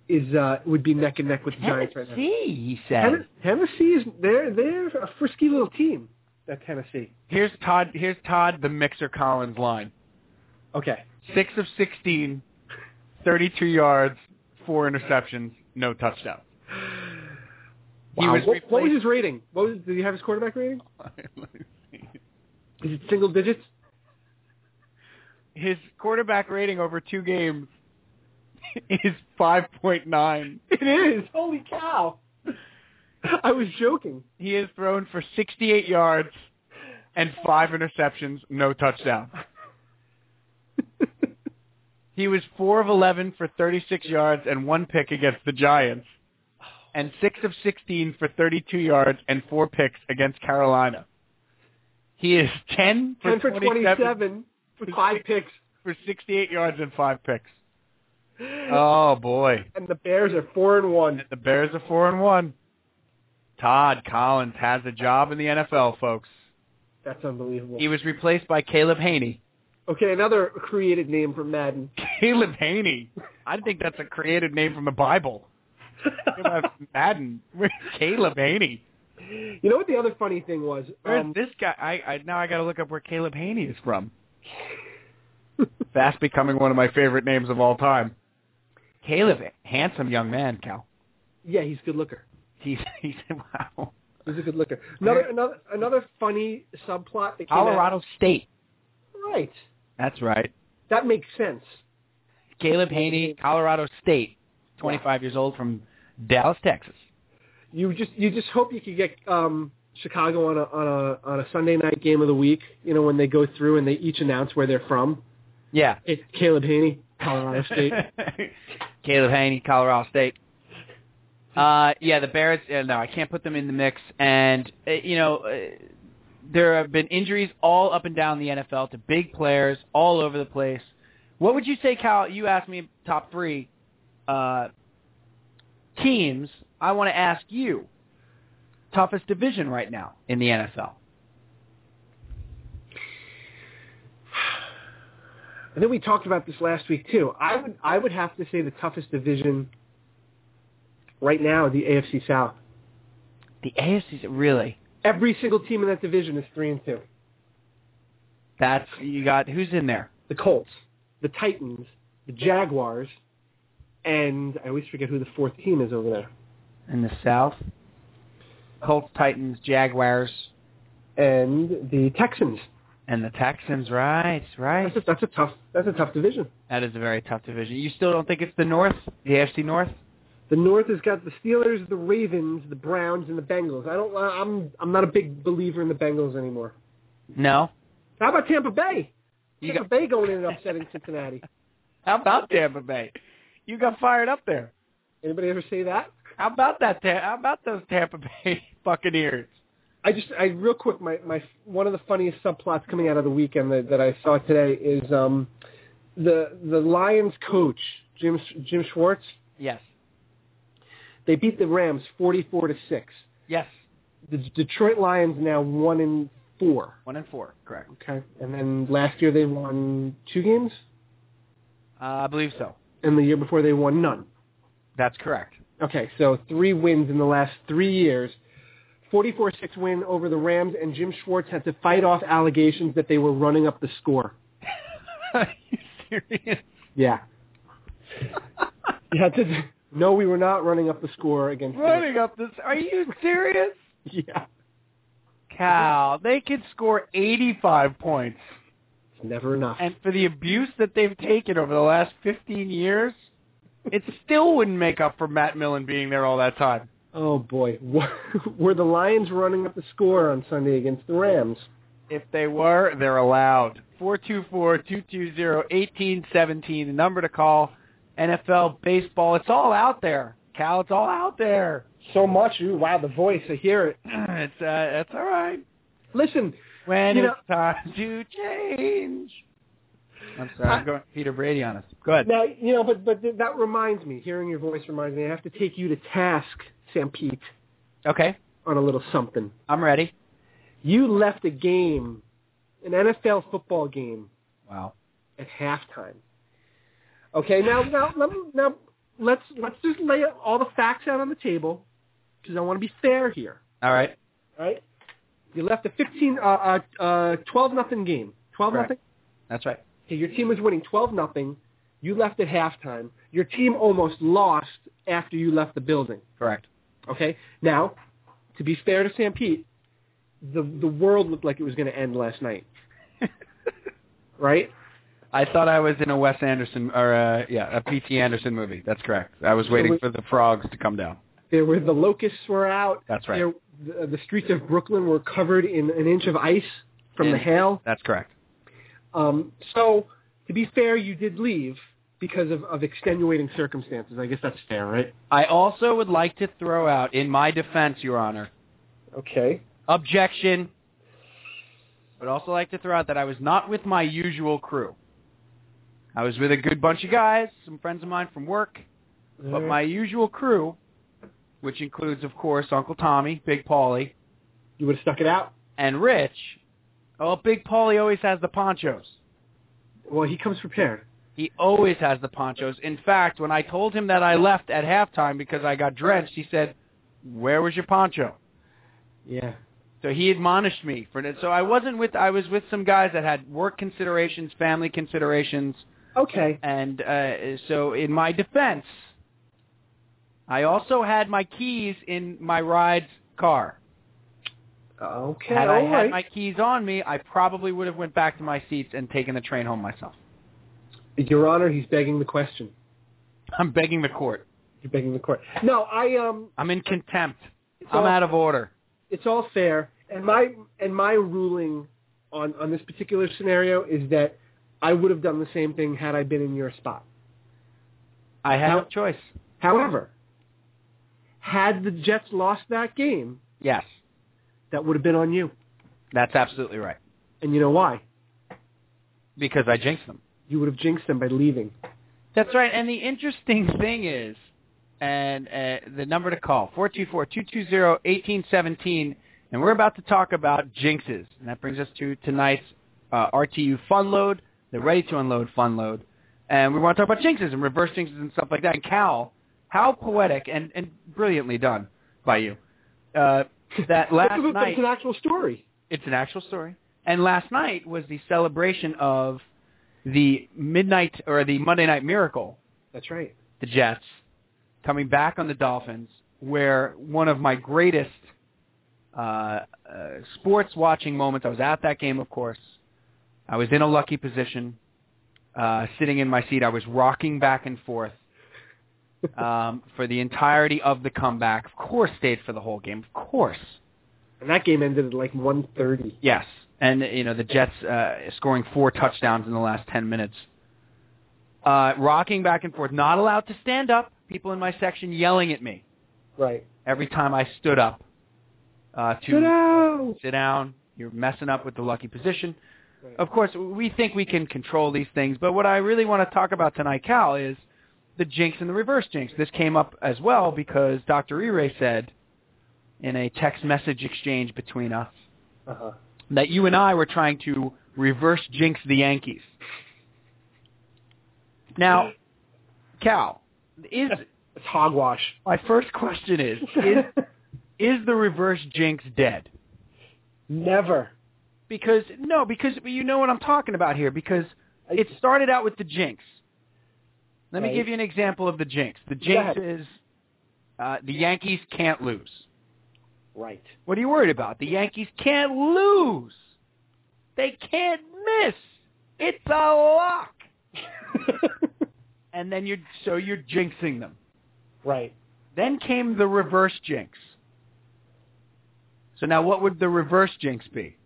Speaker 3: is uh would be neck and neck with the Giants right now.
Speaker 2: he
Speaker 3: Tenn- Tennessee is they're they're a frisky little team. That Tennessee.
Speaker 2: Here's Todd. Here's Todd, the Mixer Collins line.
Speaker 3: Okay.
Speaker 2: Six of 16, 32 yards, four interceptions, no touchdown. He
Speaker 3: Wow.
Speaker 2: was
Speaker 3: what, what was
Speaker 2: replaced-
Speaker 3: his rating? What was, did he have his quarterback rating? Is it single digits?
Speaker 2: His quarterback rating over two games is 5.9.
Speaker 3: It is. Holy cow! I was joking.
Speaker 2: He has thrown for 68 yards and five interceptions, no touchdown. He was 4 of 11 for 36 yards and one pick against the Giants, and 6 of 16 for 32 yards and four picks against Carolina. He is 10 for,
Speaker 3: Ten for
Speaker 2: 27
Speaker 3: twenty-seven for five picks,
Speaker 2: for 68 yards and five picks. Oh boy.
Speaker 3: and the Bears are four and one.
Speaker 2: The Bears are 4 and 1. Todd Collins has a job in the NFL, folks.
Speaker 3: That's unbelievable.
Speaker 2: He was replaced by Caleb Haney.
Speaker 3: Okay, another created name for Madden.
Speaker 2: Caleb Haney. I think that's a creative name from the Bible. Think about Madden. Where's Caleb Haney?
Speaker 3: you know what the other funny thing was?
Speaker 2: Where's
Speaker 3: Um,
Speaker 2: this guy? I, I now I got to look up where Caleb Haney is from. Fast becoming one of my favorite names of all time. Caleb, handsome young man, Cal.
Speaker 3: yeah, he's a good looker.
Speaker 2: He he said, "Wow,
Speaker 3: He's a good looker. Another another another funny subplot that came
Speaker 2: Colorado State."
Speaker 3: out. Right.
Speaker 2: That's right.
Speaker 3: That makes sense.
Speaker 2: Caleb Haney, Colorado State, 25 years old from Dallas, Texas.
Speaker 3: You just you just hope you could get um Chicago on a on a on a Sunday night game of the week. You know when they go through and they each announce where they're from.
Speaker 2: Yeah.
Speaker 3: It's Caleb Haney, Colorado State.
Speaker 2: Caleb Haney, Colorado State. Uh, yeah, the Barretts. Uh, no, I can't put them in the mix. And uh, you know, uh, there have been injuries all up and down the NFL to big players all over the place. What would you say, Cal? You asked me top three uh, teams. I want to ask you toughest division right now in the NFL.
Speaker 3: I think we talked about this last week too. I would I would have to say the toughest division right now is the AFC South.
Speaker 2: The AFC's really.
Speaker 3: Every single team in that division is three and two.
Speaker 2: That's you got who's in there?
Speaker 3: The Colts, the Titans, the Jaguars, and I always forget who the fourth team is over there.
Speaker 2: In the South. Colts, Titans, Jaguars,
Speaker 3: And the Texans.
Speaker 2: and the Texans. Right, right.
Speaker 3: That's a, that's a tough that's a tough division.
Speaker 2: That is a very tough division. You still don't think it's the North, the AFC North?
Speaker 3: The North has got the Steelers, the Ravens, the Browns, and the Bengals. I don't I'm I'm not a big believer in the Bengals anymore.
Speaker 2: No.
Speaker 3: How about Tampa Bay?
Speaker 2: You
Speaker 3: Tampa
Speaker 2: got-
Speaker 3: Bay going in and upsetting Cincinnati.
Speaker 2: How about Tampa Bay? You got fired up there.
Speaker 3: Anybody ever say that?
Speaker 2: How about that? Ta- how about those Tampa Bay Buccaneers?
Speaker 3: I just, I real quick, my my one of the funniest subplots coming out of the weekend that, that I saw today is um, the the Lions coach Jim Jim Schwartz.
Speaker 2: Yes.
Speaker 3: They beat the Rams forty four to six.
Speaker 2: Yes.
Speaker 3: The Detroit Lions now one in four.
Speaker 2: One and four. Correct.
Speaker 3: Okay, and then last year they won two games,
Speaker 2: Uh, I believe so.
Speaker 3: and the year before they won none.
Speaker 2: That's correct.
Speaker 3: Okay, so three wins in the last three years. 44-6 win over the Rams, and Jim Schwartz had to fight off allegations that they were running up the score.
Speaker 2: Are you serious?
Speaker 3: Yeah. Yeah, just, no, we were not running up the score against. the-
Speaker 2: Running up this. Are you serious?
Speaker 3: Yeah,
Speaker 2: Cal, they could score 85 points.
Speaker 3: it's never enough.
Speaker 2: And for the abuse that they've taken over the last 15 years, it still wouldn't make up for Matt Millen being there all that time.
Speaker 3: oh boy, were the Lions running up the score on Sunday against the Rams?
Speaker 2: If they were, they're allowed. 424-220-1817, the number to call. NFL, baseball, it's all out there. Cal, it's all out there.
Speaker 3: So much, ooh, wow, the voice, I hear it.
Speaker 2: It's, uh, it's all right.
Speaker 3: Listen,
Speaker 2: When
Speaker 3: You know-
Speaker 2: it's time to change. I'm sorry,
Speaker 3: I-
Speaker 2: I'm going Peter Brady on us. Go ahead.
Speaker 3: now you know, but but th- that reminds me. Hearing your voice reminds me. I have to take you to task, Sam Pete,
Speaker 2: Okay,
Speaker 3: on a little something.
Speaker 2: I'm ready.
Speaker 3: You left a game, an NFL football game,
Speaker 2: Wow.
Speaker 3: at halftime. Okay, now now let me- now let's let's just lay all the facts out on the table because I want to be fair here.
Speaker 2: All right.
Speaker 3: All right, you left a fifteen uh uh, uh twelve nothing game, twelve
Speaker 2: Correct.
Speaker 3: nothing.
Speaker 2: That's right.
Speaker 3: Okay, your team was winning twelve nothing. You left at halftime. Your team almost lost after you left the building.
Speaker 2: Correct.
Speaker 3: Okay, now to be fair to Sam Pete, the the world looked like it was going to end last night, right?
Speaker 2: I thought I was in a Wes Anderson or a, yeah, a P.T. Anderson movie. That's correct. I was waiting
Speaker 3: we-
Speaker 2: for the frogs to come down.
Speaker 3: There were the locusts were out.
Speaker 2: That's right.
Speaker 3: There, the, the streets of Brooklyn were covered in an inch of ice from the
Speaker 2: Yeah.
Speaker 3: hail.
Speaker 2: That's correct.
Speaker 3: Um, so, to be fair, you did leave because of, of extenuating circumstances. I guess that's fair, right?
Speaker 2: I also would like to throw out, in my defense, Your Honor,
Speaker 3: Okay.
Speaker 2: objection. I would also like to throw out that I was not with my usual crew. I was with a good bunch of guys, some friends of mine from work,
Speaker 3: Uh,
Speaker 2: but
Speaker 3: Mm-hmm.
Speaker 2: my usual crew, which includes, of course, Uncle Tommy, Big Paulie,
Speaker 3: you would have stuck it out.
Speaker 2: and Rich. Oh, Big Paulie always has the ponchos.
Speaker 3: Well, he comes prepared.
Speaker 2: He always has the ponchos. In fact, when I told him that I left at halftime because I got drenched, he said, "Where was your poncho?"
Speaker 3: Yeah.
Speaker 2: So he admonished me for that. So I wasn't with. I was with some guys that had work considerations, family considerations,
Speaker 3: Okay.
Speaker 2: and uh, so in my defense, I also had my keys in my ride's car.
Speaker 3: Okay.
Speaker 2: had I
Speaker 3: all
Speaker 2: had
Speaker 3: right.
Speaker 2: my keys on me, I probably would have went back to my seats and taken the train home myself.
Speaker 3: Your Honor, he's begging the question.
Speaker 2: I'm begging the court.
Speaker 3: You're begging the court. No, I um.
Speaker 2: I'm in contempt.
Speaker 3: So-
Speaker 2: I'm out of order.
Speaker 3: it's all fair. And my and my ruling on on this particular scenario is that I would have done the same thing had I been in your spot.
Speaker 2: I had
Speaker 3: How-
Speaker 2: no choice.
Speaker 3: However, had the Jets lost that game,
Speaker 2: Yes,
Speaker 3: that would have been on you.
Speaker 2: that's absolutely right.
Speaker 3: And you know why?
Speaker 2: Because I jinxed them.
Speaker 3: You would have jinxed them by leaving.
Speaker 2: That's right. And the interesting thing is, and uh, the number to call, 424-220-1817. And we're about to talk about jinxes. And that brings us to tonight's uh, RTU fun load, the ready to unload fun load. And we want to talk about jinxes and reverse jinxes and stuff like that. And Cal, how poetic and, and brilliantly done by you. Uh, that last
Speaker 3: it's,
Speaker 2: night,
Speaker 3: it's an actual story.
Speaker 2: it's an actual story. And last night was the celebration of the midnight or the Monday Night Miracle
Speaker 3: That's right.
Speaker 2: the Jets, coming back on the Dolphins, where one of my greatest uh, uh, sports watching moments. I was at that game, of course. I was in a lucky position, uh, sitting in my seat. I was rocking back and forth um, for the entirety of the comeback. Of course, stayed for the whole game. Of course.
Speaker 3: And that game ended at like 1:30.
Speaker 2: Yes, and you know the Jets uh, scoring four touchdowns in the last ten minutes, uh, rocking back and forth, not allowed to stand up. People in my section yelling at me
Speaker 3: Right.
Speaker 2: every time I stood up uh, to
Speaker 3: Ta-da!
Speaker 2: sit down. You're messing up with the lucky position.
Speaker 3: Right.
Speaker 2: Of course, we think we can control these things, but what I really want to talk about tonight, Cal, is the jinx and the reverse jinx. This came up as well because Dr. Ire said in a text message exchange between us
Speaker 3: Uh-huh.
Speaker 2: that you and I were trying to reverse jinx the Yankees. Now, Cal, is
Speaker 3: It's hogwash.
Speaker 2: my first question is is, is the reverse jinx dead?
Speaker 3: Never.
Speaker 2: Because no, because you know what I'm talking about here. Because it started out with the jinx. Let me
Speaker 3: Right.
Speaker 2: give you an example of the jinx. The jinx is uh, the Yankees can't lose.
Speaker 3: Right.
Speaker 2: What are you worried about? The Yankees can't lose. They can't miss. It's a lock. and then you're so you're jinxing them.
Speaker 3: right.
Speaker 2: Then came the reverse jinx. So now what would the reverse jinx be?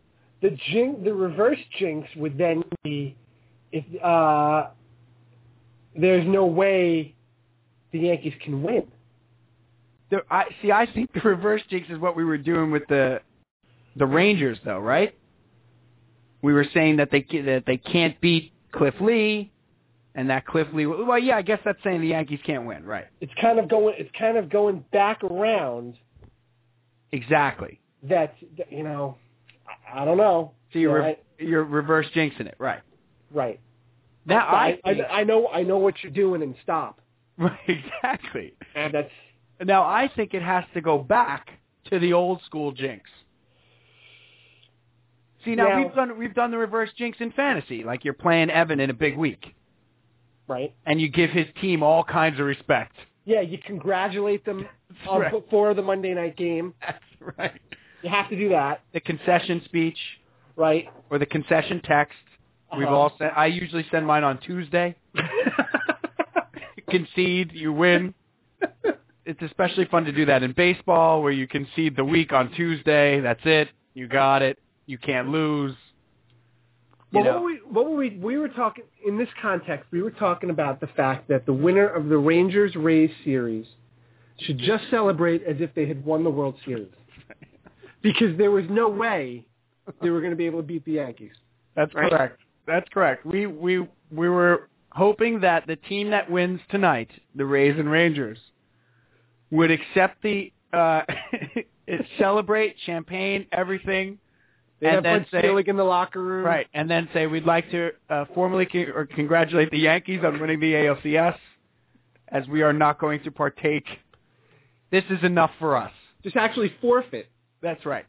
Speaker 3: The jinx, the reverse jinx would then be if uh, there's no way the Yankees can win.
Speaker 2: The, I see. I think the reverse jinx is what we were doing with the the Rangers, though, right? We were saying that they ca- that they can't beat Cliff Lee, and that Cliff Lee. Well, yeah, I guess that's saying the Yankees can't win, right?
Speaker 3: It's kind of going. It's kind of going back around.
Speaker 2: Exactly.
Speaker 3: That that, you know, I, I don't know.
Speaker 2: So you're
Speaker 3: Yeah,
Speaker 2: re- you're reverse jinxing it, right?
Speaker 3: Right.
Speaker 2: Now
Speaker 3: I,
Speaker 2: I,
Speaker 3: I,
Speaker 2: think-
Speaker 3: I know. I know what you're doing, and stop.
Speaker 2: right, exactly.
Speaker 3: And that's
Speaker 2: Now I think it has to go back to the old school jinx. See now
Speaker 3: Yeah.
Speaker 2: we've done we've done the reverse jinx in fantasy. Like you're playing Evan in a big week
Speaker 3: right.
Speaker 2: and you give his team all kinds of respect.
Speaker 3: Yeah, you congratulate them uh,
Speaker 2: Right.
Speaker 3: before the Monday night game.
Speaker 2: That's right.
Speaker 3: You have to do that,
Speaker 2: The concession speech
Speaker 3: right?
Speaker 2: or the concession text. We've
Speaker 3: Uh-huh.
Speaker 2: all sent I usually send mine on Tuesday. Concede, you win. It's especially fun to do that in baseball where you concede the week on Tuesday. That's it. You got it. You can't lose. You
Speaker 3: Well,
Speaker 2: know.
Speaker 3: what, were we, what were we? We were talking in this context. We were talking about the fact that the winner of the Rangers Rays series should just celebrate as if they had won the World Series, because there was no way they were going to be able to beat the Yankees.
Speaker 2: That's
Speaker 3: Right?
Speaker 2: correct. That's correct. We we we were hoping that the team that wins tonight, the Rays and Rangers, would accept the uh celebrate champagne everything
Speaker 3: They
Speaker 2: And
Speaker 3: have
Speaker 2: then
Speaker 3: Bud
Speaker 2: say-
Speaker 3: Selig in the locker room,
Speaker 2: right and then say we'd like to uh, formally con- or congratulate the Yankees on winning the ALCS as we are not going to partake. This is enough for us.
Speaker 3: Just actually forfeit
Speaker 2: That's right.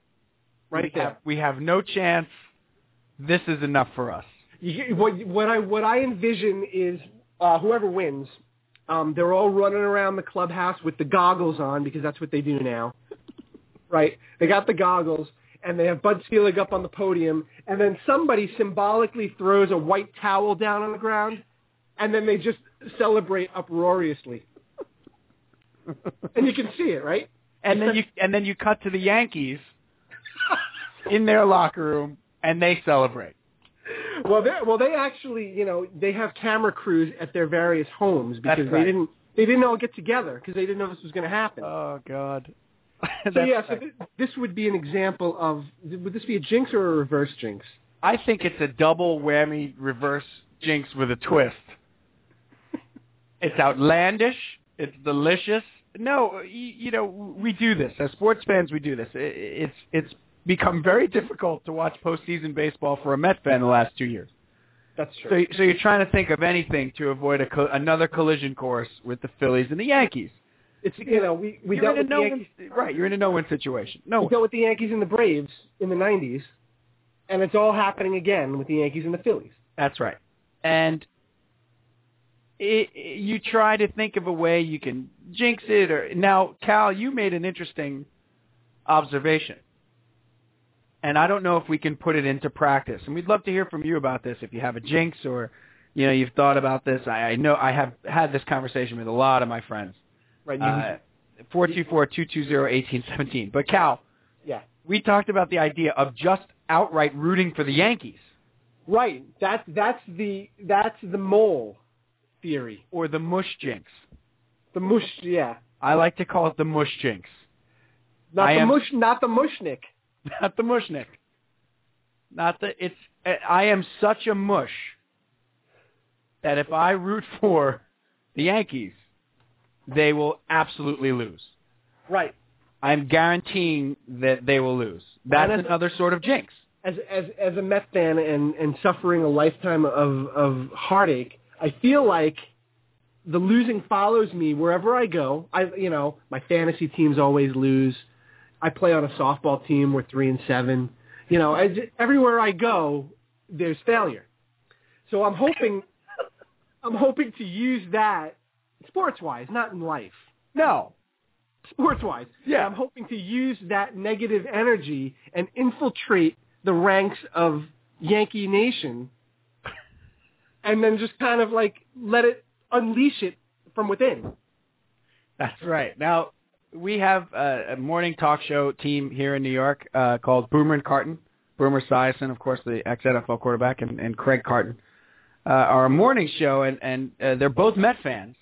Speaker 3: right
Speaker 2: we
Speaker 3: there.
Speaker 2: have we have no chance. This is enough for us.
Speaker 3: You, what what I what I envision is uh, whoever wins, um, they're all running around the clubhouse with the goggles on because that's what they do now, right? They got the goggles and they have Bud Selig up on the podium, and then somebody symbolically throws a white towel down on the ground, and then they just celebrate uproariously, and you can see it, right?
Speaker 2: and then you and then you cut to the Yankees in their locker room and they celebrate.
Speaker 3: Well, they well they actually you know they have camera crews at their various homes
Speaker 2: That's
Speaker 3: because
Speaker 2: right.
Speaker 3: they didn't they didn't all get together because they didn't know this was going to happen.
Speaker 2: Oh God.
Speaker 3: so
Speaker 2: That's
Speaker 3: yeah, so
Speaker 2: right.
Speaker 3: th- this would be an example of would this be a jinx or a reverse jinx?
Speaker 2: I think it's a double whammy reverse jinx with a twist. It's outlandish. It's delicious. No, y- you know we do this as sports fans. We do this. I- i- It's it's become very difficult to watch postseason baseball for a Met fan the last two years.
Speaker 3: That's
Speaker 2: So, so you're trying to think of anything to avoid a co- another collision course with the Phillies and the Yankees.
Speaker 3: It's you know we we
Speaker 2: you're
Speaker 3: dealt
Speaker 2: in a
Speaker 3: with the
Speaker 2: no
Speaker 3: Yankees,
Speaker 2: win, right. You're in a no win situation. No
Speaker 3: we
Speaker 2: win.
Speaker 3: dealt with the Yankees and the Braves in the '90s, and it's all happening again with the Yankees and the Phillies.
Speaker 2: That's right. And it, it- you try to think of a way you can jinx it. Or now, Cal, you made an interesting observation, and I don't know if we can put it into practice. And we'd love to hear from you about this if you have a jinx or you know you've thought about this. I, I know I have had this conversation with a lot of my friends. Uh,
Speaker 3: Right? You-
Speaker 2: Four two four two two zero eighteen seventeen. But Cal,
Speaker 3: Yeah.
Speaker 2: we talked about the idea of just outright rooting for the Yankees
Speaker 3: right. That's that's the that's the mole theory.
Speaker 2: or the mush jinx.
Speaker 3: The mush. Yeah.
Speaker 2: I like to call it the mush jinx,
Speaker 3: Not
Speaker 2: I
Speaker 3: the
Speaker 2: am-
Speaker 3: mush. Not the mushnik.
Speaker 2: not the mushnik, not the it's. I am such a mush that if I root for the Yankees, they will absolutely lose.
Speaker 3: Right.
Speaker 2: I'm guaranteeing that they will lose. That's another sort of jinx.
Speaker 3: as as as a Met fan and and suffering a lifetime of of heartache, I feel like the losing follows me wherever I go. I you know my fantasy teams always lose. I play on a softball team. We're three and seven. You know, I j everywhere I go, there's failure. So I'm hoping, I'm hoping to use that sports wise, not in life
Speaker 2: No,
Speaker 3: sports wise.
Speaker 2: Yeah.
Speaker 3: I'm hoping to use that negative energy and infiltrate the ranks of Yankee Nation and then just kind of like let it unleash it from within.
Speaker 2: That's right. Now we have a, a morning talk show team here in New York uh, called Boomer and Carton. Boomer Esiason, of course, the ex-NFL quarterback, and, and Craig Carton uh, are a morning show, and and uh, they're both Met fans.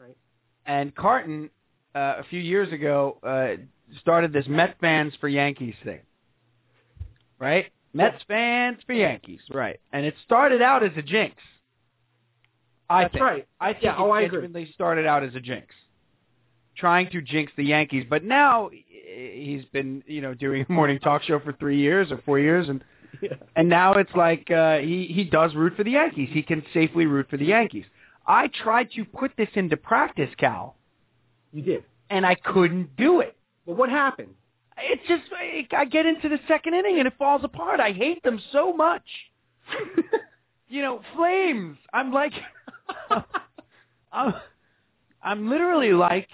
Speaker 3: Right.
Speaker 2: And Carton, uh, a few years ago, uh, started this Met fans for Yankees thing. Right. Mets fans for Yankees, right? And it started out as a jinx. I
Speaker 3: That's
Speaker 2: think.
Speaker 3: right.
Speaker 2: I think
Speaker 3: Yeah,
Speaker 2: it
Speaker 3: oh, I agree.
Speaker 2: genuinely started out as a jinx, trying to jinx the Yankees. But now eh, he's been, you know, doing a morning talk show for three years or four years, and and now it's like uh, he he does root for the Yankees. He can safely root for the Yankees. I tried to put this into practice, Cal,
Speaker 3: You did.
Speaker 2: and I couldn't do it.
Speaker 3: Well, what happened?
Speaker 2: It's just eh, I get into the second inning and it falls apart. I hate them so much you know, flames. I'm like, I'm, I'm literally like,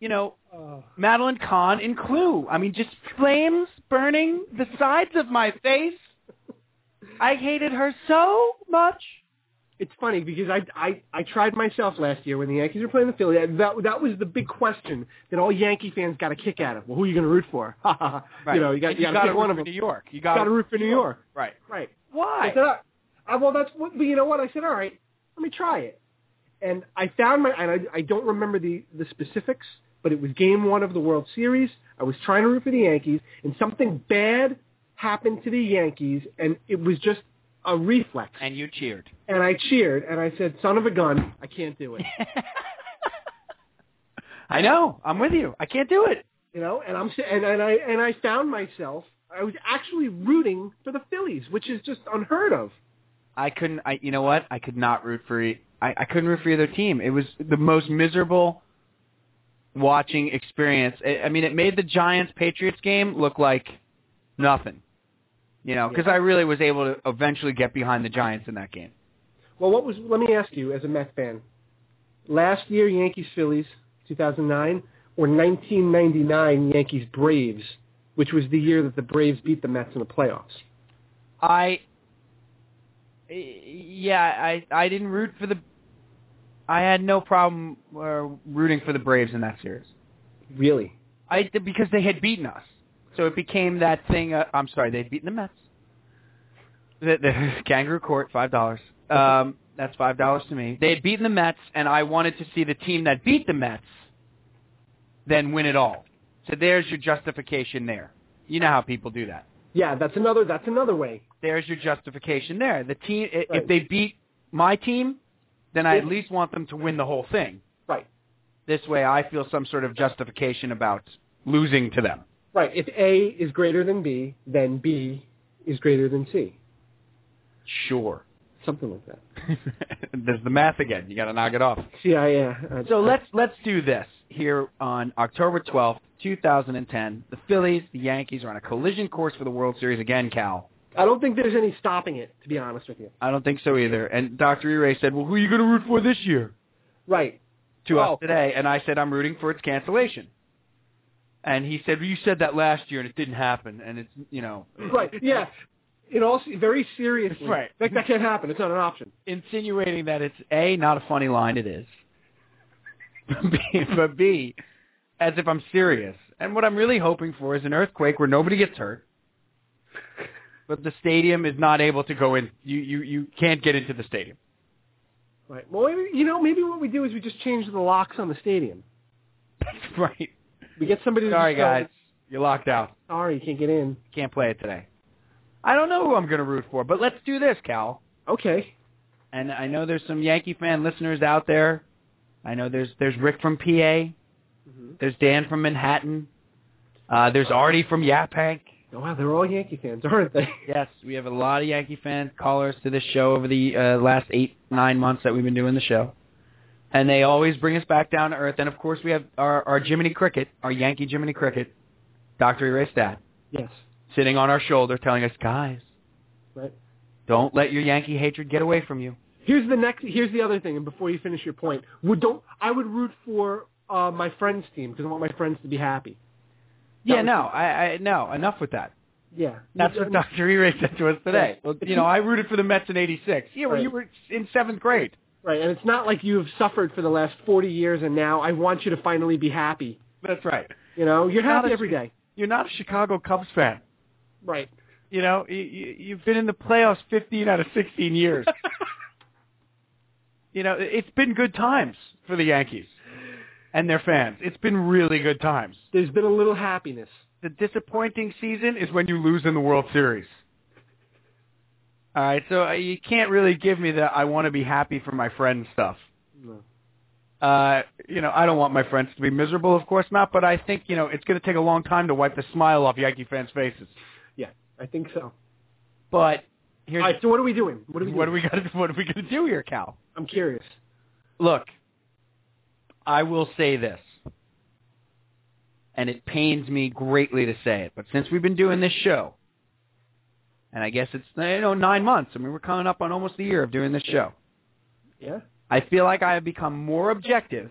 Speaker 2: you know,
Speaker 3: Uh,
Speaker 2: Madeline Kahn in Clue. I mean, just flames burning the sides of my face. I hated her so much.
Speaker 3: It's funny because I, I I tried myself last year when the Yankees were playing the Phillies. That that was the big question that all Yankee fans got a kick out of. Well, who are you going to root for? You know, you got
Speaker 2: And
Speaker 3: you got to
Speaker 2: gotta
Speaker 3: pick
Speaker 2: root
Speaker 3: one of
Speaker 2: for
Speaker 3: them.
Speaker 2: New
Speaker 3: You
Speaker 2: York. You got
Speaker 3: got to root for New York.
Speaker 2: Right.
Speaker 3: Right. I
Speaker 2: Why?
Speaker 3: said, "Ah, ah, well, that's what, but you know what? I said, all right, let me try it. And I found my, and I, I don't remember the, the specifics, but it was game one of the World Series. I was trying to root for the Yankees, and something bad happened to the Yankees, and it was just a reflex.
Speaker 2: And you cheered.
Speaker 3: And I cheered, and I said, son of a gun, I can't do it.
Speaker 2: I know. I'm with you. I can't do it.
Speaker 3: you know, and I'm, si- and, and I, and I found myself, I was actually rooting for the Phillies, which is just unheard of.
Speaker 2: I couldn't. I you know what? I could not root for. e- I, I couldn't root for either team. It was the most miserable watching experience. I, I mean, it made the Giants Patriots game look like nothing. You know, because I really was able to eventually get behind the Giants in that game.
Speaker 3: Well, what was? Let me ask you, as a Met fan, last year Yankees Phillies, 2009, or 1999 Yankees Braves, which was the year that the Braves beat the Mets in the playoffs.
Speaker 2: I. eh, Yeah, I I didn't root for the. I had no problem uh, rooting for the Braves in that series.
Speaker 3: Really?
Speaker 2: I because they had beaten us. So it became that thing. Uh, I'm sorry, they'd beaten the Mets. The, the Kangaroo Court, five dollars. Um, that's five dollars to me. They had beaten the Mets, and I wanted to see the team that beat the Mets then win it all. So there's your justification there. You know how people do that.
Speaker 3: Yeah, that's another that's another way.
Speaker 2: There's your justification there. The team, i if
Speaker 3: Right.
Speaker 2: they beat my team, then I at
Speaker 3: Yeah.
Speaker 2: least want them to win the whole thing.
Speaker 3: Right.
Speaker 2: This way, I feel some sort of justification about losing to them.
Speaker 3: Right. If A is greater than B, then B is greater than C.
Speaker 2: Sure.
Speaker 3: Something like that.
Speaker 2: There's the math again. You got to knock it off.
Speaker 3: Yeah, yeah. uh,
Speaker 2: So let's let's do this here on October 12th, 2010. The Phillies, the Yankees are on a collision course for the World Series again, Cal.
Speaker 3: I don't think there's any stopping it, to be honest with you.
Speaker 2: I don't think so either. And Dr. E-Ray said, "Well, who are you going to root for this year?"
Speaker 3: Right.
Speaker 2: to
Speaker 3: Oh.
Speaker 2: us today, and I said, "I'm rooting for its cancellation." And he said, well, "You said that last year, and it didn't happen." And it's you know,
Speaker 3: Right. Yeah. In all se- very seriously.
Speaker 2: Right.
Speaker 3: That, that can't happen. It's not an option.
Speaker 2: insinuating that it's a not a funny line. It is, B, but b, as if I'm serious. And what I'm really hoping for is an earthquake where nobody gets hurt, but the stadium is not able to go in. You you you can't get into the stadium.
Speaker 3: Right. Well, maybe, you know, maybe what we do is we just change the locks on the stadium.
Speaker 2: right.
Speaker 3: We get somebody to
Speaker 2: Sorry,
Speaker 3: just go,
Speaker 2: guys, you're locked out.
Speaker 3: Sorry, you can't get in.
Speaker 2: Can't play it today. I don't know who I'm going to root for, but let's do this, Cal.
Speaker 3: Okay.
Speaker 2: and I know there's some Yankee fan listeners out there. I know there's there's Rick from PA, there's Dan from Manhattan, uh, there's Artie from Yapank.
Speaker 3: Oh, wow, they're all Yankee fans, aren't they?
Speaker 2: Yes, we have a lot of Yankee fans callers to this show over the uh, last eight nine months that we've been doing the show, and they always bring us back down to earth. And of course, we have our our Jiminy Cricket, our Yankee Jiminy Cricket, Doctor Erased Dad,
Speaker 3: Yes.
Speaker 2: sitting on our shoulder, telling us, guys,
Speaker 3: Right.
Speaker 2: don't let your Yankee hatred get away from you.
Speaker 3: Here's the next. Here's the other thing. And before you finish your point, would don't I would root for uh, my friend's team because I want my friends to be happy.
Speaker 2: Yeah, no, I, I no, enough with that.
Speaker 3: Yeah.
Speaker 2: That's what Dr. E-Ray said to us today. Well, you know, I rooted for the Mets in 86. Yeah, well, you were in seventh grade.
Speaker 3: Right, and it's not like you have suffered for the last 40 years and now I want you to finally be happy.
Speaker 2: That's right.
Speaker 3: You know, you're
Speaker 2: Not
Speaker 3: happy
Speaker 2: a-
Speaker 3: every day.
Speaker 2: You're not a Chicago Cubs fan.
Speaker 3: Right.
Speaker 2: You know, you, you, you've been in the playoffs 15 out of 16 years. you know, it- it's been good times for the Yankees and their fans. It's been really good times.
Speaker 3: There's been a little happiness.
Speaker 2: The disappointing season is when you lose in the World Series. All right, so uh, you can't really give me the I want to be happy for my friends stuff.
Speaker 3: No.
Speaker 2: uh, you know, I don't want my friends to be miserable, of course not, but I think, you know, it's going to take a long time to wipe the smile off Yankee fans' faces.
Speaker 3: Yeah, I think so.
Speaker 2: But
Speaker 3: All
Speaker 2: here's
Speaker 3: right, so what are we doing? What are we doing?
Speaker 2: what are we going to what are we going to do here, Cal?
Speaker 3: I'm curious.
Speaker 2: Look, I will say this, and it pains me greatly to say it, but since we've been doing this show, and I guess it's you know nine months. I mean, we're coming up on almost a year of doing this show.
Speaker 3: Yeah?
Speaker 2: I feel like I have become more objective,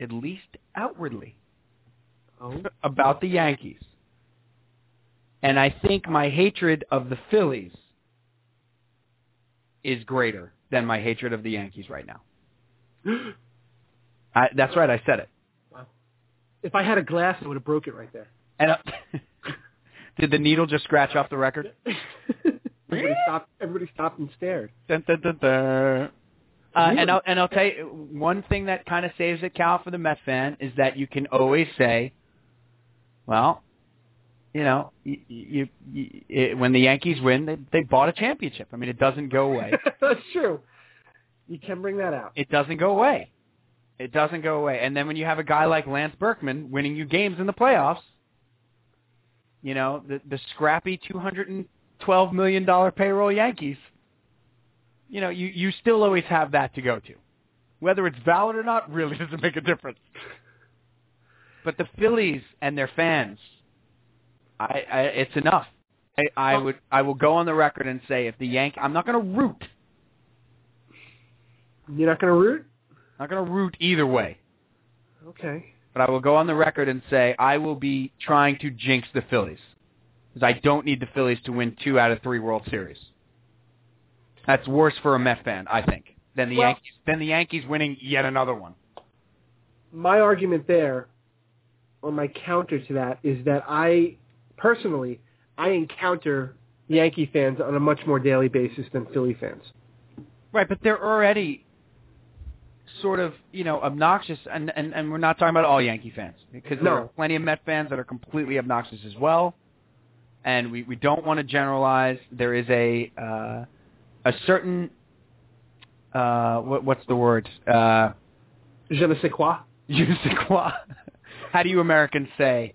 Speaker 2: at least outwardly.
Speaker 3: Oh.
Speaker 2: about the Yankees. And I think my hatred of the Phillies is greater than my hatred of the Yankees right now. I, that's right, I said it.
Speaker 3: If I had a glass, I would have broke it right there.
Speaker 2: And uh, did the needle just scratch off the record?
Speaker 3: everybody, stopped, everybody stopped and stared.
Speaker 2: Dun, dun, dun, dun. Uh, and I'll and I'll tell you one thing that kind of saves it, Cal, for the Mets fan is that you can always say, well, you know, you, you, you it, when the Yankees win, they they bought a championship. I mean, it doesn't go away.
Speaker 3: That's true. You can bring that out.
Speaker 2: it doesn't go away. It doesn't go away. And then when you have a guy like Lance Berkman winning you games in the playoffs, you know, the the scrappy two hundred and twelve million dollar payroll Yankees, you know, you, you still always have that to go to. Whether it's valid or not really doesn't make a difference. But the Phillies and their fans, I, I it's enough. I, I would I will go on the record and say if the Yank I'm not gonna root.
Speaker 3: You're not going to root?
Speaker 2: I'm not gonna root either way.
Speaker 3: Okay.
Speaker 2: but I will go on the record and say I will be trying to jinx the Phillies because I don't need the Phillies to win two out of three World Series. That's worse for a Met fan, I think, than the
Speaker 3: Well-
Speaker 2: Yankees than the Yankees winning yet another one.
Speaker 3: My argument there or my counter to that is that I personally I encounter Yankee fans on a much more daily basis than Philly fans.
Speaker 2: Right, but they're already sort of, you know, obnoxious, and, and, and we're not talking about all Yankee fans, because there
Speaker 3: No.
Speaker 2: are plenty of Met fans that are completely obnoxious as well, and we, we don't want to generalize. There is a uh, a certain, uh, what, what's the word? Uh,
Speaker 3: Je ne sais quoi.
Speaker 2: je ne sais quoi. How do you Americans say?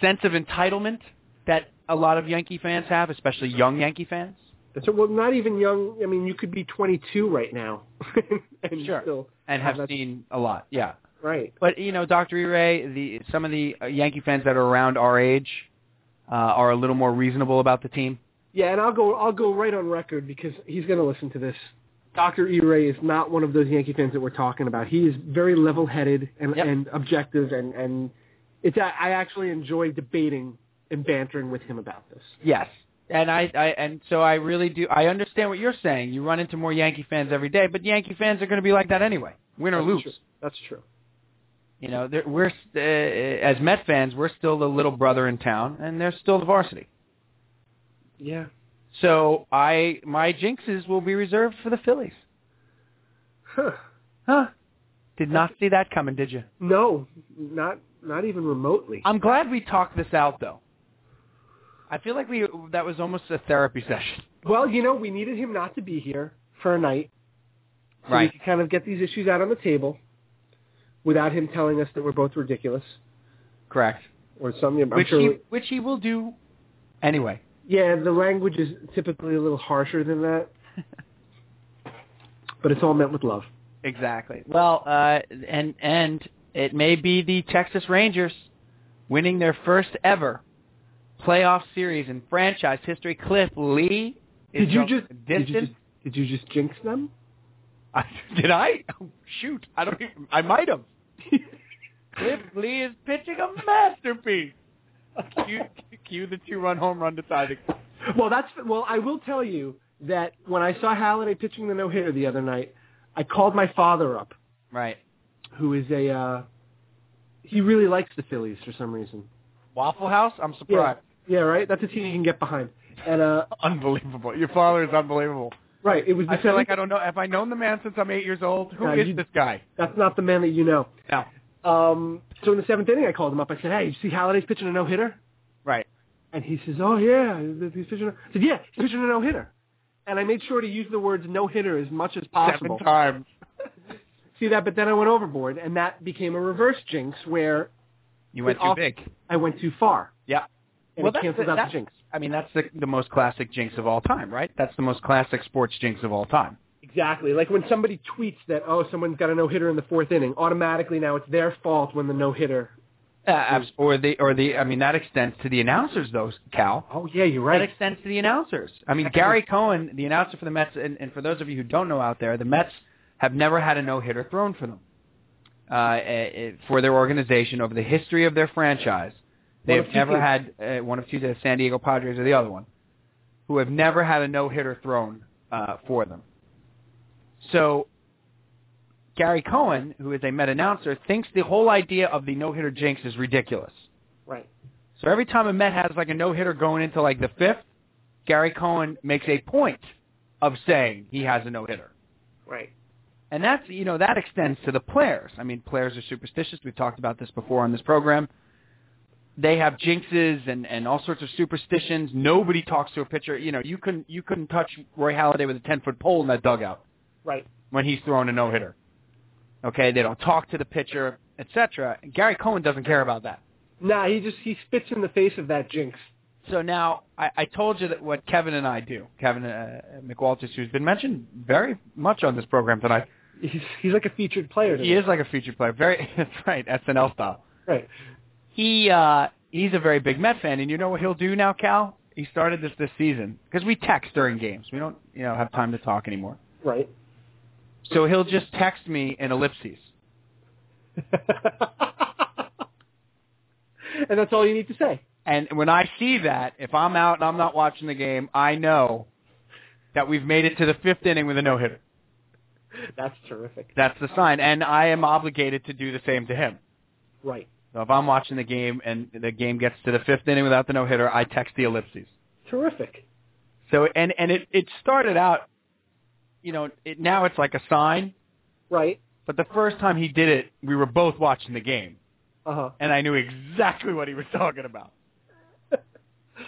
Speaker 2: Sense of entitlement that a lot of Yankee fans have, especially young Yankee fans.
Speaker 3: So, well, not even young. I mean, you could be 22 right now and
Speaker 2: Sure.
Speaker 3: still
Speaker 2: and
Speaker 3: have
Speaker 2: have
Speaker 3: that-
Speaker 2: seen a lot. Yeah,
Speaker 3: right.
Speaker 2: but you know, Doctor E. Ray, the some of the uh, Yankee fans that are around our age uh, are a little more reasonable about the team.
Speaker 3: Yeah, and I'll go. I'll go right on record because he's going to listen to this. Doctor E. Ray is not one of those Yankee fans that we're talking about. He is very level-headed and,
Speaker 2: Yep.
Speaker 3: and objective, and and it's. I I actually enjoy debating and bantering with him about this.
Speaker 2: Yes, and I, I and so I really do. I understand what you're saying. You run into more Yankee fans every day, but Yankee fans are going to be like that anyway, win or
Speaker 3: That's
Speaker 2: lose.
Speaker 3: true. That's true.
Speaker 2: You know, they're- we're uh, as Met fans, we're still the little brother in town, and they're still the varsity.
Speaker 3: Yeah.
Speaker 2: So I my jinxes will be reserved for the Phillies.
Speaker 3: Huh.
Speaker 2: Huh? Did not see that coming, did you?
Speaker 3: No, not not even remotely.
Speaker 2: I'm glad we talked this out though. I feel like we that was almost a therapy session.
Speaker 3: Well, you know, we needed him not to be here for a night. So
Speaker 2: Right.
Speaker 3: we could kind of get these issues out on the table without him telling us that we're both ridiculous
Speaker 2: Correct.
Speaker 3: or something. I'm
Speaker 2: which
Speaker 3: sure.
Speaker 2: he which he will do anyway.
Speaker 3: yeah, the language is typically a little harsher than that, but it's all meant with love.
Speaker 2: exactly. Well, uh and and it may be the Texas Rangers winning their first ever playoff series in franchise history. Cliff Lee is
Speaker 3: Did you
Speaker 2: going
Speaker 3: just
Speaker 2: the
Speaker 3: did you
Speaker 2: distance.
Speaker 3: just, did you just jinx them?
Speaker 2: did I? Oh, shoot. I don't even, I might have. Cliff Lee is pitching a masterpiece. Cue, cue the two-run home run to tie the
Speaker 3: Well, that's well. I will tell you that when I saw Halliday pitching the no hitter the other night, I called my father up,
Speaker 2: Right.
Speaker 3: who is a uh, he really likes the Phillies for some reason.
Speaker 2: Waffle House? I'm surprised.
Speaker 3: Yeah, right. That's a team you can get behind. And uh,
Speaker 2: Unbelievable. Your father is unbelievable.
Speaker 3: right, it was. The
Speaker 2: I feel like
Speaker 3: seventh-
Speaker 2: I don't know. Have I known the man since I'm eight years old? Who
Speaker 3: No,
Speaker 2: is
Speaker 3: you-
Speaker 2: this guy?
Speaker 3: that's not the man that you know.
Speaker 2: No.
Speaker 3: Um, so in the seventh inning, I called him up. I said, "Hey, you see Halliday's pitching a no hitter?"
Speaker 2: Right.
Speaker 3: And he says, "Oh yeah, he's pitching." A-. I said, "Yeah, he's pitching a no hitter." And I made sure to use the words "no hitter" as much as
Speaker 2: Seven
Speaker 3: possible.
Speaker 2: times.
Speaker 3: See that? But then I went overboard, and that became a reverse jinx where
Speaker 2: You
Speaker 3: went too
Speaker 2: big.
Speaker 3: I went too far.
Speaker 2: Yeah.
Speaker 3: And
Speaker 2: Well,
Speaker 3: it
Speaker 2: that's
Speaker 3: canceled
Speaker 2: the-
Speaker 3: out
Speaker 2: that's-
Speaker 3: the jinx.
Speaker 2: I mean, that's the, the most classic jinx of all time, right? That's the most classic sports jinx of all time.
Speaker 3: Exactly. Like when somebody tweets that, "Oh, someone's got a no hitter in the fourth inning," automatically now it's their fault when the no hitter.
Speaker 2: Uh, abs- or the or the I mean that extends to the announcers though, Cal.
Speaker 3: Oh yeah, you're
Speaker 2: That extends to the announcers. I mean Gary Cohen, the announcer for the Mets, and, and for those of you who don't know out there, the Mets have never had a no hitter thrown for them uh, eh, eh, for their organization over the history of their franchise. They
Speaker 3: One of
Speaker 2: have
Speaker 3: two
Speaker 2: never had uh, one of two, the San Diego Padres or the other one, who have never had a no hitter thrown uh, for them. So Gary Cohen, who is a Met announcer, thinks the whole idea of the no hitter jinx is ridiculous.
Speaker 3: Right.
Speaker 2: So every time a Met has like a no hitter going into like the fifth, Gary Cohen makes a point of saying he has a no hitter.
Speaker 3: Right.
Speaker 2: And that's you know that extends to the players. I mean, players are superstitious. We've talked about this before on this program. They have jinxes and, and all sorts of superstitions. Nobody talks to a pitcher. You know, you couldn't you couldn't touch Roy Halladay with a ten foot pole in that dugout
Speaker 3: Right.
Speaker 2: when he's throwing a no hitter. Okay, they don't talk to the pitcher, etc. Gary Cohen doesn't care about that.
Speaker 3: Nah, he just he spits in the face of that jinx.
Speaker 2: So now I, I told you that what Kevin and I do, Kevin uh, McWalters, who's been mentioned very much on this program tonight.
Speaker 3: He's he's like a featured player. To
Speaker 2: He
Speaker 3: me.
Speaker 2: is like a featured player, very that's right, SNL style.
Speaker 3: Right.
Speaker 2: He uh, he's a very big Met fan, and you know what he'll do now, Cal? He started this this season because we text during games. We don't you know have time to talk anymore.
Speaker 3: Right.
Speaker 2: So he'll just text me in ellipses.
Speaker 3: and that's all you need to say.
Speaker 2: And when I see that, if I'm out and I'm not watching the game, I know that we've made it to the fifth inning with a no hitter.
Speaker 3: That's terrific.
Speaker 2: That's the sign, and I am obligated to do the same to him.
Speaker 3: Right.
Speaker 2: So if I'm watching the game and the game gets to the fifth inning without the no hitter, I text the ellipses.
Speaker 3: Terrific.
Speaker 2: So and and it it started out, you know, it now it's like a sign.
Speaker 3: Right.
Speaker 2: But the first time he did it, we were both watching the game,
Speaker 3: Uh huh.
Speaker 2: and I knew exactly what he was talking about.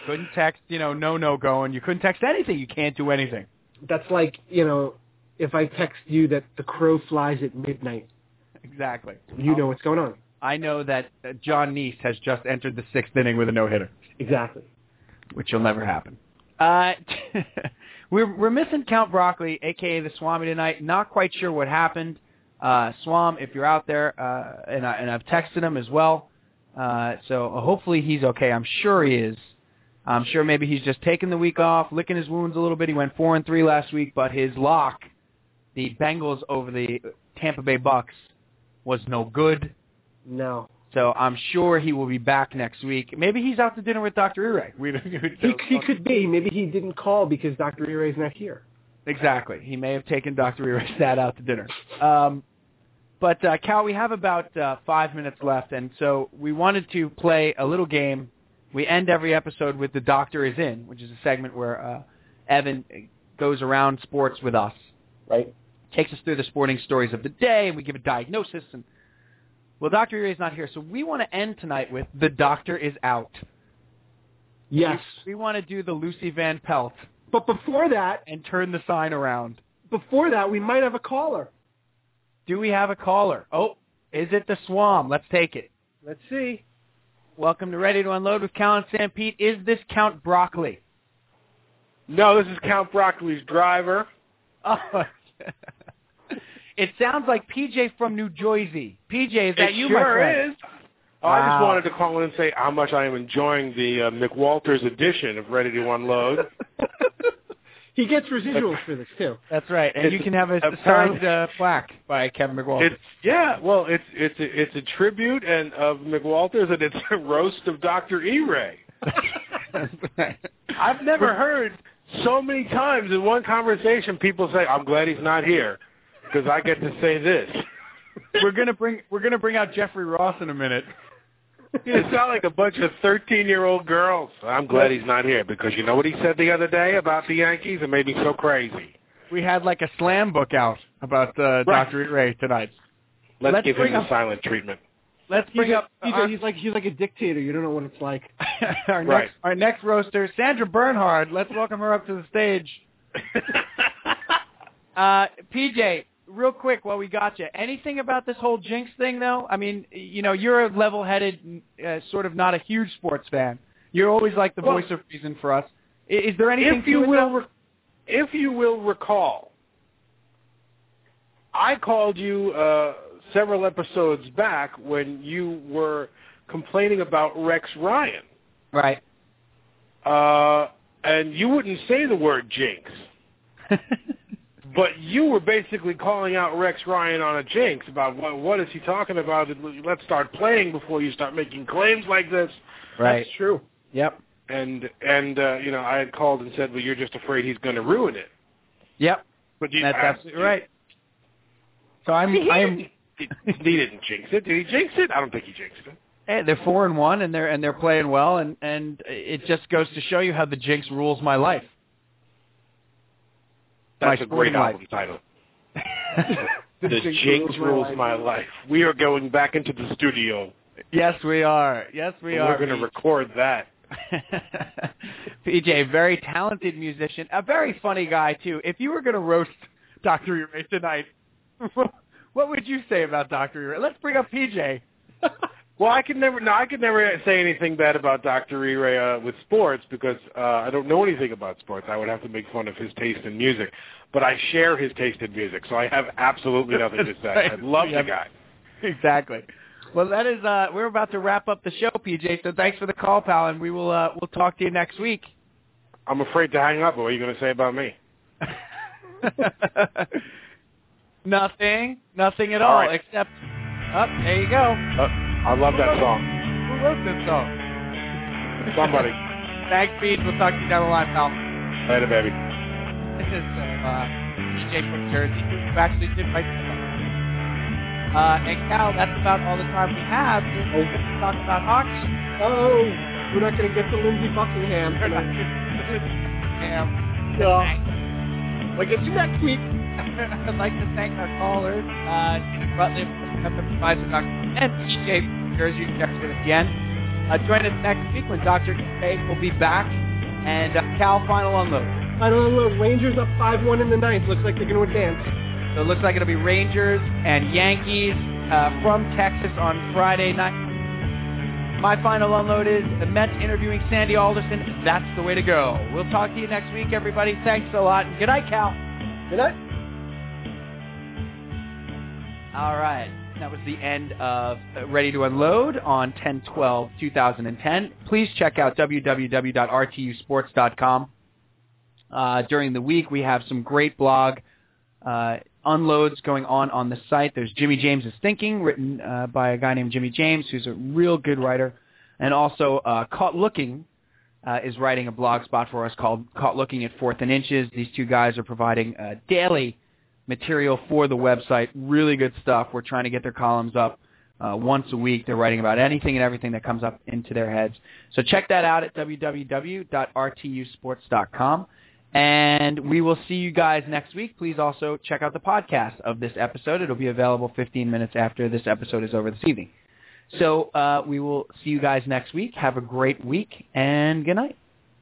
Speaker 2: couldn't text, you know, no no going. You couldn't text anything. You can't do anything.
Speaker 3: That's like you know, if I text you that the crow flies at midnight,
Speaker 2: Exactly.
Speaker 3: you know what's going on.
Speaker 2: I know that uh, John Neese has just entered the sixth inning with a no hitter.
Speaker 3: Exactly.
Speaker 2: which will never happen. Uh, we're we're missing Count Broccoli, aka the Swami tonight. Not quite sure what happened. Uh, Swam, if you're out there, uh, and I and I've texted him as well. Uh, so hopefully he's okay. I'm sure he is. I'm sure maybe he's just taking the week off, licking his wounds a little bit. He went four and three last week, but his lock, the Bengals over the Tampa Bay Bucks, was no good.
Speaker 3: No.
Speaker 2: So I'm sure he will be back next week. Maybe he's out to dinner with Dr. Urey. We, we
Speaker 3: He, he could be. Maybe he didn't call because Dr. Eray's not here.
Speaker 2: Exactly. He may have taken Dr. Eric's dad out to dinner. Um, but, uh, Cal, we have about uh, five minutes left, and so we wanted to play a little game. We end every episode with The Doctor is In, which is a segment where uh, Evan goes around sports with us,
Speaker 3: Right.
Speaker 2: takes us through the sporting stories of the day, and we give a diagnosis. And Well, Dr. Eric's not here, so we want to end tonight with The Doctor is Out.
Speaker 3: Yes.
Speaker 2: We want to do the Lucy Van Pelt
Speaker 3: But before that,
Speaker 2: and turn the sign around.
Speaker 3: before that, we might have a caller.
Speaker 2: Do we have a caller? Oh, is it the Swam? Let's take it.
Speaker 3: Let's see.
Speaker 2: Welcome to Ready to Unload with Cal and Sam Pete. Is this Count Broccoli?
Speaker 5: No, this is Count Broccoli's driver.
Speaker 2: Oh, it sounds like PJ from New Jersey. PJ, is that
Speaker 5: it
Speaker 2: you, my
Speaker 5: sure
Speaker 2: friend?
Speaker 5: is. Oh, I just
Speaker 2: Wow.
Speaker 5: wanted to call in and say how much I am enjoying the uh, McWalters edition of Ready to Unload.
Speaker 3: he gets residuals for this too.
Speaker 2: That's right, and
Speaker 5: It's
Speaker 2: you can have a
Speaker 5: apparently-
Speaker 2: signed uh, plaque by Kevin McWalter.
Speaker 5: it's yeah, well, it's it's a, it's a tribute and of McWalters and it's a roast of Dr. E. Ray. I've never heard so many times in one conversation people say, "I'm glad he's not here because I get to say this."
Speaker 2: we're gonna bring we're gonna bring out Jeffrey Ross in a minute.
Speaker 5: You sound like a bunch of 13-year-old girls. I'm glad he's not here because you know what he said the other day about the Yankees? It made me so crazy.
Speaker 2: We had like a slam book out about uh,
Speaker 5: Right.
Speaker 2: Dr. E. Ray tonight.
Speaker 5: Let's,
Speaker 2: Let's
Speaker 5: give
Speaker 2: bring
Speaker 5: him the
Speaker 2: up-
Speaker 5: silent treatment.
Speaker 2: Let's
Speaker 3: He's,
Speaker 2: bring
Speaker 3: a-
Speaker 2: up uh-huh.
Speaker 3: he's, a-
Speaker 2: our-
Speaker 3: he's like he's like a dictator. You don't know what it's like.
Speaker 2: our
Speaker 5: Right.
Speaker 2: next our next roaster, Sandra Bernhard. Let's welcome her up to the stage. Uh, PJ, real quick while we got you, anything about this whole jinx thing though? I mean, you know, you're a level-headed, uh, sort of not a huge sports fan. You're always like the
Speaker 5: Well-
Speaker 2: voice of reason for us. I- Is there anything
Speaker 5: if you
Speaker 2: to it,
Speaker 5: will,
Speaker 2: though?
Speaker 5: re- if you will recall, I called you uh, several episodes back when you were complaining about Rex Ryan,
Speaker 2: right?
Speaker 5: uh, and you wouldn't say the word jinx, but you were basically calling out Rex Ryan on a jinx about what what is he talking about? Let's start playing before you start making claims like this.
Speaker 2: right.
Speaker 3: That's true.
Speaker 2: Yep.
Speaker 5: And and uh, you know I had called and said, well, you're just afraid he's going to ruin it.
Speaker 2: Yep.
Speaker 5: But you,
Speaker 2: That's
Speaker 5: I-
Speaker 2: absolutely right. So I'm
Speaker 5: He,
Speaker 2: I'm
Speaker 5: he, he didn't jinx it. Did he jinx it? I don't think he jinxed it.
Speaker 2: Hey, eh, they're four and one, and they're and they're playing well, and and it just goes to show you how the jinx rules my life.
Speaker 5: That's
Speaker 2: My
Speaker 5: a
Speaker 2: sporting
Speaker 5: great
Speaker 2: life.
Speaker 5: album title.
Speaker 3: The
Speaker 5: The,
Speaker 3: Jinx
Speaker 5: jinx,
Speaker 3: Rules
Speaker 5: rules
Speaker 3: My
Speaker 5: my life. We are going back into the studio.
Speaker 2: Yes, we are. Yes, we
Speaker 5: and
Speaker 2: are.
Speaker 5: We're going
Speaker 2: Pete.
Speaker 5: to record that.
Speaker 2: PJ, very talented musician, a very funny guy too. If you were going to roast Dr. E. Ray tonight, what would you say about Dr. E. Ray? Let's bring up PJ.
Speaker 5: Well, I could never. No, I could never say anything bad about Dr. E. Ray uh, with sports because uh, I don't know anything about sports. I would have to make fun of his taste in music, but I share his taste in music, so I have absolutely nothing to say. I love the guy.
Speaker 2: exactly. Well, that is. Uh, we're about to wrap up the show, PJ. So thanks for the call, pal, and we will uh, we'll talk to you next week.
Speaker 5: I'm afraid to hang up. But what are you going to say about me?
Speaker 2: nothing, nothing at all,
Speaker 5: All right.
Speaker 2: except. Up there you go.
Speaker 5: Uh, I love that song.
Speaker 2: Who wrote this song?
Speaker 5: Somebody,
Speaker 2: Thanks, Pete. We'll talk to you down the line, pal.
Speaker 5: later, baby.
Speaker 2: This is uh, DJ from Jersey, who actually did write the song. Uh, and Cal, that's about all the time we have. We're going to talk about Hawks.
Speaker 3: Oh, we're not going to get to Lindsey Buckingham. tonight.
Speaker 2: Yeah.
Speaker 3: No. We'll get you next week.
Speaker 2: I'd like to thank our callers, uh, Jim Rutland from Cup and and PJ from Jersey Jackson again. Uh, join us next week when Dr. K will be back. And uh, Cal, final unload.
Speaker 3: I don't know. Rangers up 5-1 in the ninth. Looks like they're going to advance.
Speaker 2: So it looks like it'll be Rangers and Yankees uh, from Texas on Friday night. My final unload is the Mets interviewing Sandy Alderson. That's the way to go. We'll talk to you next week, everybody. Thanks a lot. Good night, Cal.
Speaker 3: Good night.
Speaker 2: All right. That was the end of uh, Ready to Unload on 10-12-2010. Please check out www.rtusports.com. Uh, during the week, we have some great blog uh, unloads going on on the site. There's Jimmy James's Thinking, written uh, by a guy named Jimmy James, who's a real good writer. And also uh, Caught Looking uh, is writing a blog spot for us called Caught Looking at Fourth and Inches. These two guys are providing uh, daily material for the website. Really good stuff. We're trying to get their columns up uh, once a week. They're writing about anything and everything that comes up into their heads. So check that out at www.rtusports.com. And we will see you guys next week. Please also check out the podcast of this episode. It'll be available 15 minutes after this episode is over this evening. So uh, we will see you guys next week. Have a great week and good night.